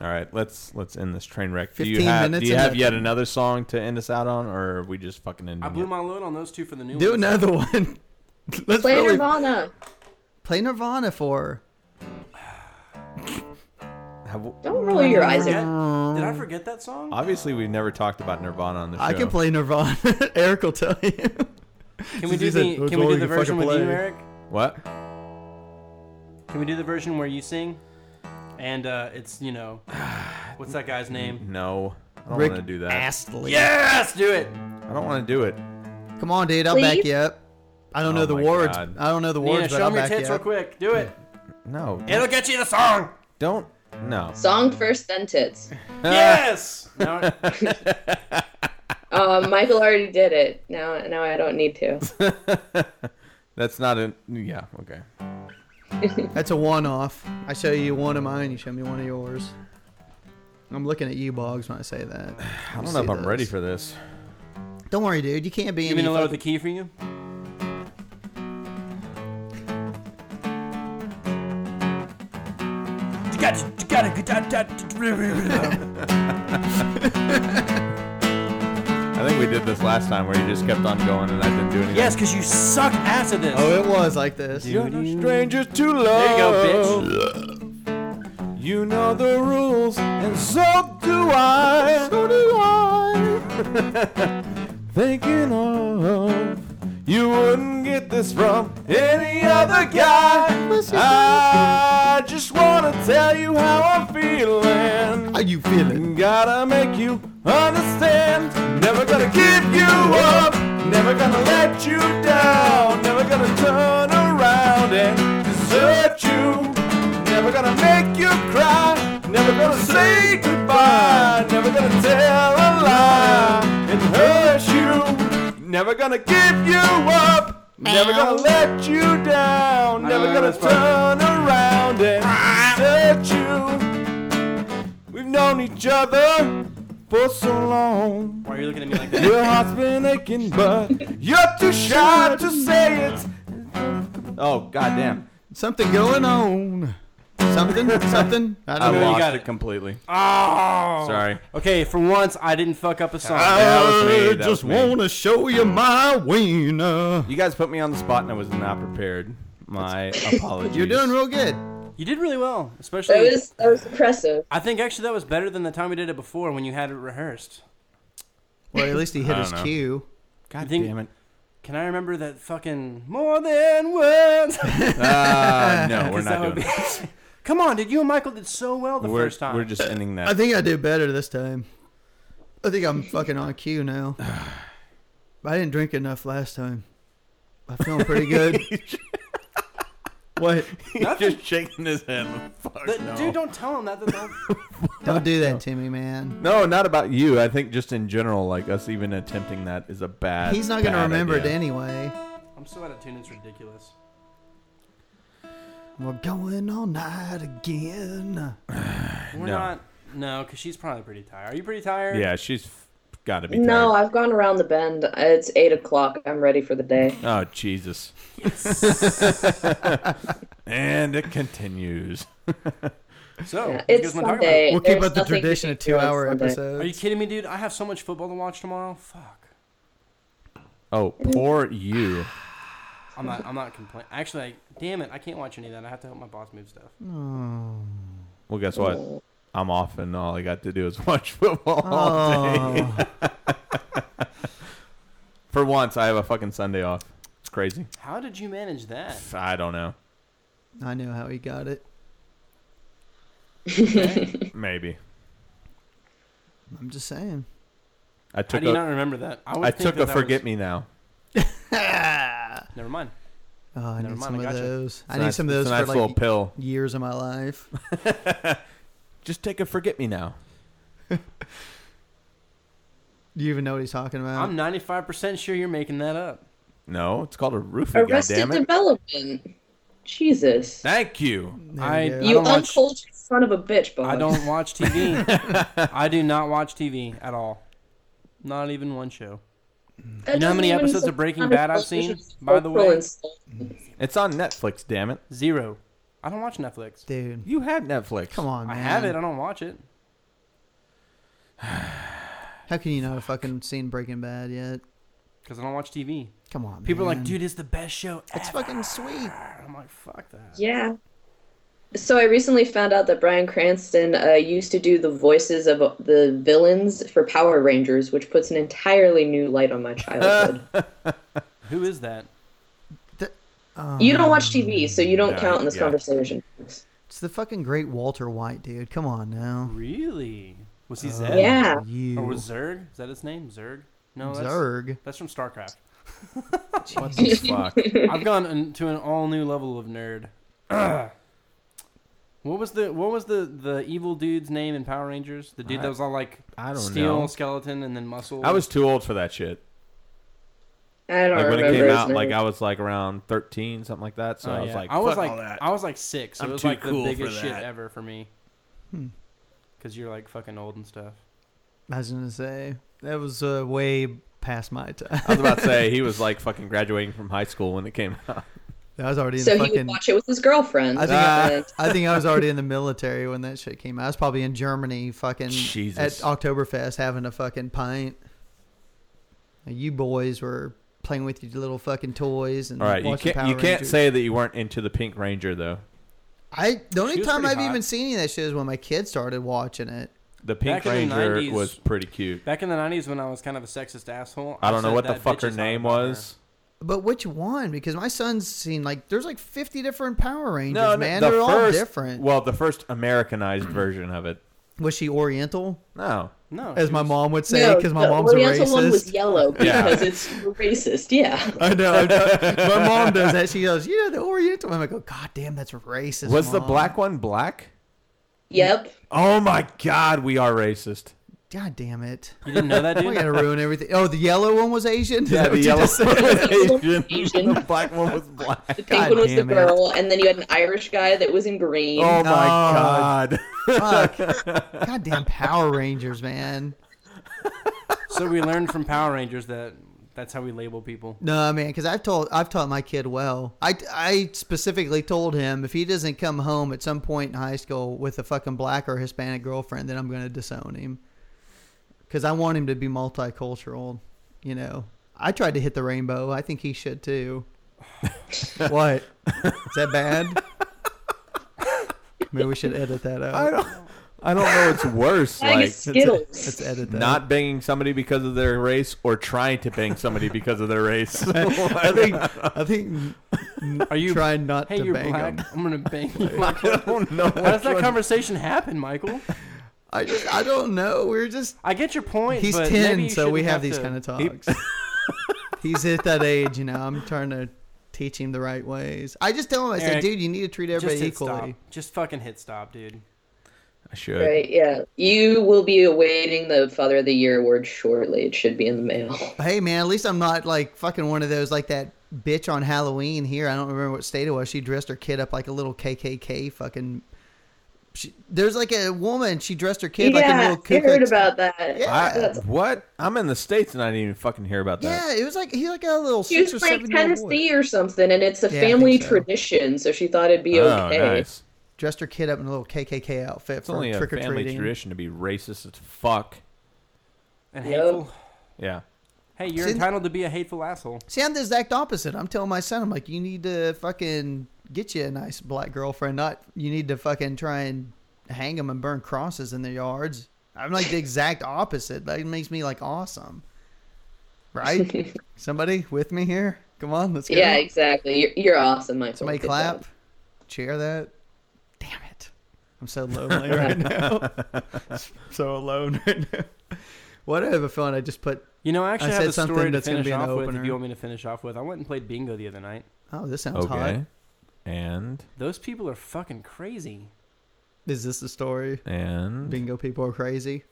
Speaker 2: All right, let's let's end this train wreck. Do
Speaker 1: 15
Speaker 2: you have
Speaker 1: minutes
Speaker 2: do you
Speaker 1: and
Speaker 2: have
Speaker 1: a-
Speaker 2: yet another song to end us out on, or are we just fucking ending?
Speaker 4: I blew
Speaker 2: it?
Speaker 4: my load on those two for the new
Speaker 1: Do
Speaker 4: ones.
Speaker 1: another
Speaker 2: (laughs)
Speaker 1: one. Let's
Speaker 3: Play
Speaker 1: really
Speaker 3: Nirvana.
Speaker 1: play Nirvana for. her.
Speaker 2: Have-
Speaker 3: Don't roll your eyes.
Speaker 4: Forget-
Speaker 3: at
Speaker 4: Did I forget that song?
Speaker 2: obviously, we've never talked about Nirvana on the show.
Speaker 1: I can play Nirvana. (laughs) Eric will tell you.
Speaker 4: Can we do
Speaker 1: Since you
Speaker 4: the
Speaker 1: said,
Speaker 4: Can we
Speaker 1: "Oh,
Speaker 4: do
Speaker 1: you
Speaker 4: the
Speaker 1: can
Speaker 4: version with
Speaker 1: fucking
Speaker 4: you,
Speaker 1: play."
Speaker 4: Eric?
Speaker 2: what?
Speaker 4: Can we do the version where you sing? And uh, it's
Speaker 1: (sighs)
Speaker 4: you know, what's that guy's name?
Speaker 2: No, I don't
Speaker 1: Rick
Speaker 2: want to do that.
Speaker 1: Astley.
Speaker 4: Yes, do it.
Speaker 2: I don't want to do it.
Speaker 1: Come on, dude. I'll back
Speaker 3: Please?
Speaker 1: you up. I don't
Speaker 2: Oh
Speaker 1: know the
Speaker 2: my
Speaker 1: words.
Speaker 2: God.
Speaker 1: I don't know the
Speaker 4: Nina,
Speaker 1: words, but
Speaker 4: show
Speaker 1: I'll
Speaker 4: me your
Speaker 1: back you
Speaker 4: tits real
Speaker 1: up.
Speaker 4: quick. Do it.
Speaker 2: No,
Speaker 4: It'll get you
Speaker 1: (laughs)
Speaker 4: the song.
Speaker 2: don't. No.
Speaker 3: Song first, then tits.
Speaker 1: Ah.
Speaker 4: Yes. No,
Speaker 3: Uh, Michael already did it. Now, now I don't need to.
Speaker 2: That's not a. Yeah. Okay.
Speaker 1: That's a one-off. I show you one of mine. You show me one of yours. I'm looking at you, Boggs, when I say that.
Speaker 2: (sighs) I don't know if I'm ready for this.
Speaker 1: Don't worry, dude. You can't be
Speaker 4: (laughs) you
Speaker 1: any.
Speaker 4: mean to
Speaker 1: fucking-
Speaker 4: load the key
Speaker 1: (laughs)
Speaker 4: for you? You got you got it. got it.
Speaker 2: I think we did this last time where you just kept on going and I didn't do anything.
Speaker 4: Yes, because you suck ass at this.
Speaker 1: Oh, it was like this.
Speaker 2: You're no strangers to love.
Speaker 4: There you go,
Speaker 2: bitch. You know the rules, and so do I. So do I. (laughs) Thinking of you wouldn't get this from any other guy. I just wanna tell you how I'm feeling.
Speaker 1: How you feeling?
Speaker 2: Gotta make you understand. Never gonna give you up. Never gonna let you down. Never gonna turn around and desert you. Never gonna make you cry. Never gonna say goodbye. Never gonna tell a lie and hurt you. Never gonna give you up. Never gonna let you down. Never gonna turn around and desert you. We've known each other for so long.
Speaker 4: Why are you looking at me like that?
Speaker 2: Your heart's been aching, but you're too shy to say it. Oh, goddamn.
Speaker 1: Something going on.
Speaker 2: (laughs)
Speaker 1: Something. Something. I
Speaker 2: I
Speaker 1: don't know.
Speaker 4: lost
Speaker 2: lost
Speaker 4: got it
Speaker 2: it completely.
Speaker 4: Oh.
Speaker 2: Sorry.
Speaker 4: Okay, for once I didn't fuck up a song.
Speaker 2: That was me,
Speaker 1: I
Speaker 2: that
Speaker 1: just
Speaker 2: was me.
Speaker 1: wanna show you my wiener.
Speaker 2: You guys put me on the spot and I was not prepared. My
Speaker 4: (laughs)
Speaker 2: apologies.
Speaker 1: You're doing real good.
Speaker 4: You did really well, especially.
Speaker 3: That was that was impressive.
Speaker 4: I think actually that was better than the time we did it before when you had it rehearsed.
Speaker 1: Well, at least he hit
Speaker 2: I
Speaker 1: his
Speaker 2: don't know.
Speaker 1: cue.
Speaker 2: God
Speaker 4: think-
Speaker 2: damn it.
Speaker 4: Can I remember that fucking more than words? (laughs)
Speaker 2: Uh, no, we're
Speaker 4: That
Speaker 2: not
Speaker 4: would
Speaker 2: doing it.
Speaker 4: be- (laughs) Come on, dude. You and Michael did so well the
Speaker 2: We're,
Speaker 4: first time.
Speaker 2: we're just ending that.
Speaker 1: I think I did better this time. I think I'm fucking on cue (sighs) now. I didn't drink enough last time. I'm feeling pretty (laughs) good. what?
Speaker 2: (laughs) He's (laughs) just shaking his head. Fuck
Speaker 4: But,
Speaker 2: no.
Speaker 4: Dude, don't tell him that. that-
Speaker 2: (laughs)
Speaker 4: that-
Speaker 1: Don't do that to me, man.
Speaker 2: no, not about you. I think just in general, like us even attempting that is a bad.
Speaker 1: He's not gonna
Speaker 2: bad
Speaker 1: remember
Speaker 2: idea.
Speaker 1: it anyway.
Speaker 4: I'm so out of tune. It's ridiculous.
Speaker 1: We're going all night again.
Speaker 2: No.
Speaker 4: We're not. No, because she's probably pretty tired. Are you pretty tired?
Speaker 2: Yeah, she's got to be.
Speaker 3: No,
Speaker 2: tired.
Speaker 3: I've gone around the bend. It's eight o'clock. I'm ready for the day.
Speaker 2: Oh Jesus! (laughs) and it continues.
Speaker 4: So
Speaker 3: Yeah,
Speaker 4: what you
Speaker 3: it's
Speaker 4: guys wanna talk about?
Speaker 3: Sunday.
Speaker 1: We'll keep
Speaker 3: There's
Speaker 1: up the
Speaker 3: nothing you
Speaker 1: tradition of
Speaker 3: can do on
Speaker 1: two-hour
Speaker 3: Sunday.
Speaker 1: episodes.
Speaker 4: Are you kidding me, dude? I have so much football to watch tomorrow. Fuck.
Speaker 2: Oh, poor you!
Speaker 4: I'm not. I'm not complaining. Actually, I, damn it, I can't watch any of that. I have to help my boss move stuff.
Speaker 2: Well, guess what?
Speaker 1: Oh.
Speaker 2: I'm off, and all I got to do is (laughs) watch football all day. For once, I have a fucking Sunday off. It's crazy.
Speaker 4: How did you manage that?
Speaker 2: I don't know.
Speaker 1: I know how he got it.
Speaker 2: Maybe
Speaker 1: I'm just saying.
Speaker 2: I
Speaker 4: How
Speaker 2: took
Speaker 4: do you not
Speaker 2: a,
Speaker 4: remember that? would
Speaker 2: I
Speaker 4: think
Speaker 2: took
Speaker 4: that
Speaker 2: a
Speaker 4: that
Speaker 2: forget
Speaker 4: was-
Speaker 2: me now.
Speaker 4: Never mind.
Speaker 1: Oh, I
Speaker 4: Never
Speaker 1: need
Speaker 4: mind,
Speaker 1: some
Speaker 4: I
Speaker 1: of
Speaker 4: gotcha.
Speaker 1: those. I
Speaker 2: It's
Speaker 1: need
Speaker 2: nice-
Speaker 1: some of those
Speaker 2: It's a nice
Speaker 1: for
Speaker 2: little
Speaker 1: like
Speaker 2: pill.
Speaker 1: years of my life. (laughs)
Speaker 2: Just take a forget me now.
Speaker 1: Do you even know what he's talking about?
Speaker 4: I'm 95% sure you're making that up.
Speaker 2: No, it's called a roofie.
Speaker 3: Arrested
Speaker 2: Goddamn it!
Speaker 3: Development. Jesus.
Speaker 2: Thank you.
Speaker 1: There
Speaker 4: I,
Speaker 1: we go.
Speaker 4: I
Speaker 3: you
Speaker 4: don't watch,
Speaker 3: uncultured son of a bitch, Bob.
Speaker 4: I don't watch
Speaker 2: (laughs)
Speaker 4: TV. I do not watch TV at all. Not even one show.
Speaker 3: That
Speaker 4: You know how
Speaker 3: doesn't
Speaker 4: many
Speaker 3: even
Speaker 4: episodes of
Speaker 3: sound
Speaker 4: Breaking
Speaker 3: like
Speaker 4: Bad I've
Speaker 3: television
Speaker 4: seen, by the way?
Speaker 3: cultural
Speaker 2: It's on Netflix. Damn it!
Speaker 4: Zero. I don't watch Netflix.
Speaker 1: Dude,
Speaker 2: You have Netflix.
Speaker 1: come on,
Speaker 4: I
Speaker 1: man.
Speaker 4: have it. I don't watch it.
Speaker 1: How can you not have fucking seen Breaking Bad yet?
Speaker 4: Because I don't watch TV.
Speaker 1: Come on,
Speaker 4: People are like,
Speaker 1: man.
Speaker 4: dude, it's the best show
Speaker 1: it's
Speaker 4: ever.
Speaker 1: fucking sweet.
Speaker 4: I'm like, fuck that.
Speaker 3: Yeah. So I recently found out that Brian Cranston uh, used to do the voices of uh, the villains for Power Rangers, which puts an entirely new light on
Speaker 2: (laughs)
Speaker 3: my childhood.
Speaker 1: Oh,
Speaker 4: Who is that?
Speaker 3: you don't watch TV, so you don't
Speaker 2: Yeah,
Speaker 3: count in this
Speaker 2: yeah.
Speaker 3: conversation.
Speaker 1: It's the fucking great Walter White, dude. Come on now.
Speaker 4: Really? Was he Zed?
Speaker 3: Yeah.
Speaker 1: You.
Speaker 4: Or was Zerg? Is that his name? Zerg? No, that's,
Speaker 1: Zerg.
Speaker 4: that's from StarCraft.
Speaker 1: (laughs)
Speaker 2: What the fuck?
Speaker 4: I've gone an, to an all new level of nerd. (clears throat) what was the what was the the evil dude's name in Power Rangers? The dude that was all like
Speaker 2: I don't
Speaker 4: steel
Speaker 2: know.
Speaker 4: skeleton and then muscle.
Speaker 2: I was too old for that shit.
Speaker 3: I don't
Speaker 2: Like when
Speaker 3: remember.
Speaker 2: it came
Speaker 3: his
Speaker 2: out,
Speaker 3: name.
Speaker 2: like I was like around 13, something like that. So
Speaker 4: Oh,
Speaker 2: I was
Speaker 4: yeah.
Speaker 2: like,
Speaker 4: I was
Speaker 2: fuck
Speaker 4: like
Speaker 2: all that.
Speaker 4: I was like six. So
Speaker 2: I'm
Speaker 4: it was
Speaker 2: too
Speaker 4: like the
Speaker 2: cool for
Speaker 4: biggest shit
Speaker 2: that. Hmm.
Speaker 4: ever for me. Because you're like fucking old and stuff.
Speaker 1: I was gonna say that was uh, way past my time. (laughs)
Speaker 2: I was about to say
Speaker 4: (laughs)
Speaker 2: he was like fucking graduating from high school when it came out.
Speaker 1: I was already in
Speaker 3: so
Speaker 1: the
Speaker 3: he would
Speaker 1: fucking.
Speaker 3: watch it with his girlfriend.
Speaker 1: I think I,
Speaker 2: (laughs)
Speaker 1: I think I was already in the military when that shit came out. I was probably in Germany, fucking
Speaker 2: Jesus.
Speaker 1: at Oktoberfest, having a fucking pint. And You boys were playing with your little fucking toys and
Speaker 2: All right, you
Speaker 1: watching
Speaker 2: can't
Speaker 1: Power
Speaker 2: you can't
Speaker 1: Rangers.
Speaker 2: say that you weren't into the Pink Ranger though.
Speaker 1: I the only
Speaker 4: She was
Speaker 1: time
Speaker 4: pretty
Speaker 1: I've
Speaker 4: hot.
Speaker 1: even seen any of that shit is when my kids started watching it.
Speaker 2: The Pink
Speaker 4: Back in the
Speaker 2: Ranger
Speaker 4: 90s.
Speaker 2: was pretty cute.
Speaker 4: Back in the '90s, when I was kind of a sexist asshole,
Speaker 2: I don't know
Speaker 4: said
Speaker 2: what the
Speaker 4: that
Speaker 2: fuck
Speaker 4: bitch
Speaker 2: her
Speaker 4: is hot
Speaker 2: name
Speaker 4: about her.
Speaker 2: was.
Speaker 1: But which one? Because my son's seen like there's like 50 different Power Rangers,
Speaker 2: No, no,
Speaker 1: man.
Speaker 2: the
Speaker 1: They're all
Speaker 2: first-
Speaker 1: different.
Speaker 2: Well, the first Americanized version of it.
Speaker 1: was she Oriental,
Speaker 2: No,
Speaker 4: No,
Speaker 1: as
Speaker 4: she
Speaker 1: my
Speaker 4: was-
Speaker 1: mom would say? Because my
Speaker 3: the
Speaker 1: mom's a
Speaker 3: Oriental
Speaker 1: racist.
Speaker 3: one was yellow
Speaker 1: (laughs)
Speaker 2: Yeah.
Speaker 3: because it's racist. Yeah.
Speaker 1: (laughs) I know. I know. my mom does that. She goes, you know, the Oriental. one." I'm like, oh, god damn, that's racist.
Speaker 2: (laughs) was the
Speaker 1: Mom."
Speaker 2: black one black?
Speaker 3: Yep.
Speaker 2: Oh my God, we
Speaker 1: (laughs)
Speaker 2: are racist.
Speaker 1: God damn it!
Speaker 4: You didn't
Speaker 1: (laughs)
Speaker 4: know that,
Speaker 1: I
Speaker 4: dude.
Speaker 1: gotta ruin everything. Oh, the yellow one was Asian. (laughs)
Speaker 2: Yeah, the yellow one (laughs) was Asian.
Speaker 3: Asian.
Speaker 2: The black one was black.
Speaker 3: The
Speaker 1: (laughs)
Speaker 3: pink
Speaker 1: God
Speaker 3: one was the
Speaker 1: damn it.
Speaker 3: girl, and then you had an Irish guy that was in green.
Speaker 2: Oh my
Speaker 1: God.
Speaker 2: God. (laughs)
Speaker 1: Fuck. Goddamn Power Rangers, man.
Speaker 4: so we learned from Power Rangers that that's how we label people.
Speaker 1: No, man, because I've told I've taught my kid well. I, I specifically told him if he doesn't come home at some point in high school with a fucking black or Hispanic girlfriend, then I'm gonna disown him. Because I want him to be multicultural. You know, I tried to hit the rainbow. I think he should too.
Speaker 4: (laughs)
Speaker 1: what? Is that bad? Maybe we should edit that out.
Speaker 2: I don't. I don't know. What's worse,
Speaker 3: Bag of
Speaker 2: like
Speaker 3: Skittles.
Speaker 1: Let's edit that.
Speaker 2: not banging somebody because of their race or trying to bang somebody because of their race.
Speaker 1: (laughs)
Speaker 2: (laughs)
Speaker 1: I think. I think.
Speaker 4: Are you
Speaker 1: trying not
Speaker 4: Hey,
Speaker 1: to
Speaker 4: you're
Speaker 1: bang
Speaker 4: black.
Speaker 1: 'em.
Speaker 4: I'm
Speaker 1: (laughs)
Speaker 4: gonna bang you, Michael.
Speaker 2: don't know
Speaker 4: (laughs) How does
Speaker 2: which
Speaker 4: that
Speaker 2: one-
Speaker 4: conversation happen, Michael?
Speaker 1: I just. I don't know. We're just.
Speaker 4: I get your point.
Speaker 1: He's
Speaker 4: but maybe you
Speaker 1: ten, so we
Speaker 4: shouldn't
Speaker 1: have, these
Speaker 4: to-
Speaker 1: kind of talks. (laughs) He's at that age, you know. I'm trying to teach him the right ways. I just tell him, I say,
Speaker 4: Eric,
Speaker 1: dude, you need to treat
Speaker 4: Just
Speaker 1: everybody
Speaker 4: hit stop.
Speaker 1: equally.
Speaker 4: Just fucking hit stop, dude.
Speaker 2: I should.
Speaker 3: Right, yeah. You will be awaiting the Father of the Year award shortly. It should be in the mail.
Speaker 1: Hey, man, at least I'm not like fucking one of those like that bitch on Halloween here. I don't remember what state it was. She dressed her kid up like a little KKK fucking. She, there's like a woman. She dressed her kid like a
Speaker 3: yeah,
Speaker 1: little. Ku
Speaker 3: I heard
Speaker 1: Klux-
Speaker 3: about that.
Speaker 1: Yeah.
Speaker 2: I,
Speaker 3: That's-
Speaker 2: what? I'm in the states and I didn't even fucking hear about that.
Speaker 1: Yeah, it was like he's like a little
Speaker 3: she
Speaker 1: six or
Speaker 3: was like
Speaker 1: seven year old boy.
Speaker 3: Tennessee or something, and it's a
Speaker 1: Yeah, I
Speaker 3: family
Speaker 1: think so.
Speaker 3: tradition, so she thought it'd be okay.
Speaker 2: Oh, nice.
Speaker 1: Dressed her kid up in a little KKK outfit
Speaker 2: It's
Speaker 1: for
Speaker 2: only a
Speaker 1: trick or
Speaker 2: family
Speaker 1: treating.
Speaker 2: tradition to be racist as fuck.
Speaker 4: And
Speaker 3: Yep.
Speaker 4: hateful.
Speaker 2: Yeah.
Speaker 4: Hey, you're
Speaker 1: See-
Speaker 4: entitled to be a hateful asshole.
Speaker 1: See, I'm the exact opposite. I'm telling my son, I'm like, you need to fucking get you a nice black girlfriend. Not you need to fucking try and hang them and burn crosses in their yards. I'm like the exact opposite. That makes me like awesome, right?
Speaker 3: (laughs)
Speaker 1: Somebody with me here? Come on, let's go.
Speaker 3: Yeah, exactly. You're, you're awesome, Michael.
Speaker 1: Somebody
Speaker 3: Good
Speaker 1: clap,
Speaker 3: job.
Speaker 1: cheer that. Damn it. I'm
Speaker 3: (laughs)
Speaker 1: so lonely right now. (laughs) so alone right now. What I have a feeling I just put,
Speaker 4: You know, I actually
Speaker 1: I
Speaker 4: have
Speaker 1: said
Speaker 4: a
Speaker 1: something
Speaker 4: story to
Speaker 1: that's gonna
Speaker 4: finish
Speaker 1: be an
Speaker 4: off with. If
Speaker 1: opener.
Speaker 4: you want me to finish off with, I went and played bingo the other night.
Speaker 1: oh, this sounds
Speaker 2: Okay.
Speaker 1: hot.
Speaker 2: And
Speaker 4: Those people are fucking crazy.
Speaker 1: Is this the story?
Speaker 2: and
Speaker 1: Bingo people are crazy?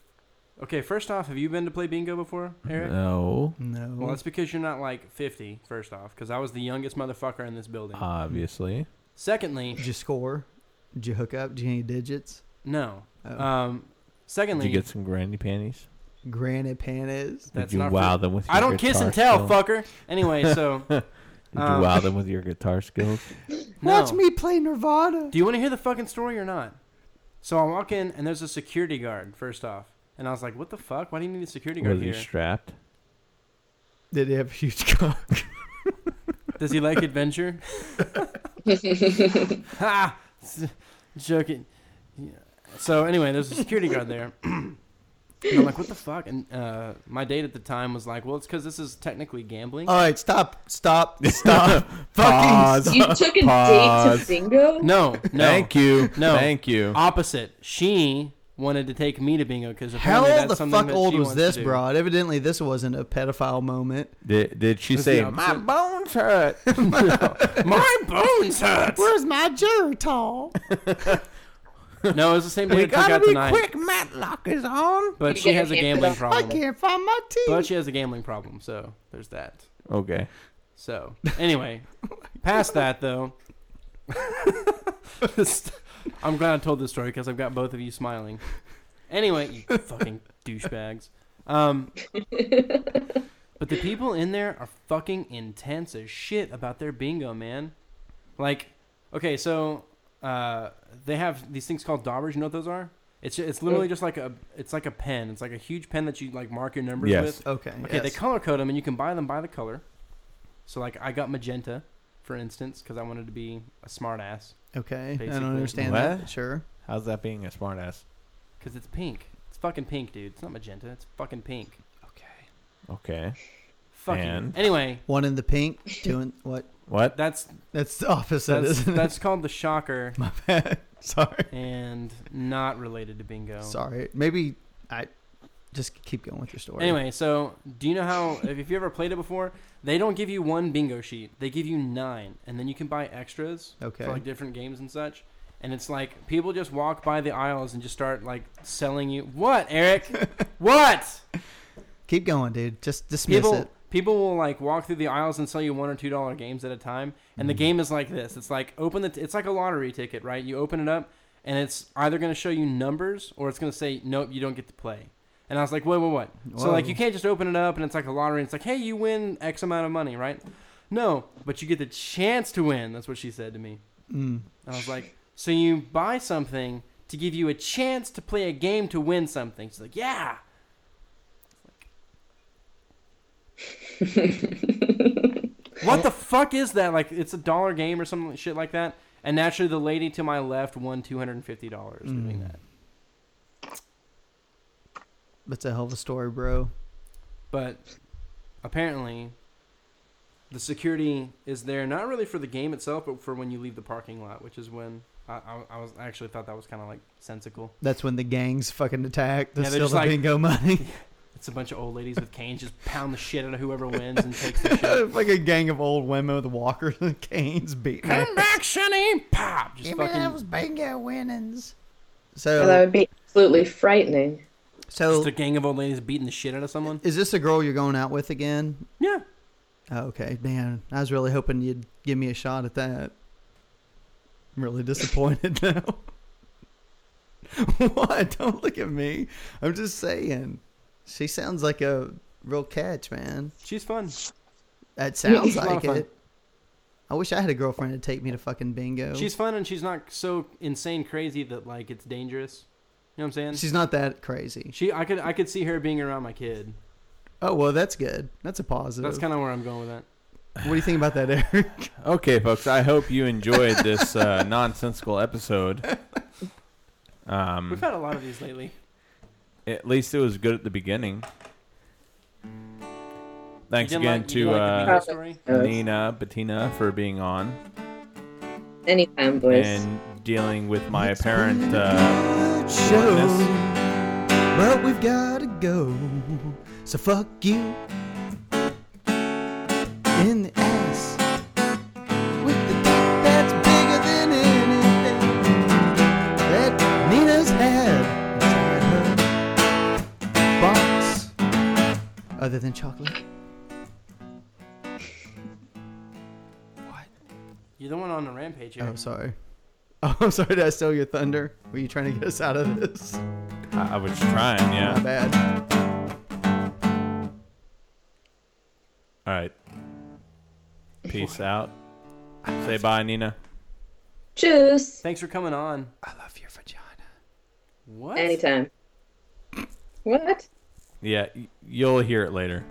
Speaker 4: Okay, first off, have you been to play bingo before, Eric?
Speaker 1: Uh,
Speaker 2: no,
Speaker 1: No.
Speaker 4: Well, that's because you're not like 50, first off, because I was the youngest motherfucker in this building.
Speaker 2: obviously.
Speaker 4: Secondly,
Speaker 1: Did you score? Did you hook up? Did you any digits?
Speaker 4: no.
Speaker 1: Oh.
Speaker 4: Um,
Speaker 2: Did
Speaker 4: secondly,
Speaker 2: you get some granny panties?
Speaker 1: Granite panis.
Speaker 4: that's
Speaker 2: Did you
Speaker 4: not for-
Speaker 2: wow them with? Your
Speaker 4: I don't kiss
Speaker 2: guitar
Speaker 4: and tell,
Speaker 2: skills?
Speaker 4: fucker. Anyway,
Speaker 2: (laughs)
Speaker 4: so
Speaker 2: Did you
Speaker 4: um,
Speaker 2: wow them with your
Speaker 4: (laughs)
Speaker 2: guitar skills?
Speaker 4: no.
Speaker 1: Watch me play Nirvana.
Speaker 4: Do you want to hear the fucking story or not? So I walk in and there's a security guard. First off, and I was like, "What the fuck? Why do you need a security guard
Speaker 2: Was
Speaker 4: here?
Speaker 2: you strapped?
Speaker 1: Did he have a huge cock?
Speaker 4: Does
Speaker 2: (laughs)
Speaker 4: he like adventure?" ha! S- Joking. Yeah. So anyway, there's a security guard there. (clears throat) And I'm like, what the fuck? And uh, my date at the time was like, well, it's because this is technically
Speaker 1: (laughs)
Speaker 4: gambling.
Speaker 2: Oh,
Speaker 1: All right, stop, (laughs) stop, stop. Fucking stop.
Speaker 3: You took a date to
Speaker 2: Pause.
Speaker 3: bingo?
Speaker 4: no, no.
Speaker 2: Thank you.
Speaker 4: (laughs) No.
Speaker 2: Thank you.
Speaker 4: Opposite. She wanted to take me to bingo because
Speaker 1: How
Speaker 4: apparently
Speaker 1: old
Speaker 4: that's
Speaker 1: the
Speaker 4: something
Speaker 1: fuck
Speaker 4: that
Speaker 1: old
Speaker 4: she
Speaker 1: was
Speaker 4: wants to
Speaker 1: this
Speaker 4: do. (laughs)
Speaker 1: broad? Evidently, this wasn't a pedophile moment.
Speaker 2: Did, did she
Speaker 4: the
Speaker 2: say my
Speaker 4: opposite.
Speaker 2: bones hurt?
Speaker 4: My bones hurt.
Speaker 1: Where's my Geritol?
Speaker 4: no, it was the same date
Speaker 2: we
Speaker 4: I took
Speaker 2: gotta
Speaker 4: out
Speaker 2: be
Speaker 4: tonight.
Speaker 2: quick. Matlock is on.
Speaker 4: But
Speaker 3: You
Speaker 4: she
Speaker 3: get
Speaker 4: has a
Speaker 3: your hand
Speaker 4: gambling
Speaker 3: put up.
Speaker 1: I
Speaker 4: problem.
Speaker 1: can't find my
Speaker 4: But
Speaker 1: teeth.
Speaker 4: she has a gambling problem, so there's that.
Speaker 2: Okay.
Speaker 4: So anyway, past that though, I'm glad I told this story because I've got both of you smiling. Anyway, you fucking douchebags. Um, but the people in there are fucking intense as shit about their bingo, man. Like, okay, so uh, they have these things called daubers. You know what those are? It's it's literally just like a it's like a pen. It's like a huge pen that you like mark your numbers
Speaker 2: Yes.
Speaker 4: with.
Speaker 1: Okay.
Speaker 4: Okay, they color code them, and you can buy them by the color. So, like, I got magenta, for instance, because I wanted to be a smart ass,
Speaker 1: okay. I
Speaker 4: Basically.
Speaker 1: don't understand that.
Speaker 2: What?
Speaker 1: Sure.
Speaker 2: How's that being a smartass?
Speaker 4: because it's pink. It's fucking pink, dude. It's not magenta. It's fucking pink.
Speaker 1: Okay.
Speaker 2: Okay.
Speaker 4: Fucking.
Speaker 2: And?
Speaker 4: Anyway,
Speaker 1: One in the pink, two (laughs) in what?
Speaker 2: What? (laughs)
Speaker 4: that's
Speaker 1: That's the opposite,
Speaker 4: that's
Speaker 1: isn't
Speaker 4: that's called the shocker,
Speaker 1: it?
Speaker 2: (laughs)
Speaker 1: That's sorry.
Speaker 4: and not related to
Speaker 1: (laughs)
Speaker 4: bingo.
Speaker 1: Sorry. Maybe I just keep going with your story.
Speaker 4: Anyway, so do you know how if you ever played it before, they don't give you one bingo sheet. They give you nine, and then you can buy extras
Speaker 1: Okay.
Speaker 4: for like different games and such. And it's like people just walk by the aisles and just start like selling you what,
Speaker 1: (laughs)
Speaker 4: Eric? what?
Speaker 1: Keep going, dude. Just dismiss
Speaker 4: People
Speaker 1: it.
Speaker 4: people will like walk through the aisles and sell you one or two dollar games at a time. And
Speaker 1: Mm-hmm.
Speaker 4: the game is like this. It's like open the t- it's like a lottery ticket, right? You open it up and it's either going to show you numbers or it's going to say nope, you don't get to play. And I was like, "Wait, what what?" So like
Speaker 1: Whoa.
Speaker 4: you can't just open it up and it's like a lottery and it's like, "Hey, you win X amount of money, right?" No, but you get the chance to win. That's what she said to me.
Speaker 1: Mm.
Speaker 4: And I was like, so you buy something to give you a chance to play a game to win something. She's like, yeah. what the fuck is that? Like, it's a dollar game or some shit like that. And naturally, the lady to my left won two hundred and fifty dollars doing that.
Speaker 1: That's a hell of a story, bro.
Speaker 4: But apparently, the security is there not really for the game itself, but for when you leave the parking lot, which is when I, I, I was I actually thought that was kind of like sensical.
Speaker 1: That's when the gangs fucking attack. They
Speaker 4: Yeah, they're
Speaker 1: steal
Speaker 4: just
Speaker 1: the
Speaker 4: like-
Speaker 1: bingo
Speaker 4: (laughs)
Speaker 1: money. (laughs)
Speaker 4: It's a bunch of old ladies with canes just pound the shit out of whoever wins and takes
Speaker 1: (laughs)
Speaker 4: the shit.
Speaker 1: like a gang of old women with walkers and canes beating. her.
Speaker 4: Come back, Shani! Pop! Just fucking.
Speaker 1: bingo winnings.
Speaker 3: Well, Oh, that
Speaker 1: So,
Speaker 3: would be absolutely frightening.
Speaker 1: so
Speaker 4: Just a gang of old ladies beating the shit out of someone.
Speaker 1: is this a girl you're going out with again?
Speaker 4: Yeah.
Speaker 1: Oh, okay, man. I was really hoping you'd give me a shot at that. I'm really disappointed (laughs) now. what? Don't look at me. I'm just saying. She sounds like a real catch, man.
Speaker 4: She's fun.
Speaker 1: That sounds
Speaker 4: a lot
Speaker 1: like
Speaker 4: of fun.
Speaker 1: it. I wish I had a girlfriend to take me to fucking bingo.
Speaker 4: She's fun and she's not so insane crazy that like it's dangerous. You know what I'm saying?
Speaker 1: she's not that crazy.
Speaker 4: she, I could, I could see her being around my kid.
Speaker 1: Oh well, that's good. That's a positive.
Speaker 4: That's kind of where I'm going with that.
Speaker 1: What do you think about that, Eric?
Speaker 2: (laughs) Okay, folks. I hope you enjoyed this uh, nonsensical episode.
Speaker 4: We've had a lot of these lately.
Speaker 2: At least it was good at the beginning. Thanks
Speaker 4: You didn't
Speaker 2: again
Speaker 4: like- you
Speaker 2: to
Speaker 4: didn't like the
Speaker 2: uh,
Speaker 4: Migos story?
Speaker 2: Nina Bettina for being on
Speaker 3: Anytime, boys.
Speaker 2: and dealing with my apparent uh,
Speaker 1: Show, but we've gotta go. So fuck you in the ass with the dick that's bigger than anything that Nina's had inside her box, other than chocolate. What?
Speaker 4: You're the one on the rampage here.
Speaker 1: Oh, sorry. (laughs) Oh, I'm sorry. Did I steal your thunder? Were you trying to get us out of this?
Speaker 2: I I was trying,
Speaker 1: My
Speaker 2: yeah.
Speaker 1: bad.
Speaker 2: All right. Peace out. Say bye, Nina.
Speaker 3: Tschüss.
Speaker 4: Thanks for coming on.
Speaker 1: I love your vagina.
Speaker 4: What?
Speaker 3: Anytime. What?
Speaker 2: Yeah, y- you'll hear it later.